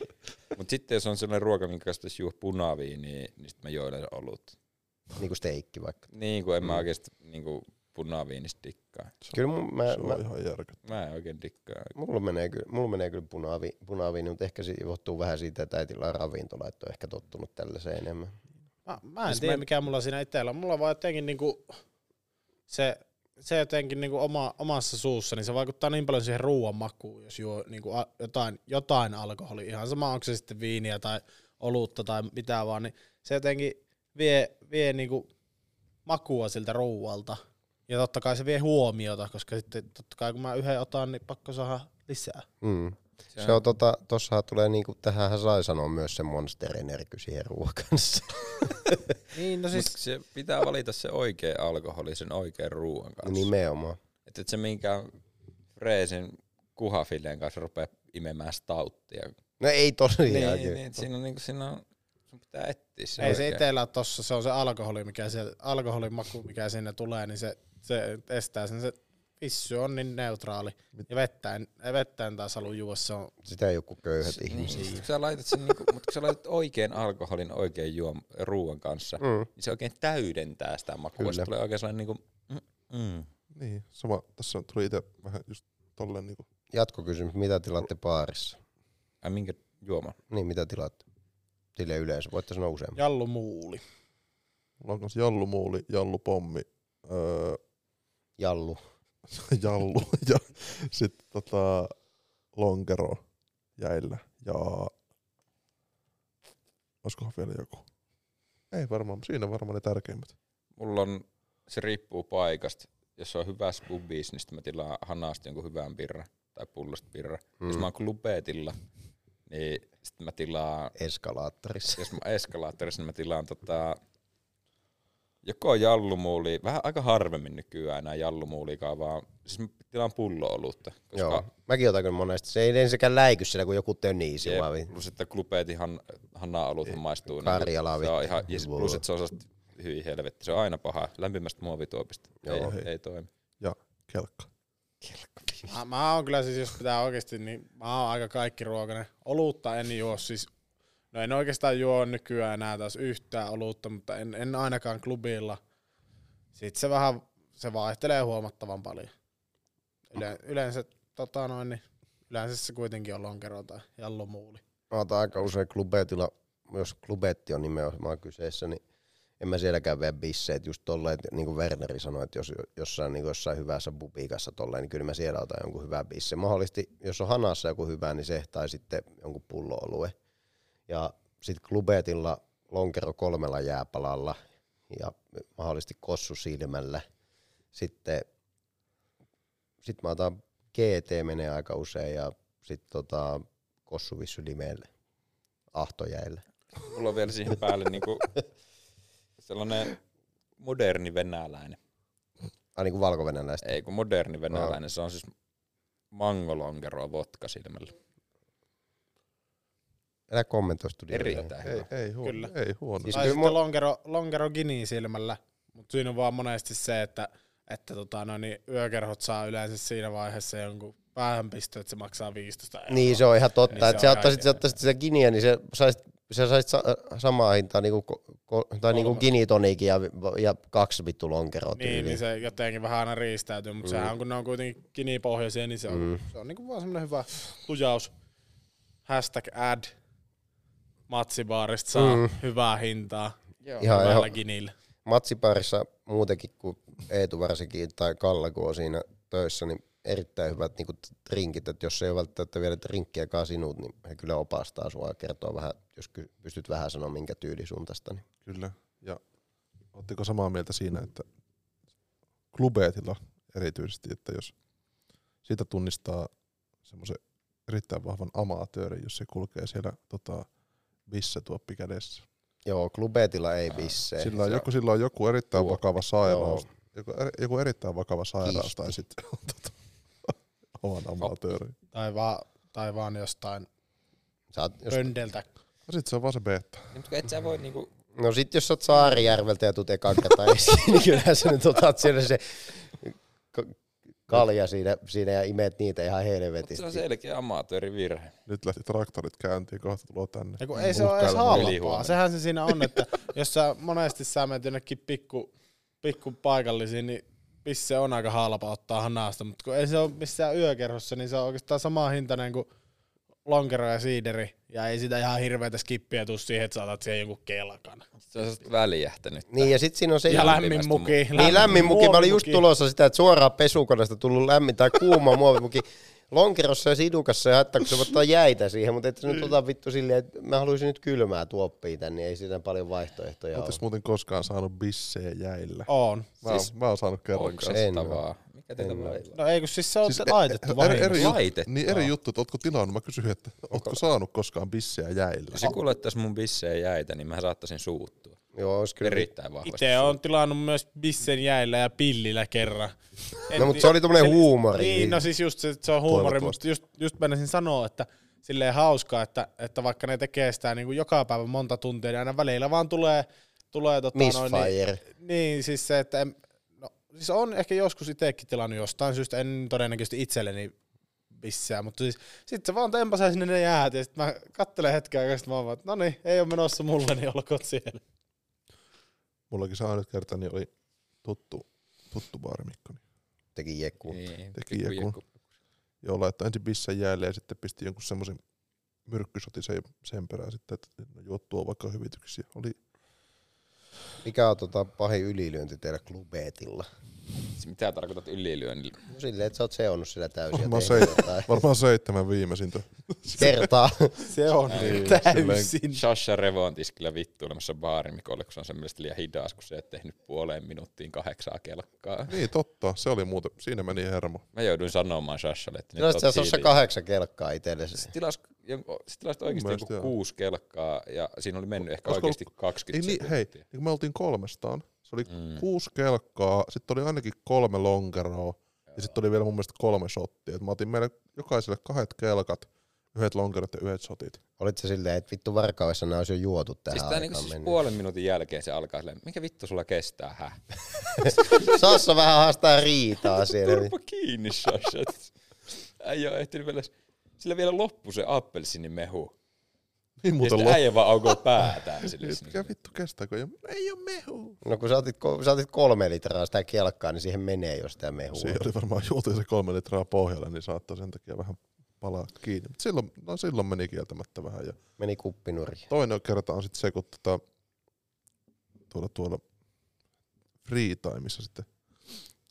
Speaker 1: Mut sitten jos on sellainen ruoka, minkä kanssa tässä juo punaviiniä, niin sit mä juo yleensä olut.
Speaker 2: Niin kuin steikki vaikka.
Speaker 1: Niin kuin en
Speaker 2: Mm.
Speaker 1: mä oikeesti niin kuin punaviinistä dikkaa.
Speaker 2: Kyllä mun, mä,
Speaker 3: Se
Speaker 2: mä,
Speaker 3: on ihan järkyttävää.
Speaker 1: Mä en oikein dikkaa.
Speaker 2: mulla menee kyllä, mulla menee kyllä punavi, punaviini, mutta ehkä se johtuu vähän siitä, että äitillä on ravintola, että on ehkä tottunut tällaiseen enemmän.
Speaker 4: Mä, mä en tiedä, mikä mulla siinä itsellä on. Mulla vaan jotenkin niinku se, se jotenkin niinku oma, omassa suussa, niin se vaikuttaa niin paljon siihen ruoan makuun, jos juo niinku a, jotain, jotain alkoholia. Ihan sama, onko se sitten viiniä tai olutta tai mitä vaan, niin se jotenkin vie, vie niinku makua siltä ruualta. Ja totta kai se vie huomiota, koska sitten totta kai kun mä yhden otan, niin pakko saada lisää.
Speaker 2: Mm. Se on tota, tossahan tulee niinku, tähän sai sanoa myös se monster-energy siihen ruokansa.
Speaker 4: Niin, no
Speaker 1: Siis...
Speaker 4: siis,
Speaker 1: Mut se pitää valita se oikea alkoholi sen oikean ruoan kanssa. Niin.
Speaker 2: Nimenomaan.
Speaker 1: Että et se minkä freesin kuhafileen kanssa rupea imemään stauttia.
Speaker 2: No ei
Speaker 1: Niin,
Speaker 2: tosiaan.
Speaker 1: niin, niin, et siinä on niinku siinä on, sun pitää etsiä se
Speaker 4: Ei se
Speaker 1: oikea.
Speaker 4: itellä ole tossa, se on se alkoholi, mikä sieltä, alkoholin maku, mikä sinne tulee, niin se, se estää sen. Se vissy on niin neutraali. Ja vettä en, ei vettä en taas halua juoda, se on
Speaker 2: Sitä joku köyhät
Speaker 1: Niin,
Speaker 2: ihmiset.
Speaker 1: kun sä laitat sen niinku, mutta kun sä laitat oikean alkoholin oikean juom, ruoan kanssa, mm.
Speaker 2: Mm.
Speaker 1: niin se oikein täydentää sitä makua.
Speaker 2: Kyllä.
Speaker 1: Se tulee oikein sellainen niinku, mm, mm.
Speaker 3: Niin, sama. Tässä tuli itse vähän just tolleen niinku.
Speaker 2: Jatkokysymys, mitä tilatte baarissa?
Speaker 1: Ai minkä juoma?
Speaker 2: Niin, mitä tilatte? Sille yleensä, voitte sanoa useammin.
Speaker 4: jallumuuli.
Speaker 3: Mulla on kanssa jallumuuli, jallupommi, öö,
Speaker 2: Jallu.
Speaker 3: jallu ja sitten tota lonkero jäillä ja olisikohan vielä joku? Ei varmaan, siinä on varmaan ne tärkeimmät.
Speaker 1: Mulla on, se riippuu paikasta. Jos on hyvä skubis, niin sit mä tilaan hanasta jonkun hyvän pirra tai pullosta pirra. Mm. Jos mä oon klubetilla, niin sitten mä tilaan,
Speaker 2: Eskalaattorissa.
Speaker 1: jos mä oon eskalaattorissa, niin mä tilaan tota, joko jallumuuli, vähän aika harvemmin nykyään enää jallumuulikaan, vaan siis mä tilaan pullo-olutta, koska
Speaker 2: Joo. Mäkin otan kyllä monesti. Se ei ensinnäkään läiky siellä, kun joku tönnii
Speaker 1: Jep,
Speaker 2: sinua.
Speaker 1: plus, että klubeet ihan hanna olut maistuu.
Speaker 2: Karjala
Speaker 1: niin, se on
Speaker 2: vittu.
Speaker 1: ihan, ja sit plus, että se on sellaista, hyi helvetti, se on aina paha. Lämpimästä muovituopista
Speaker 2: Joo.
Speaker 1: ei, ei toimi.
Speaker 3: Ja kelkka.
Speaker 4: Mä, mä oon kyllä siis, jos pitää oikeasti, niin mä oon aika kaikki ruokainen. Olutta en juo siis, no en oikeastaan juo nykyään enää taas yhtään olutta, mutta en, en ainakaan klubilla. Sitten se vähän, se vaihtelee huomattavan paljon. Yle, yleensä, tota noin, niin yleensä se kuitenkin on lonkero tai jallumuuli.
Speaker 2: Mä otan aika usein klubetilla, jos klubetti on nimenomaan kyseessä, niin en mä sielläkään vie bisseet just tolleen, että niin kuin Werneri sanoi, että jos jossain, niin kuin jossain hyvässä bubikassa tolleen, niin kyllä mä siellä otan jonkun hyvän bisse. Mahdollisesti, jos on hanassa joku hyvä, niin se tai sitten jonkun pulloolue. Ja sitten klubetilla lonkero kolmella jääpalalla ja mahdollisesti kossu silmällä. Sitten sit mä otan GT menee aika usein ja sitten tota, kossuvissu limeelle, ahtojäille.
Speaker 1: Mulla on vielä siihen päälle niinku sellainen moderni venäläinen.
Speaker 2: Ai niin kuin valko-venäläistä.
Speaker 1: Ei kun moderni venäläinen, se on siis mangolonkeroa vodka silmällä.
Speaker 2: Älä kommentoi studiolle.
Speaker 1: Erittäin
Speaker 3: Ei,
Speaker 1: hyvä.
Speaker 3: ei huono.
Speaker 4: Kyllä.
Speaker 3: Ei huono.
Speaker 2: Siis
Speaker 4: Tai
Speaker 2: kyllä
Speaker 4: sitten
Speaker 2: mua-
Speaker 4: lonkero, lonkero gini silmällä, mutta siinä on vaan monesti se, että, että tota, no niin, yökerhot saa yleensä siinä vaiheessa jonkun päähänpistö, että se maksaa 15 euroa.
Speaker 2: Niin, se on ihan totta.
Speaker 4: Niin se
Speaker 2: että sä
Speaker 4: on
Speaker 2: ottaisit,
Speaker 4: kaikkea.
Speaker 2: sä ottaisit sitä giniä, niin se saisit, sä saisit sa- samaa hintaa niinku, ko, ko, tai niinku ginitoniikin ja, ja kaksi vittu lonkeroa
Speaker 4: Niin,
Speaker 2: tyyliin.
Speaker 4: niin se jotenkin vähän aina riistäytyy, mutta mm. sehän kun ne on kuitenkin kinipohjaisia, niin se on, mm. se on niinku vaan semmoinen hyvä tujaus. Hashtag ad matsibaarista saa mm. hyvää hintaa
Speaker 1: Joo.
Speaker 2: ihan, ihan,
Speaker 4: hyvällä ginillä.
Speaker 2: matsiparissa muutenkin kuin Eetu varsinkin tai Kalla, kun on siinä töissä, niin erittäin hyvät niin trinkit, että jos ei ole välttämättä vielä trinkkiäkaan sinut, niin he kyllä opastaa sua ja kertoo vähän, jos ky- pystyt vähän sanoa minkä tyyli sun tästä. Niin.
Speaker 3: Kyllä. Ja ootteko samaa mieltä siinä, että klubeetilla erityisesti, että jos siitä tunnistaa semmoisen erittäin vahvan amatöörin, jos se kulkee siellä tota, tuoppi kädessä.
Speaker 2: Joo, klubetilla ei bissee.
Speaker 3: Sillä on, joku, sillä on joku erittäin
Speaker 2: Tuo-
Speaker 3: vakava sairaus. Joku, eri- joku erittäin vakava sairaus
Speaker 2: Kiihti.
Speaker 3: tai sitten on tota, oman amatöörin.
Speaker 4: Tai vaan, tai vaan jostain
Speaker 2: Sä oot, jos,
Speaker 4: pöndeltä.
Speaker 3: No sitten se on vaan se beta.
Speaker 1: Niin, mutta et sä voi niinku,
Speaker 2: no sit jos sä oot niin Saarijärveltä ja tuut ekaa kertaa esiin, niin kyllähän sä nyt otat siellä se k- kalja siinä, siinä ja imet niitä ihan
Speaker 1: Mutta se on
Speaker 2: helvetisti.
Speaker 1: selkeä amatöörivirhe.
Speaker 3: Nyt lähti traktorit käyntiin, kohta tulee tänne.
Speaker 4: Ja kun ei se ole edes
Speaker 3: Uhkailemaan.
Speaker 1: ylihuomenna.
Speaker 4: halpaa. Sehän se siinä on, että jos sä monesti sä menet jonnekin pikku, pikku paikallisiin, niin pisse on aika halpa ottaa hanasta, mutta kun ei se ole missään yökerhossa, niin se on oikeastaan sama hintainen kuin lonkero ja siideri, ja ei sitä ihan hirveätä skippiä tuu siihen, että saatat siihen jonkun kelkan.
Speaker 1: Se on sellaista väljähtänyt.
Speaker 2: Niin ja sit siinä on se...
Speaker 4: Ja
Speaker 1: lämmin
Speaker 4: lämmin muki.
Speaker 1: muki.
Speaker 2: Niin lämmin muki, mä olin just
Speaker 4: muovimuki.
Speaker 2: tulossa sitä, että suoraan pesukoneesta tullut lämmin tai kuuma muovimuki. Lonkerossa ja sidukassa ja haittaa, kun se ottaa jäitä siihen, mutta et sä nyt ota vittu silleen, että mä haluaisin nyt kylmää tuoppia tänne, niin ei siinä paljon vaihtoehtoja ole.
Speaker 3: Oletteko muuten koskaan saanut bissejä jäillä?
Speaker 4: On.
Speaker 3: Mä, oon,
Speaker 1: Siis-
Speaker 3: mä oon saanut kerran
Speaker 1: Onko
Speaker 3: kanssa.
Speaker 1: se
Speaker 2: En
Speaker 1: tavaa? Mikä teillä
Speaker 2: En
Speaker 1: välillä?
Speaker 4: No ei kun siis se on
Speaker 3: Siis
Speaker 4: siis
Speaker 3: e-
Speaker 4: laitettu
Speaker 3: Eri,
Speaker 4: vahingossa.
Speaker 3: eri, juttu,
Speaker 1: Laitettu.
Speaker 3: niin eri juttu, että ootko tilannut? Mä kysyin, että ootko saanut koskaan bissejä jäillä?
Speaker 1: Jos se kuljettaisi mun bissejä jäitä, niin mä saattaisin suuttua.
Speaker 2: Joo, olisi kyllä.
Speaker 1: Erittäin vahvasti.
Speaker 4: Itse on tilannut myös bissen jäillä ja pillillä kerran. En
Speaker 2: No
Speaker 4: ti-
Speaker 2: mutta se oli tommonen huumori.
Speaker 4: Niin, no siis just se, että se on huumori, mutta
Speaker 3: Toivottavasti.
Speaker 4: just, just menisin sanoa, että silleen hauskaa, että, että vaikka ne tekee sitä niin kuin joka päivä monta tuntia, niin aina välillä vaan tulee, tulee tota noin, niin,
Speaker 2: Misfire.
Speaker 4: niin, siis se, että en, no, siis on ehkä joskus itsekin tilannut jostain syystä, en todennäköisesti itselleni missään, mutta siis sit se vaan tempasee sinne ne jäät, ja sit mä kattelen hetken aikaa, ja sit mä oon vaan, että no niin, ei ole menossa mulle, niin olkoon siellä.
Speaker 3: Mullakin se ainut kerta niin oli tuttu, tuttu baarimikko. Niin.
Speaker 2: Teki jekku.
Speaker 1: Niin,
Speaker 3: Teki
Speaker 1: pikku
Speaker 3: joku.
Speaker 1: joku.
Speaker 3: Joo, laittoi ensin bissen jäille ja sitten pisti jonkun semmoisen myrkkysotin sen, sen perään sitten, että no, juottua vaikka hyvityksiä. Oli
Speaker 2: Mikä on tota pahin ylilyönti teillä klubeetilla?
Speaker 1: Siis Mitä tarkoitat ylilyönnillä?
Speaker 2: No silleen, että sä oot seonnut sillä täysin. ja
Speaker 3: varmaan,
Speaker 2: tehnyt
Speaker 3: seit,
Speaker 2: jotain.
Speaker 3: varmaan seitsemän viimeisintä.
Speaker 2: Kertaa.
Speaker 4: Se on
Speaker 1: Niin,
Speaker 4: täysin.
Speaker 1: Sasha Revontis kyllä vittuilemassa baarimikolle, kun se on sen mielestä liian hidas, kun se ei tehnyt puoleen minuuttiin kahdeksaa kelkkaa.
Speaker 3: Niin totta, se oli muuten, siinä meni hermo.
Speaker 1: Mä jouduin sanomaan Sashalle, että nyt
Speaker 2: No
Speaker 1: oot
Speaker 2: sä tuossa
Speaker 1: siiliä.
Speaker 2: kahdeksan kelkkaa itsellesi.
Speaker 1: Se tilasi, jonko- se tilasi oikeasti
Speaker 3: mielestä
Speaker 1: joku
Speaker 3: joo.
Speaker 1: kuusi kelkkaa ja siinä oli mennyt ehkä
Speaker 3: Olisiko
Speaker 1: oikeasti
Speaker 3: Ei,
Speaker 1: 20
Speaker 3: niin, hei, niin kun me oltiin kolmestaan, se oli
Speaker 1: Mm.
Speaker 3: kuusi kelkkaa, sitten oli ainakin kolme lonkeroa, ja sitten oli vielä mun mielestä kolme shottia. Et mä otin meille jokaiselle kahdet kelkat, yhdet lonkerot ja yhdet shotit. Niin
Speaker 2: Olit sä silleen, että vittu varkaudessa nämä olisi jo juotu tähän
Speaker 1: Siis tää
Speaker 2: aikaan
Speaker 1: niinku siis
Speaker 2: mennyt.
Speaker 1: puolen minuutin jälkeen se alkaa silleen, mikä vittu sulla kestää, hä?
Speaker 2: Sassa vähän haastaa riitaa siellä. niin-
Speaker 1: Turpa kiinni, Sasha. Äijä on ehtinyt vielä, sillä vielä loppu se appelsinimehu. Ja
Speaker 3: Niin muuten
Speaker 1: sitten
Speaker 3: loppu.
Speaker 1: äijä vaan aukoo päätään sille.
Speaker 3: Nyt mikä vittu kestää, kun ei, oo- ei ole mehu.
Speaker 2: No kun sä otit, ko- sä otit kolme litraa sitä kelkkaa, niin siihen menee jo sitä mehua.
Speaker 3: Siinä oli varmaan juotu se kolme litraa pohjalle, niin saattoi sen takia vähän palaa kiinni. Mut silloin, no silloin meni kieltämättä vähän. Ja
Speaker 2: Meni kuppinuri.
Speaker 3: toinen kerta on sitten se, kun tota, tuolla, tuolla free timeissa sitten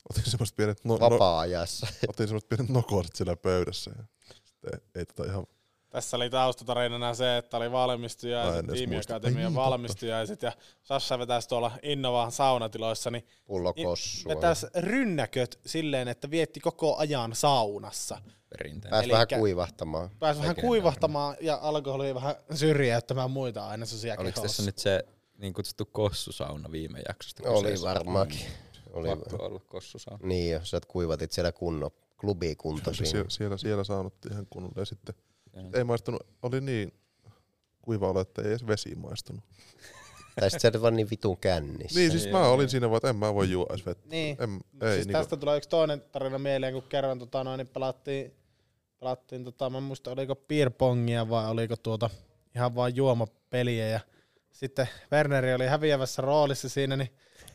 Speaker 3: otin semmoiset pienet, no, no,
Speaker 2: Vapaa-ajassa.
Speaker 3: otin semmoiset pienet nokoiset siellä pöydässä. Ja sitten ei, ei tota ihan
Speaker 4: Tässä oli taustatarinana se, että oli valmistuja
Speaker 3: Mä
Speaker 4: ja
Speaker 3: en
Speaker 4: sitten
Speaker 3: edes
Speaker 4: Tiimi
Speaker 3: muista. Ai
Speaker 4: Akatemian
Speaker 3: niin, totta.
Speaker 4: valmistujaiset ja Sassa vetäisi tuolla Innovaan saunatiloissa, niin
Speaker 2: Pullo kossua.
Speaker 4: vetäisi rynnäköt silleen, että vietti koko ajan saunassa.
Speaker 1: Perinteinen.
Speaker 2: Pääs vähän
Speaker 4: Elikkä-
Speaker 2: kuivahtamaan.
Speaker 4: Pääsi vähän
Speaker 1: Oikein
Speaker 4: kuivahtamaan ja alkoholia vähän syrjäyttämään muita ainesosia
Speaker 1: Oliko tässä
Speaker 4: kehossa.
Speaker 1: nyt se niin kutsuttu kossusauna viime jaksosta? Mm.
Speaker 2: Oli
Speaker 1: kyseessä?
Speaker 2: varmaankin. Oli
Speaker 1: Pakko olla kossusauna.
Speaker 2: Niin jo, sä kuivatit siellä kunnon klubikunto siinä.
Speaker 3: siis siellä, siellä, siellä saanut ihan kunnolla. Ja sitten
Speaker 1: Joo.
Speaker 3: ei maistunut, oli niin kuiva olo, että ei edes vesi maistunut.
Speaker 2: Tai sit sä olit vaan niin vitun kännissä.
Speaker 3: Niin siis mä
Speaker 1: Joo.
Speaker 3: olin siinä vaan, että en mä voi juoda edes vettä.
Speaker 4: Niin.
Speaker 3: En,
Speaker 4: Ei,
Speaker 3: ei,
Speaker 4: siis
Speaker 3: niinku-
Speaker 4: tästä tulee yksi toinen tarina mieleen, kun kerran tota, noin, niin pelattiin, pelattiin tota, mä en muista oliko pierpongia vai oliko tuota ihan vaan juomapeliä ja sitten Werneri oli häviävässä roolissa siinä, niin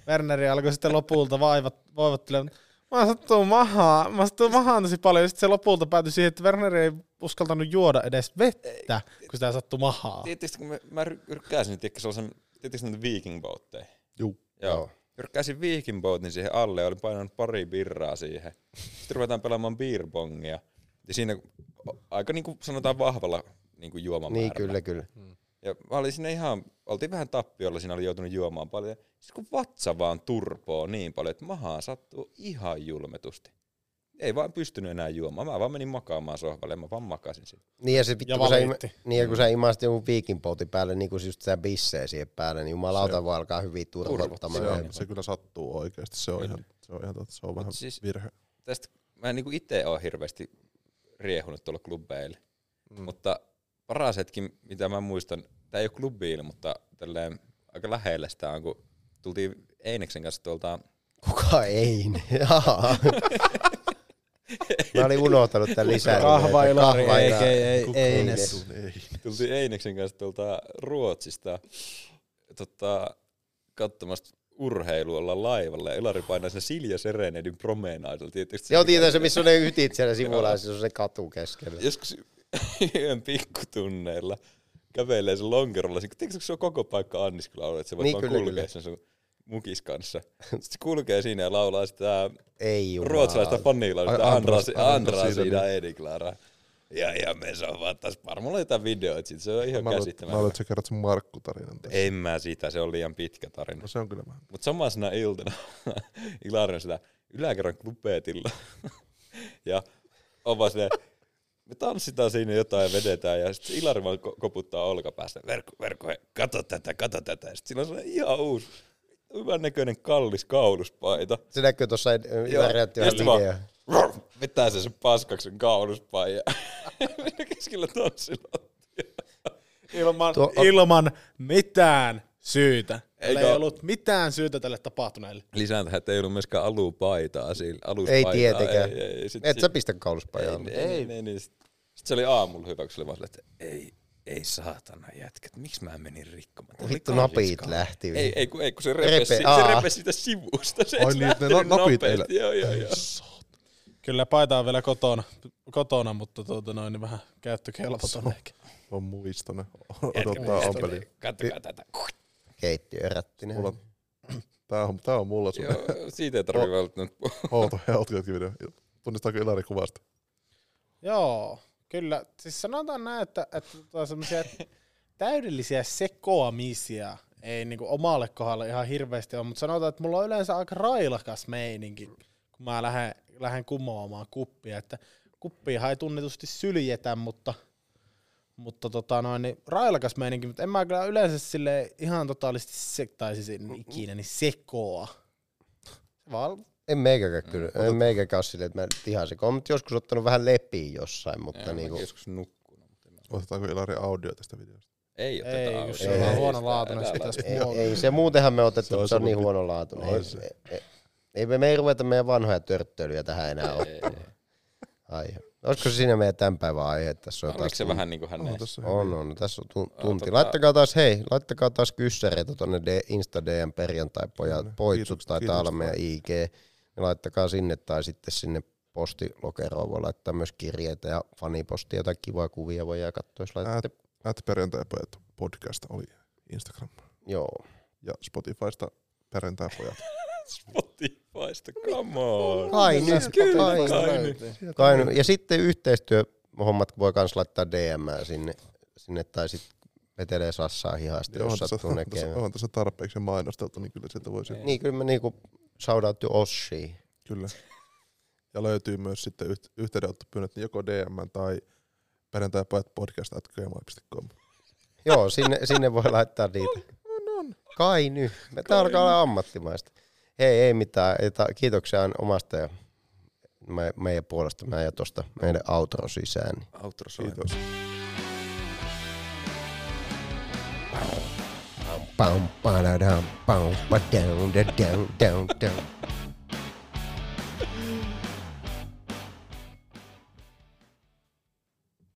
Speaker 4: Werneri alkoi sitten lopulta vaivat, voivottelemaan. Mä sattuu mahaan, mä sattuu mahaan tosi paljon. Ja sitten se lopulta päätyi siihen, että Werneri ei uskaltanut juoda edes vettä, kun sitä sattuu mahaan.
Speaker 1: Tietysti kun mä, mä ry- yrkkäsin, tiedätkö, sellaisen, tietysti näitä viking boatteja.
Speaker 3: Juu.
Speaker 1: Joo.
Speaker 2: Joo.
Speaker 1: Joo. Yrkkäsin viking boatin siihen alle ja olin painanut pari birraa siihen. Sitten ruvetaan pelaamaan beerpongia. Ja siinä o- aika niin kuin sanotaan vahvalla niin kuin juoman
Speaker 2: Niin
Speaker 1: määrällä.
Speaker 2: kyllä, kyllä.
Speaker 3: Mm.
Speaker 1: Ja mä olin siinä ihan, oltiin vähän tappiolla, siinä oli joutunut juomaan paljon. Siis kun vatsa vaan turpoo niin paljon, että mahaan sattuu ihan julmetusti. Ei vaan pystynyt enää juomaan. Mä vaan menin makaamaan sohvalle ja mä vaan makasin siinä.
Speaker 2: Niin ja, se, vittu,
Speaker 4: Ja
Speaker 2: kun, sä, im-
Speaker 4: valitti.
Speaker 2: niin ja
Speaker 1: Mm.
Speaker 2: kun sä imasit jonkun viikinpoutin päälle, niin kuin just sitä bissee siihen päälle, niin jumalauta vaan alkaa hyvin
Speaker 1: Se on
Speaker 3: Se,
Speaker 2: turvottamaan.
Speaker 1: niin
Speaker 3: se kyllä sattuu oikeasti, se on
Speaker 1: Kyllä.
Speaker 3: ihan, se on ihan totta, se on vähän
Speaker 1: siis-
Speaker 3: siis, virhe.
Speaker 1: tästä, mä en niinku itse ole hirveästi riehunut tuolla klubeilla, mm. mutta paras hetki, mitä mä muistan, tämä ei ole klubiilla, mutta tälleen aika lähellä sitä on, kun tultiin Eineksen kanssa tuolta,
Speaker 2: Kuka ei? Jaa. niin- Mä olin unohtanut tämän lisää.
Speaker 4: Kahva Ilari,
Speaker 2: Kahva
Speaker 4: ei,
Speaker 2: Ilari.
Speaker 4: ei, ei, ei,
Speaker 2: Eines.
Speaker 3: Ei.
Speaker 1: Tultiin Eineksen kanssa tuolta Ruotsista tota, katsomasta urheilua olla laivalla ja Ilari painaa sen Silja Serenedin promenaadilla. Tietysti
Speaker 2: Joo, tietää se, missä on ne ytit siellä sivulla, ja siis on se katu keskellä.
Speaker 1: Joskus yön pikkutunneilla kävelee sen lonkerolla. Se- Tiedätkö, kun se on koko paikka Anniskilla että se voi niin,
Speaker 2: Niin,
Speaker 1: vaan
Speaker 2: kyllä,
Speaker 1: kulkea
Speaker 2: kyllä.
Speaker 1: sen sun mukis kanssa. Sitten se kulkee siinä ja laulaa sitä
Speaker 2: Ei jumala.
Speaker 1: ruotsalaista fanilaista
Speaker 3: Ai,
Speaker 1: Andras,
Speaker 3: Andras- Andras
Speaker 1: Andras
Speaker 3: Idem.
Speaker 1: siinä Ediklaraa. Ja, ja me se on vaan taas parma. Mulla oli jotain videoita siitä, se on ihan
Speaker 3: Mä luulen, että- mä
Speaker 1: käsittämätöntä.
Speaker 3: luulen, että sä kerrot sen Markku-tarinan tässä.
Speaker 1: En mä sitä, se on liian pitkä tarina.
Speaker 3: No se on kyllä vähän.
Speaker 1: Mutta samaisena iltana Ilari on sitä yläkerran klubeetilla. ja on vaan silleen, me tanssitaan siinä jotain ja vedetään ja sitten Ilari vaan ko- koputtaa olkapäästä. Verkko, verkko, hei, kato tätä, kato tätä. Ja sitten sillä on sellainen ihan uusi, hyvän näköinen kallis kauluspaita.
Speaker 2: Se näkyy tuossa
Speaker 1: Ja
Speaker 2: Ilariattilan
Speaker 1: sitten vaan,
Speaker 2: video.
Speaker 1: "Rrrr", vetää se sen paskaksi sen kauluspaita. Siinä keskellä tanssilla.
Speaker 4: Ilman,
Speaker 2: Tuo-
Speaker 4: ilman mitään syytä. Ei
Speaker 1: Eikö-
Speaker 4: ollut mitään syytä tälle tapahtuneelle.
Speaker 1: Lisään tähän, että ei ollut myöskään alupaitaa sillä.
Speaker 2: Ei
Speaker 1: Aluspaitaa.
Speaker 2: tietenkään.
Speaker 1: Ei, ei, ei. Sit-
Speaker 2: Et
Speaker 1: sit-
Speaker 2: sä pistä kauluspajaan.
Speaker 1: Ei, ei, ei, niin. Sitten se oli aamulla hyvä, kun se oli vaan silleen, että ei, ei saatana jätkät, miksi mä menin rikkomaan? Tää oli
Speaker 2: Vittu
Speaker 1: kallis
Speaker 2: napit
Speaker 1: kau-
Speaker 2: lähti.
Speaker 1: Ei, ei, kun, ei, kun se
Speaker 2: Repe-
Speaker 1: repesi, se
Speaker 2: aa.
Speaker 1: repesi sitä sivusta. Se
Speaker 3: Ai
Speaker 1: ei
Speaker 3: niin, että ne
Speaker 1: lähtenyt
Speaker 3: no- napit
Speaker 1: nopeasti.
Speaker 3: ei
Speaker 1: Joo, joo, joo.
Speaker 4: Kyllä paita on vielä kotona, kotona mutta tuota noin, niin vähän käyttökelpoton ehkä.
Speaker 3: On muistona.
Speaker 1: Jätkä
Speaker 3: Odottaa
Speaker 1: muista,
Speaker 3: Ampeli.
Speaker 1: niin Katsokaa tätä.
Speaker 2: Keittiö rättinen.
Speaker 3: Mulla- Tää on, tää on mulla sun
Speaker 1: Joo, siitä ei tarvitse välttämättä puhua.
Speaker 3: outo healthcare video. Tunnistaako Ilari kuvasta?
Speaker 4: Joo, kyllä. Siis sanotaan näin, että, että tota semmoisia täydellisiä sekoamisia ei niinku omalle kohdalle ihan hirveästi ole, mutta sanotaan, että mulla on yleensä aika railakas meininki, kun mä lähden, lähden kumoamaan kuppia. Että kuppiahan ei tunnetusti syljetä, mutta, mutta tota noin, niin railakas meininki, mutta en mä kyllä yleensä sille ihan totaalisesti se, tai siis en ikinä, niin sekoa. Se vaan
Speaker 2: En meikäkään kyllä. En meikäkään ole silleen, että mä ihan se. Olen joskus ottanut vähän lepiä jossain, mutta
Speaker 1: Joo,
Speaker 2: niinku...
Speaker 1: mäkin joskus nukkunut. mutta en mä-
Speaker 3: Otetaanko Ilari audio tästä videosta?
Speaker 1: Ei oteta
Speaker 4: Ei,
Speaker 1: audio.
Speaker 4: kun se on
Speaker 2: Ei,
Speaker 4: huonolaatuinen,
Speaker 1: älä
Speaker 4: sitä
Speaker 1: laita.
Speaker 2: Ei,
Speaker 4: Joo.
Speaker 2: ei, se muutenhan me
Speaker 3: Se
Speaker 2: otettu, se,
Speaker 3: olisi
Speaker 2: se on niin
Speaker 3: ollut-
Speaker 2: huono laatu. Ei,
Speaker 3: Olisi.
Speaker 2: ei, ei, me, me ei ruveta meidän vanhoja törttöilyjä tähän enää
Speaker 1: Ei,
Speaker 2: ottaa.
Speaker 1: ei.
Speaker 2: Aihe. Olisiko siinä meidän tämän päivän aihe? Tässä on
Speaker 1: Oliko
Speaker 2: taas
Speaker 1: se vähän niin kuin hän
Speaker 3: On tässä
Speaker 2: On, on. Tässä on tu- tunti.
Speaker 1: tota-
Speaker 2: Laittakaa taas, hei, laittakaa taas kyssäreitä tuonne D- Insta DM perjantai pojat.
Speaker 3: Kyllä.
Speaker 2: Poitsut
Speaker 3: Kiitos-
Speaker 2: taitaa
Speaker 3: kiitos
Speaker 2: olla
Speaker 3: vaan.
Speaker 2: meidän IG. Ja laittakaa sinne tai sitten sinne postilokeroon voi laittaa myös kirjeitä ja fanipostia tai kivaa kuvia voi jää katsoa, jos laitatte.
Speaker 3: At, at perjantaipojat podcast oli Instagram.
Speaker 2: Joo.
Speaker 3: Ja Spotifysta perjantaipojat.
Speaker 1: Spotifysta, come on.
Speaker 2: Kai nyt,
Speaker 1: Kyllä,
Speaker 2: kai nyt.
Speaker 1: kai nyt.
Speaker 2: Kainu. Ja sitten yhteistyöhommat voi myös laittaa DM sinne, sinne tai sitten vetelee sassaa hihasta,
Speaker 3: on,
Speaker 2: jos
Speaker 3: tässä,
Speaker 2: sattuu
Speaker 3: on, tässä,
Speaker 2: näkemään.
Speaker 3: on tässä tarpeeksi mainosteltu, niin kyllä sieltä voisi.
Speaker 2: Niin, kyllä mä niinku shout out to Oshi.
Speaker 3: Kyllä. Ja löytyy myös sitten yht, yhteydenottopyynnöt niin joko DM tai perjantaipojat podcast at gmail.com.
Speaker 2: Joo, sinne, sinne voi laittaa niitä.
Speaker 3: On, on.
Speaker 2: Kai nyt. Me tää alkaa olla ammattimaista. Hei, ei mitään. Ei ta- Kiitoksia aina omasta ja me, meidän puolesta. Mä ja tuosta meidän outro sisään. niin
Speaker 1: Outro soi.
Speaker 3: Kiitos.
Speaker 2: Pam, padadam, pam, padam, da, down, down, down.